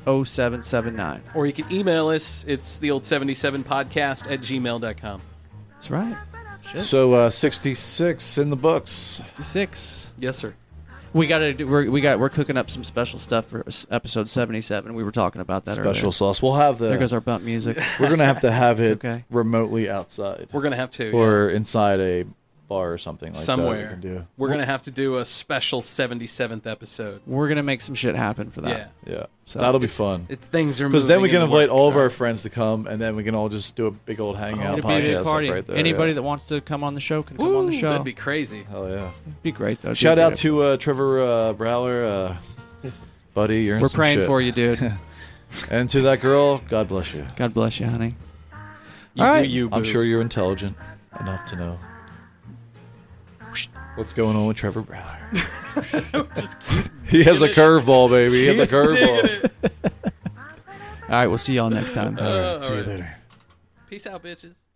Speaker 5: 0779.
Speaker 4: Or you can email us. It's the old seventy seven podcast at gmail.com.
Speaker 5: That's right.
Speaker 3: So uh, 66 in the books.
Speaker 5: 66.
Speaker 4: Yes, sir.
Speaker 5: We got to do, we're, we got we're cooking up some special stuff for s- episode 77. We were talking about that
Speaker 3: Special
Speaker 5: earlier.
Speaker 3: sauce. We'll have the.
Speaker 5: There goes our bump music.
Speaker 3: We're gonna
Speaker 5: [LAUGHS]
Speaker 3: have to have it
Speaker 5: It's okay.
Speaker 3: remotely outside.
Speaker 4: We're gonna have to,
Speaker 3: or inside a bar or something like
Speaker 4: Somewhere.
Speaker 3: that. we can do.
Speaker 4: We're gonna have to do a special seventy seventh episode.
Speaker 5: We're going to make some shit happen for that.
Speaker 3: Yeah, yeah.
Speaker 5: So-
Speaker 3: That'll be
Speaker 4: It's-
Speaker 3: fun.
Speaker 4: it's- things are
Speaker 3: because then
Speaker 4: moving
Speaker 3: we can
Speaker 4: in the
Speaker 3: invite all of
Speaker 4: works.
Speaker 3: our friends to come, and then we can all just do a big old hangout
Speaker 5: It'll be a
Speaker 3: podcast
Speaker 5: big
Speaker 3: up
Speaker 5: party.
Speaker 3: right there.
Speaker 5: Anybody
Speaker 3: yeah.
Speaker 5: that wants to come on the show can come on the
Speaker 4: Woo,
Speaker 5: show.
Speaker 4: That'd be crazy.
Speaker 3: Hell yeah.
Speaker 5: It'd be great, though.
Speaker 3: Shout
Speaker 5: It'd be
Speaker 3: out
Speaker 5: great.
Speaker 3: to uh, Trevor uh, Browler, uh, buddy. You're in
Speaker 5: We're
Speaker 3: some
Speaker 5: praying
Speaker 3: shit.
Speaker 5: for
Speaker 3: [LAUGHS]
Speaker 5: you, dude.
Speaker 3: and to that girl, God bless you.
Speaker 5: God bless you, honey.
Speaker 4: You All do right. you,
Speaker 3: I'm
Speaker 4: boo.
Speaker 3: sure you're intelligent enough to know what's going on with Trevor Browler.
Speaker 5: [LAUGHS]
Speaker 3: he has a
Speaker 5: digging
Speaker 3: curveball, baby. He has a
Speaker 5: Keep digging
Speaker 3: curveball.
Speaker 5: All right, we'll see y'all next time.
Speaker 3: Uh, All right, see you later.
Speaker 4: Peace out, bitches.